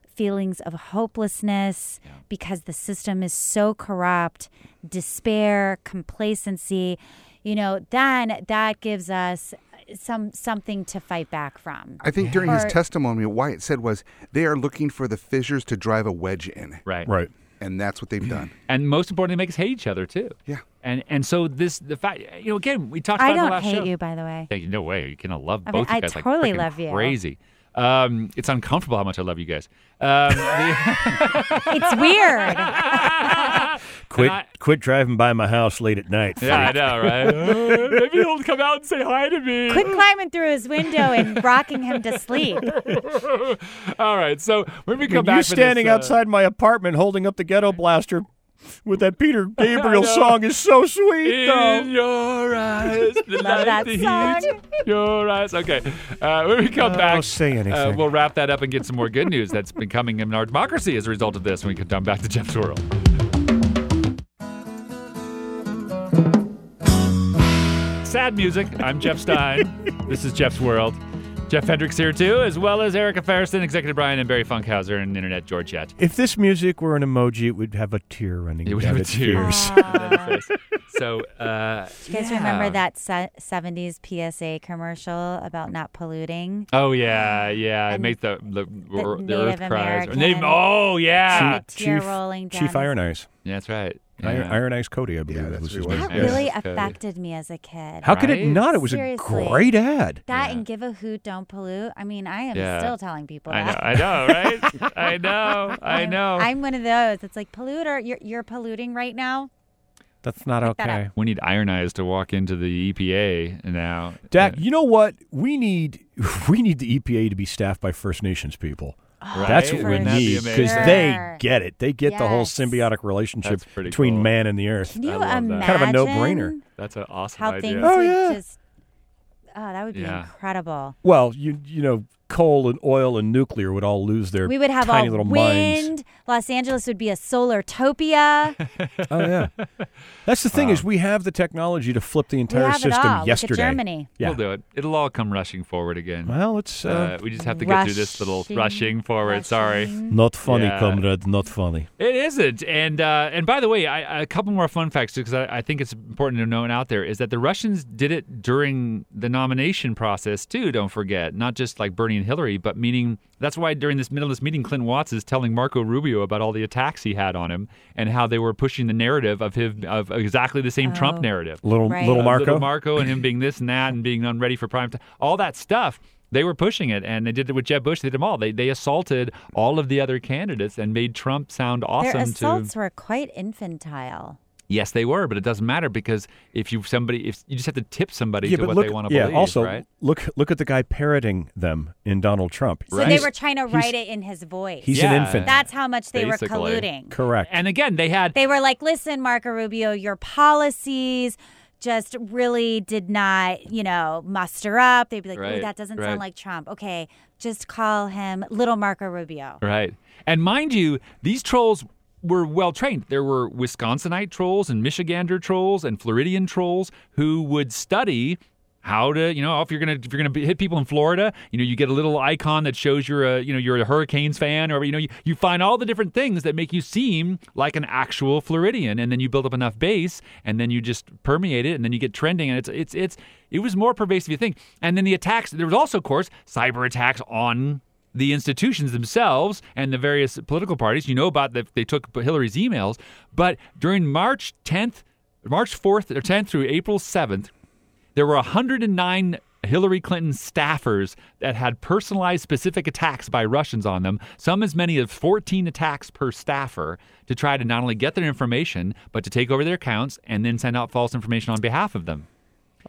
[SPEAKER 4] feelings of hopelessness because the system is so corrupt, despair, complacency. You know, then that gives us some something to fight back from.
[SPEAKER 1] I think during his
[SPEAKER 4] Or-
[SPEAKER 1] testimony, what Wyatt said was they are looking for the fissures to drive a wedge in.
[SPEAKER 2] Right.
[SPEAKER 3] Right.
[SPEAKER 1] And that's what they've done.
[SPEAKER 2] And most importantly, make us hate each other too. Yeah. And and so this the fact you know again we talked
[SPEAKER 4] I
[SPEAKER 2] about it in the
[SPEAKER 4] don't
[SPEAKER 2] last
[SPEAKER 4] hate
[SPEAKER 2] show.
[SPEAKER 4] you, by the way.
[SPEAKER 2] Thank you. No way. You cannot love
[SPEAKER 4] I mean,
[SPEAKER 2] both
[SPEAKER 4] I
[SPEAKER 2] you guys.
[SPEAKER 4] totally
[SPEAKER 2] like freaking
[SPEAKER 4] love you.
[SPEAKER 2] Crazy. Um, it's uncomfortable how much I love you guys. Um, the-
[SPEAKER 4] It's weird.
[SPEAKER 3] Quit, quit driving by my house late at night.
[SPEAKER 2] yeah, I
[SPEAKER 3] freak.
[SPEAKER 2] know, right? Maybe he'll come out and say hi to me.
[SPEAKER 4] Quit climbing through his window and rocking him to sleep.
[SPEAKER 2] All right, so when we come
[SPEAKER 3] You're
[SPEAKER 2] back, for this,
[SPEAKER 3] standing
[SPEAKER 2] uh,
[SPEAKER 3] outside my apartment holding up the ghetto blaster with that Peter Gabriel
[SPEAKER 2] I know.
[SPEAKER 3] song is so sweet, though.
[SPEAKER 2] In your eyes, the
[SPEAKER 4] Love
[SPEAKER 2] light,
[SPEAKER 4] that
[SPEAKER 2] the
[SPEAKER 4] song.
[SPEAKER 2] heat, your eyes. Okay, uh, when we come
[SPEAKER 3] Oh,
[SPEAKER 2] back,
[SPEAKER 3] say
[SPEAKER 2] uh,
[SPEAKER 3] anything.
[SPEAKER 2] we'll wrap that up and get some more good news that's been coming in our democracy as a result of this. When we come down back to Jeff's world. Sad music. I'm Jeff Stein. this is Jeff's World. Jeff Hendricks here too, as well as Erica Farrison, Executive Brian, and Barry Funkhauser, and Internet Georgette.
[SPEAKER 3] If this music were an emoji, it would have a tear running
[SPEAKER 2] It would have
[SPEAKER 3] down
[SPEAKER 2] a
[SPEAKER 3] its
[SPEAKER 2] tear.
[SPEAKER 3] ears.
[SPEAKER 2] So, uh,
[SPEAKER 4] You guys
[SPEAKER 2] yeah.
[SPEAKER 4] remember that se- 70s PSA commercial about not polluting?
[SPEAKER 2] Oh yeah, yeah. It
[SPEAKER 4] And
[SPEAKER 2] makes the the, r- the
[SPEAKER 4] Native
[SPEAKER 2] earth cries. Or
[SPEAKER 4] American-
[SPEAKER 2] Native- oh yeah,
[SPEAKER 4] Chief- Ah, Tear rolling down
[SPEAKER 3] Chief
[SPEAKER 4] his-
[SPEAKER 3] Iron Eyes.
[SPEAKER 2] Yeah, that's right.
[SPEAKER 3] Iron,
[SPEAKER 2] Yeah.
[SPEAKER 3] Iron Eyes Cody, I believe was his name.
[SPEAKER 4] That
[SPEAKER 3] Yeah.
[SPEAKER 4] really
[SPEAKER 2] Yes, Cody.
[SPEAKER 4] affected me as a kid.
[SPEAKER 3] How could it Right? not? It was a
[SPEAKER 4] Seriously.
[SPEAKER 3] great ad.
[SPEAKER 4] That and give a hoot, don't pollute. I mean, I am
[SPEAKER 2] Yeah.
[SPEAKER 4] still telling people
[SPEAKER 2] I know,
[SPEAKER 4] that.
[SPEAKER 2] I know, right? I know, I
[SPEAKER 4] I'm-
[SPEAKER 2] know.
[SPEAKER 4] I'm one of those. It's like polluter. You're, you're polluting right now.
[SPEAKER 3] That's not
[SPEAKER 4] that
[SPEAKER 3] okay.
[SPEAKER 2] we need Iron Eyes to walk into the EPA now.
[SPEAKER 3] Dak, you know what? We need we need the EPA to be staffed by First Nations people. That's what
[SPEAKER 2] Right?
[SPEAKER 3] we
[SPEAKER 2] Wouldn't that be
[SPEAKER 3] need because
[SPEAKER 2] amazing?
[SPEAKER 3] they
[SPEAKER 4] Sure.
[SPEAKER 3] get it. They get the whole
[SPEAKER 4] Yes.
[SPEAKER 3] symbiotic relationship
[SPEAKER 2] That's pretty
[SPEAKER 3] between
[SPEAKER 2] cool.
[SPEAKER 3] man and the earth.
[SPEAKER 4] Can you
[SPEAKER 2] love that.
[SPEAKER 4] imagine
[SPEAKER 3] Kind of a no-brainer.
[SPEAKER 2] That's an awesome
[SPEAKER 4] how
[SPEAKER 2] idea.
[SPEAKER 4] things
[SPEAKER 3] Oh,
[SPEAKER 4] would
[SPEAKER 3] yeah.
[SPEAKER 4] just. Oh, that would be
[SPEAKER 2] Yeah.
[SPEAKER 4] incredible.
[SPEAKER 3] Well, you you know, coal and oil and nuclear would all lose their
[SPEAKER 4] we would have
[SPEAKER 3] tiny
[SPEAKER 4] all
[SPEAKER 3] little
[SPEAKER 4] wind.
[SPEAKER 3] minds.
[SPEAKER 4] Los Angeles would be a solar topia.
[SPEAKER 3] Oh yeah, that's the thing is
[SPEAKER 2] Um,
[SPEAKER 3] we have the technology to flip the entire
[SPEAKER 4] have it
[SPEAKER 3] system
[SPEAKER 4] all. Look at
[SPEAKER 3] yesterday.
[SPEAKER 4] Germany.
[SPEAKER 3] Yeah.
[SPEAKER 2] We'll do it. It'll all come rushing forward again.
[SPEAKER 3] Well, it's, uh,
[SPEAKER 2] we just have to get through this little
[SPEAKER 4] rushing,
[SPEAKER 2] rushing forward. Sorry,
[SPEAKER 3] Not funny,
[SPEAKER 2] Yeah.
[SPEAKER 3] comrade. Not funny.
[SPEAKER 2] It isn't, and uh, and by the way, I, a couple more fun facts because I, I think it's important to know and out there is that the Russians did it during the nomination process too. Don't forget, not just like Bernie and Hillary, but meaning that's why during this middle of this meeting, Clinton Watts is telling Marco Rubio about all the attacks he had on him and how they were pushing the narrative of him of exactly the same Trump narrative,
[SPEAKER 3] Little
[SPEAKER 4] Right.
[SPEAKER 3] little
[SPEAKER 2] of
[SPEAKER 3] Marco.
[SPEAKER 2] Uh, little Marco, and him being this and that, and being unready for prime time, all that stuff. They were pushing it, and they did it with Jeb Bush. They did them all. They they assaulted all of the other candidates and made Trump sound awesome.
[SPEAKER 4] Their assaults
[SPEAKER 2] to
[SPEAKER 4] were quite infantile.
[SPEAKER 2] yes, they were, but it doesn't matter because if you somebody if you just have to tip somebody
[SPEAKER 3] yeah,
[SPEAKER 2] to
[SPEAKER 3] but
[SPEAKER 2] what
[SPEAKER 3] look,
[SPEAKER 2] they want to
[SPEAKER 3] yeah.
[SPEAKER 2] believe,
[SPEAKER 3] also,
[SPEAKER 2] right?
[SPEAKER 3] look look at the guy parroting them in Donald Trump.
[SPEAKER 4] So
[SPEAKER 2] Right.
[SPEAKER 4] they
[SPEAKER 2] He's-
[SPEAKER 4] were trying to
[SPEAKER 3] he's-
[SPEAKER 4] write it in his voice.
[SPEAKER 3] He's an
[SPEAKER 2] Yeah.
[SPEAKER 3] infant.
[SPEAKER 4] That's how much they
[SPEAKER 2] Basically.
[SPEAKER 4] were colluding.
[SPEAKER 3] Correct.
[SPEAKER 2] And again, they had
[SPEAKER 4] They were like, listen, Marco Rubio, your policies just really did not, you know, muster up. They'd be like,
[SPEAKER 2] Right,
[SPEAKER 4] oh, that doesn't
[SPEAKER 2] right.
[SPEAKER 4] sound like Trump. Okay, just call him little Marco Rubio.
[SPEAKER 2] Right. And mind you, these trolls were well trained. There were Wisconsinite trolls and Michigander trolls and Floridian trolls who would study how to, you know, if you're gonna if you're gonna be- hit people in Florida, you know, you get a little icon that shows you're a, you know, you're a Hurricanes fan, or you know, you, you find all the different things that make you seem like an actual Floridian, and then you build up enough base, and then you just permeate it, and then you get trending, and it's it's it's it was more pervasive you think. And then the attacks. There was also, of course, cyber attacks on the institutions themselves and the various political parties. You know about that they took Hillary's emails, but during March 10th, March 4th or 10th through April 7th, there were 109 Hillary Clinton staffers that had personalized specific attacks by Russians on them, some as many as 14 attacks per staffer to try to not only get their information, but to take over their accounts and then send out false information on behalf of them.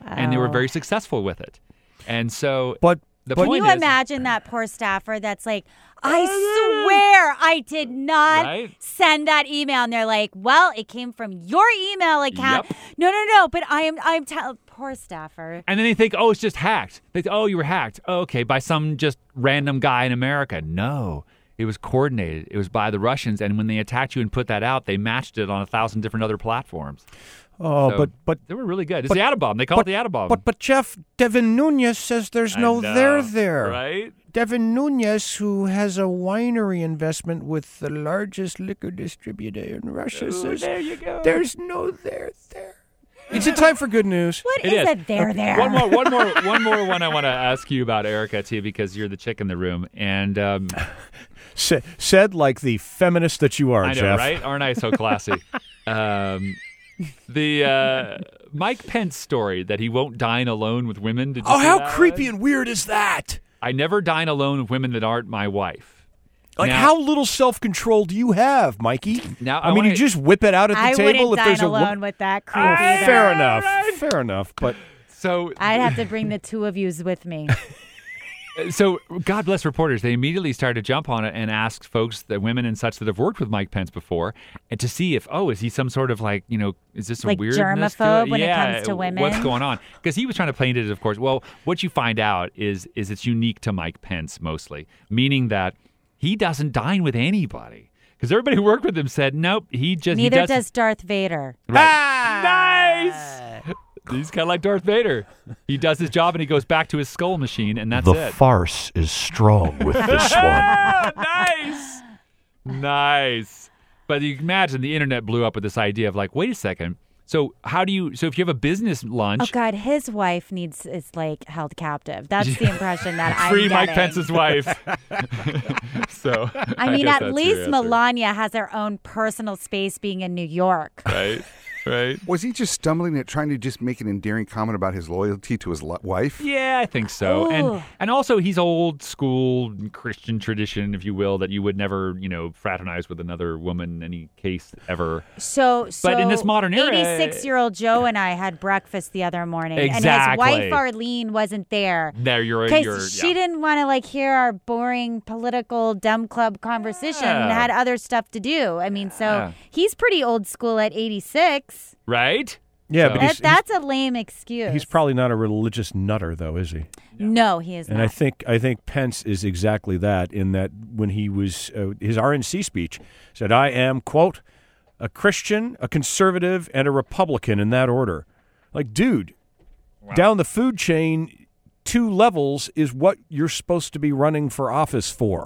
[SPEAKER 2] And they were
[SPEAKER 4] Wow.
[SPEAKER 2] very successful with it. And so
[SPEAKER 3] But
[SPEAKER 2] the
[SPEAKER 3] but
[SPEAKER 4] Can
[SPEAKER 2] point
[SPEAKER 4] you
[SPEAKER 2] is,
[SPEAKER 4] imagine that poor staffer that's like, I swear I did not
[SPEAKER 2] Right?
[SPEAKER 4] send that email, and they're like, "Well, it came from your email account."
[SPEAKER 2] Yep.
[SPEAKER 4] No, no, no. But I am, I'm tell poor staffer.
[SPEAKER 2] And then they think, oh, it's just hacked. They think, oh, you were hacked. Oh, okay, by some just random guy in America. No, it was coordinated. It was by the Russians. And when they attacked you and put that out, they matched it on a thousand different other platforms.
[SPEAKER 3] oh,
[SPEAKER 2] So
[SPEAKER 3] but but
[SPEAKER 2] they were really good. It's
[SPEAKER 3] but-
[SPEAKER 2] the Attabomb. They call
[SPEAKER 3] but,
[SPEAKER 2] it the Attabomb.
[SPEAKER 3] But but Jeff Devin Nunez says there's
[SPEAKER 2] I
[SPEAKER 3] no
[SPEAKER 2] know,
[SPEAKER 3] there there.
[SPEAKER 2] right?
[SPEAKER 3] Devin Nunez, who has a winery investment with the largest liquor distributor in Russia, says
[SPEAKER 2] there you go.
[SPEAKER 3] there's no there there. It's a time for good news.
[SPEAKER 4] What is
[SPEAKER 2] It is.
[SPEAKER 4] a there there?
[SPEAKER 2] One more, one more, one more one I want to ask you about, Erica, too, because you're the chick in the room. And um,
[SPEAKER 3] Sa- said like the feminist that you are,
[SPEAKER 2] I know,
[SPEAKER 3] Jeff.
[SPEAKER 2] right? Aren't I so classy? um, the uh, Mike Pence story that he won't dine alone with women. Did you
[SPEAKER 3] Oh,
[SPEAKER 2] see
[SPEAKER 3] how
[SPEAKER 2] that one?
[SPEAKER 3] creepy and weird is that?
[SPEAKER 2] I never dine alone with women that aren't my wife.
[SPEAKER 3] Like,
[SPEAKER 2] Now-
[SPEAKER 3] how little self control do you have, Mikey?
[SPEAKER 2] Now,
[SPEAKER 3] I,
[SPEAKER 2] I
[SPEAKER 3] mean,
[SPEAKER 2] wanna-
[SPEAKER 3] you just whip it out at the
[SPEAKER 4] I
[SPEAKER 3] table
[SPEAKER 4] wouldn't
[SPEAKER 3] if there's
[SPEAKER 4] dine
[SPEAKER 3] a wo- Oh,
[SPEAKER 4] alone with that creep.
[SPEAKER 2] Ah,
[SPEAKER 4] either.
[SPEAKER 3] Fair enough. Fair enough. But
[SPEAKER 2] So
[SPEAKER 4] I'd have to bring the two of yous with me.
[SPEAKER 2] so God bless reporters. They immediately started to jump on it and ask folks, the women and such that have worked with Mike Pence before, and to see if oh, is he some sort of like you know, is this a
[SPEAKER 4] Like
[SPEAKER 2] weird
[SPEAKER 4] germaphobe when it comes to
[SPEAKER 2] What's
[SPEAKER 4] women?
[SPEAKER 2] going on? Because he was trying to paint it, of course. Well, what you find out is is it's unique to Mike Pence mostly, meaning that he doesn't dine with anybody. Because everybody who worked with him said, nope, he just he
[SPEAKER 4] Neither
[SPEAKER 2] doesn't-
[SPEAKER 4] does Darth Vader.
[SPEAKER 2] Right. Nice. He's kind of like Darth Vader. He does his job and he goes back to his skull machine, and that's
[SPEAKER 20] the
[SPEAKER 2] it.
[SPEAKER 20] farce is strong with this one.
[SPEAKER 2] nice. Nice. But you can imagine the internet blew up with this idea of like, wait a second. So how do you? So if you have a business lunch,
[SPEAKER 4] Oh God, his wife needs is like held captive. That's the impression that I'm
[SPEAKER 2] free Mike
[SPEAKER 4] getting.
[SPEAKER 2] Pence's wife. so
[SPEAKER 4] I mean,
[SPEAKER 2] guess
[SPEAKER 4] at
[SPEAKER 2] that's your
[SPEAKER 4] least
[SPEAKER 2] answer.
[SPEAKER 4] Melania has her own personal space being in New York.
[SPEAKER 2] Right. Right.
[SPEAKER 1] Was he just stumbling at trying to just make an endearing comment about his loyalty to his lo- wife?
[SPEAKER 2] Yeah, I think so.
[SPEAKER 1] Ooh.
[SPEAKER 2] And and also he's old school Christian tradition, if you will, that you would never, you know, fraternize with another woman in any case ever.
[SPEAKER 4] So, so
[SPEAKER 2] But in this modern era-
[SPEAKER 4] eighty-six-year-old Joe and I had breakfast the other morning, and his
[SPEAKER 2] Exactly.
[SPEAKER 4] wife Arlene wasn't there
[SPEAKER 2] There you're you're
[SPEAKER 4] because she
[SPEAKER 2] yeah.
[SPEAKER 4] didn't want to like hear our boring political dumb club conversation and
[SPEAKER 2] Yeah.
[SPEAKER 4] had other stuff to do. I mean, so
[SPEAKER 2] Yeah.
[SPEAKER 4] he's pretty old school at eighty-six.
[SPEAKER 2] right?
[SPEAKER 3] Yeah,
[SPEAKER 2] So-
[SPEAKER 3] but he's,
[SPEAKER 4] That, that's a lame excuse.
[SPEAKER 3] he's, he's probably not a religious nutter, though, is he?
[SPEAKER 4] no, he is
[SPEAKER 3] And
[SPEAKER 4] not.
[SPEAKER 3] I think I think Pence is exactly that. In that when he was uh, his RNC speech said, "I am quote a Christian, a conservative, and a Republican in that order." Like, dude, down the food chain, two levels is what you're supposed to be running for office for.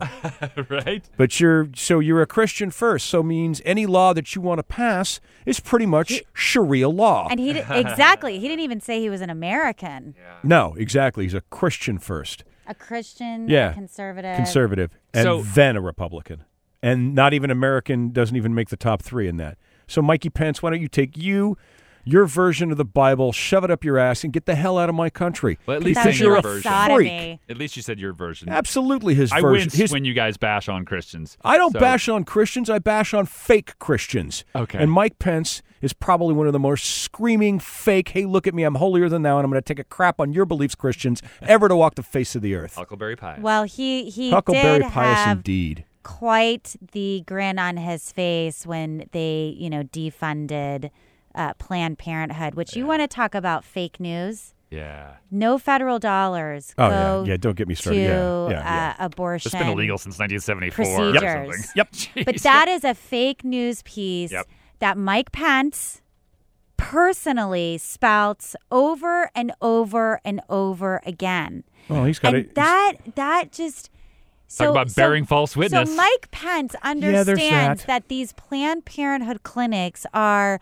[SPEAKER 2] right?
[SPEAKER 3] But you're so you're a Christian first, so means any law that you want to pass is pretty much Sharia law.
[SPEAKER 4] And he did, exactly. He didn't even say he was an American,
[SPEAKER 3] no, exactly. He's a Christian first.
[SPEAKER 4] a Christian, a
[SPEAKER 3] yeah,
[SPEAKER 4] conservative,
[SPEAKER 3] conservative, and
[SPEAKER 2] So-
[SPEAKER 3] then a Republican, and not even American doesn't even make the top three in that. So, Mikey Pence, why don't you take you, your version of the Bible, shove it up your ass, and get the hell out of my country?
[SPEAKER 2] Well, at least
[SPEAKER 3] because
[SPEAKER 2] say your
[SPEAKER 3] you're a
[SPEAKER 2] version.
[SPEAKER 3] freak.
[SPEAKER 2] At least you said your version.
[SPEAKER 3] Absolutely, his
[SPEAKER 2] I
[SPEAKER 3] version.
[SPEAKER 2] wince
[SPEAKER 3] His,
[SPEAKER 2] when you guys bash on Christians.
[SPEAKER 3] I don't
[SPEAKER 2] So-
[SPEAKER 3] bash on Christians. I bash on fake Christians.
[SPEAKER 2] Okay.
[SPEAKER 3] And Mike Pence is probably one of the most screaming fake. Hey, look at me! I'm holier than thou, and I'm going to take a crap on your beliefs, Christians, ever to walk the face of the earth.
[SPEAKER 2] Huckleberry Pie.
[SPEAKER 4] Well, he he
[SPEAKER 3] Huckleberry
[SPEAKER 4] did
[SPEAKER 3] pious
[SPEAKER 4] have
[SPEAKER 3] indeed.
[SPEAKER 4] quite the grin on his face when they, you know, defunded uh, Planned Parenthood, which you want to talk about fake news.
[SPEAKER 2] Yeah.
[SPEAKER 4] No federal dollars
[SPEAKER 3] Oh, yeah.
[SPEAKER 4] go
[SPEAKER 3] Yeah, don't get me started.
[SPEAKER 4] to
[SPEAKER 3] Yeah, yeah,
[SPEAKER 4] uh, abortion.
[SPEAKER 2] It's been illegal since 1974 or
[SPEAKER 4] procedures.
[SPEAKER 2] something. Yep.
[SPEAKER 4] But that is a fake news piece
[SPEAKER 2] Yep.
[SPEAKER 4] that Mike Pence personally spouts over and over and over again.
[SPEAKER 3] Oh, he's got
[SPEAKER 4] and
[SPEAKER 3] it.
[SPEAKER 4] that that just so,
[SPEAKER 2] about
[SPEAKER 4] so-
[SPEAKER 2] bearing false witness.
[SPEAKER 4] So Mike Pence
[SPEAKER 3] there's
[SPEAKER 4] understands
[SPEAKER 3] that.
[SPEAKER 4] that. these Planned Parenthood clinics are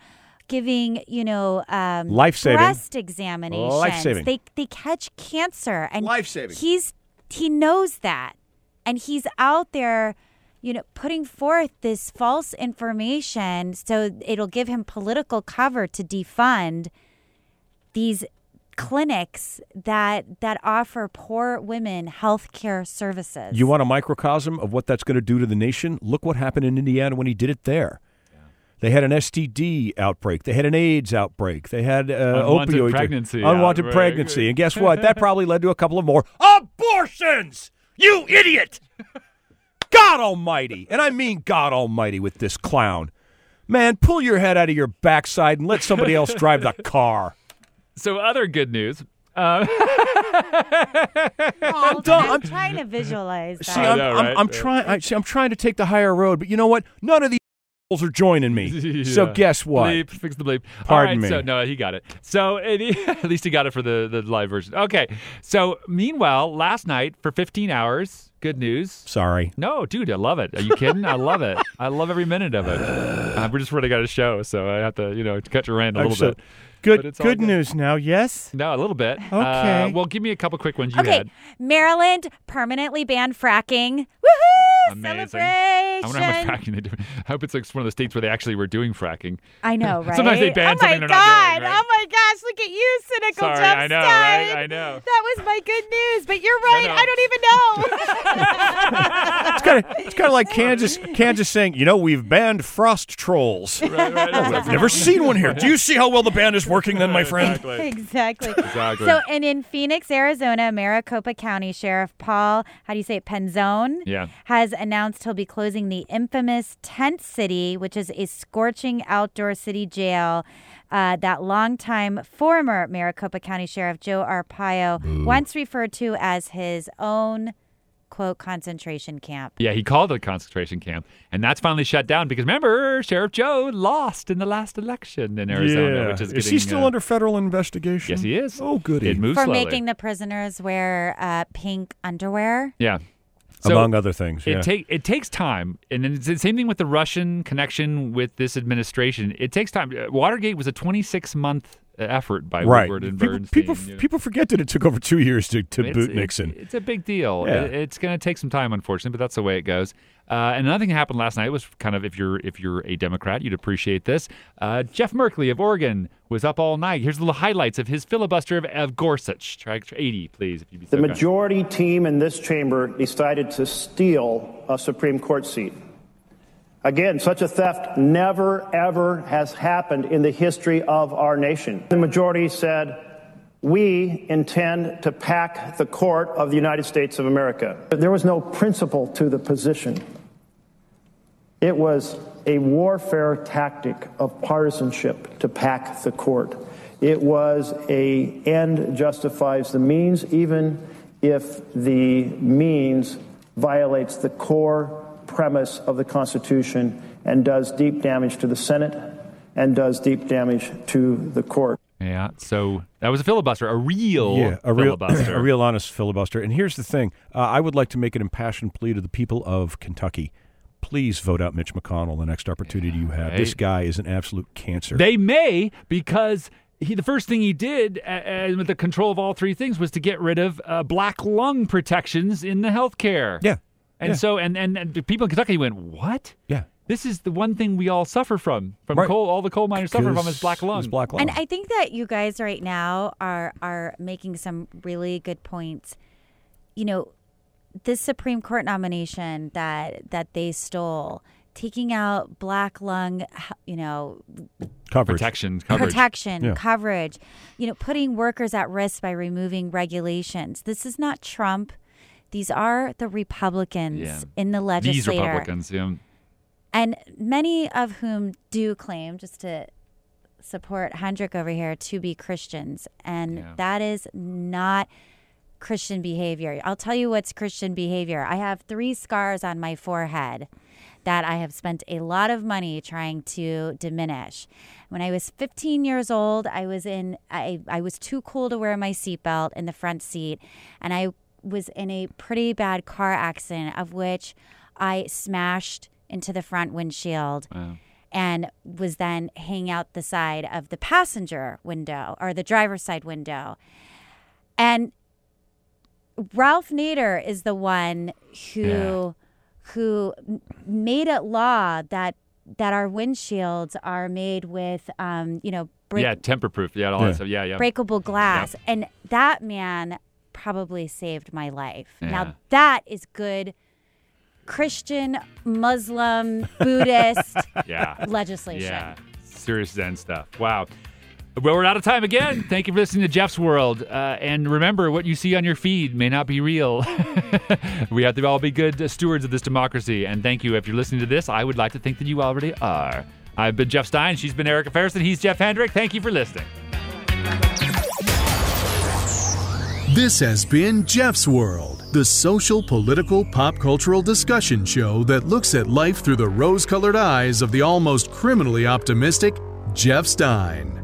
[SPEAKER 4] giving, you know, um,
[SPEAKER 3] Life-saving.
[SPEAKER 4] breast examinations.
[SPEAKER 3] Life-saving.
[SPEAKER 4] They they catch cancer and life saving. He's he knows that, and he's out there, you know, putting forth this false information so it'll give him political cover to defund these clinics that that offer poor women health care services.
[SPEAKER 3] You want a microcosm of what that's going to do to the nation? Look what happened in Indiana when he did it there. They had an STD outbreak. They had an AIDS outbreak. They had uh,
[SPEAKER 2] Unwanted
[SPEAKER 3] opioid
[SPEAKER 2] pregnancy
[SPEAKER 3] unwanted
[SPEAKER 2] outbreak.
[SPEAKER 3] pregnancy, and guess what? That probably led to a couple of more abortions. You idiot! God Almighty, and I mean God Almighty with this clown. Man, pull your head out of your backside and let somebody else drive the car.
[SPEAKER 2] So other good news. Uh,
[SPEAKER 4] I'm,
[SPEAKER 3] done. I'm-
[SPEAKER 4] trying to visualize that.
[SPEAKER 3] See, I'm, I'm, I'm trying. I, see, I'm trying to take the higher road, but you know what? None of these are joining me. So
[SPEAKER 2] Yeah.
[SPEAKER 3] guess what?
[SPEAKER 2] Bleep, fix the bleep. All
[SPEAKER 3] Pardon
[SPEAKER 2] right,
[SPEAKER 3] me.
[SPEAKER 2] So no, he got it. So it, at least he got it for the, the live version. Okay. So meanwhile, last night for 15 hours, good news.
[SPEAKER 3] Sorry.
[SPEAKER 2] No, dude, I love it. Are you kidding? I love it. I love every minute of it. Uh, we're just running got a show, so I have to, you know, cut your rant a little
[SPEAKER 3] So,
[SPEAKER 2] bit. But
[SPEAKER 3] Good,
[SPEAKER 2] it's all
[SPEAKER 3] good news now. Yes.
[SPEAKER 2] No, a little bit. Okay.
[SPEAKER 3] Okay.
[SPEAKER 2] well, give me a couple quick ones you
[SPEAKER 4] Okay,
[SPEAKER 2] had.
[SPEAKER 4] Maryland permanently banned fracking. Woohoo!
[SPEAKER 2] Amazing.
[SPEAKER 4] Celebrate!
[SPEAKER 2] I wonder how much fracking they do. I hope it's like one of the states where they actually were doing fracking.
[SPEAKER 4] I know, right?
[SPEAKER 2] Sometimes they ban
[SPEAKER 4] oh my
[SPEAKER 2] something they're
[SPEAKER 4] god!
[SPEAKER 2] not doing. right?
[SPEAKER 4] Oh my gosh! Look at you, cynical
[SPEAKER 2] Sorry,
[SPEAKER 4] Jeff
[SPEAKER 2] I know,
[SPEAKER 4] Stein.
[SPEAKER 2] right? I know.
[SPEAKER 4] That was my good news, but you're right. I don't even know.
[SPEAKER 3] It's kind of it's kind of like Kansas Kansas saying, you know, we've banned frost trolls. Oh, I've never seen one here. Do you see how well the ban is working, then, my friend?
[SPEAKER 4] exactly.
[SPEAKER 3] Exactly.
[SPEAKER 4] So, and in Phoenix, Arizona, Maricopa County Sheriff Paul, how do you say it, Penzone,
[SPEAKER 16] Yeah.
[SPEAKER 4] has announced he'll be closing the infamous Tent City, which is a scorching outdoor city jail. Uh, that longtime former Maricopa County Sheriff Joe Arpaio once referred to as his own quote concentration camp.
[SPEAKER 2] Yeah, he called it a concentration camp, and that's finally shut down because remember, Sheriff Joe lost in the last election in Arizona,
[SPEAKER 3] Yeah.
[SPEAKER 2] which is,
[SPEAKER 3] is
[SPEAKER 2] getting,
[SPEAKER 3] he still
[SPEAKER 2] uh,
[SPEAKER 3] under federal investigation?
[SPEAKER 2] Yes, he is.
[SPEAKER 3] Oh, goody.
[SPEAKER 2] It moves
[SPEAKER 4] for
[SPEAKER 2] slowly.
[SPEAKER 4] making the prisoners wear uh, pink underwear.
[SPEAKER 2] Yeah.
[SPEAKER 3] Among other things, yeah.
[SPEAKER 2] It, take, it takes time. And then it's the same thing with the Russian connection with this administration. It takes time. Uh, Watergate was a 26 month effort by
[SPEAKER 3] right.
[SPEAKER 2] Woodward and
[SPEAKER 3] people,
[SPEAKER 2] Bernstein.
[SPEAKER 3] people, people forget that it took over two years to, to
[SPEAKER 2] It's-
[SPEAKER 3] boot
[SPEAKER 2] it's-
[SPEAKER 3] Nixon.
[SPEAKER 2] It's a big deal.
[SPEAKER 3] Yeah.
[SPEAKER 2] It- it's going to take some time, unfortunately, but that's the way it goes. Uh, and another thing that happened last night was kind of if you're if you're a Democrat, you'd appreciate this. Uh, Jeff Merkley of Oregon was up all night. Here's the little highlights of his filibuster of, of Gorsuch. Track 80, please, if you'd be so
[SPEAKER 26] The
[SPEAKER 2] kind.
[SPEAKER 26] majority team in this chamber decided to steal a Supreme Court seat. Again, such a theft never, ever has happened in the history of our nation. The majority said, we intend to pack the court of the United States of America. But there was no principle to the position. It was a warfare tactic of partisanship to pack the court. It was a end justifies the means, even if the means violates the core premise of the Constitution and does deep damage to the Senate and does deep damage to the court.
[SPEAKER 2] Yeah. So that was a filibuster, a real
[SPEAKER 3] yeah, a real,
[SPEAKER 2] filibuster.
[SPEAKER 3] a real honest filibuster. And here's the thing: uh, I would like to make an impassioned plea to the people of Kentucky. Please vote out Mitch McConnell the next opportunity you have. This
[SPEAKER 2] right.
[SPEAKER 3] guy is an absolute cancer.
[SPEAKER 2] They may because he the first thing he did uh, uh, with the control of all three things was to get rid of uh, black lung protections in the healthcare.
[SPEAKER 3] Yeah.
[SPEAKER 2] And
[SPEAKER 3] Yeah.
[SPEAKER 2] so and, and and the people in Kentucky went, "What?
[SPEAKER 3] Yeah.
[SPEAKER 2] This is the one thing we all suffer from. From
[SPEAKER 3] Right.
[SPEAKER 2] coal, all the coal miners suffer from is black
[SPEAKER 3] Because
[SPEAKER 2] lung.
[SPEAKER 3] it's black lung.
[SPEAKER 4] And I think that you guys right now are are making some really good points. You know, this Supreme Court nomination that that they stole, taking out black lung, you know,
[SPEAKER 3] coverage.
[SPEAKER 2] Protection. Coverage.
[SPEAKER 4] protection,
[SPEAKER 2] Yeah.
[SPEAKER 4] coverage, you know, putting workers at risk by removing regulations. This is not Trump. These are the Republicans
[SPEAKER 2] Yeah.
[SPEAKER 4] in the legislature
[SPEAKER 2] These Republicans. Yeah.
[SPEAKER 4] and many of whom do claim just to support Hendrick over here to be Christians, and
[SPEAKER 27] Yeah.
[SPEAKER 4] that is not Christian behavior. I'll tell you what's Christian behavior. I have three scars on my forehead that I have spent a lot of money trying to diminish. When I was 15 years old, I was in I, I was too cool to wear my seatbelt in the front seat, and I was in a pretty bad car accident of which I smashed into the front windshield and was then hanging out the side of the passenger window or the driver's side window. And Ralph Nader is the one who who m- made it law that that our windshields are made with um, you know brick,
[SPEAKER 2] yeah. Temper proof. Yeah. All
[SPEAKER 3] Yeah.
[SPEAKER 2] that stuff. Yeah. Yeah.
[SPEAKER 4] breakable glass
[SPEAKER 2] Yeah.
[SPEAKER 4] and that man probably saved my life.
[SPEAKER 2] Yeah.
[SPEAKER 4] Now that is good Christian, Muslim, Buddhist
[SPEAKER 2] yeah.
[SPEAKER 4] legislation.
[SPEAKER 2] Yeah. Serious Zen stuff. Wow. Well, we're out of time again. Thank you for listening to Jeff's World. Uh, and remember, what you see on your feed may not be real. we have to all be good stewards of this democracy. And thank you. If you're listening to this, I would like to think that you already are. I've been Jeff Stein. She's been Erica Ferrison. He's Jeff Hendrick. Thank you for listening.
[SPEAKER 1] This has been Jeff's World, the social, political, pop cultural discussion show that looks at life through the rose colored eyes of the almost criminally optimistic Jeff Stein.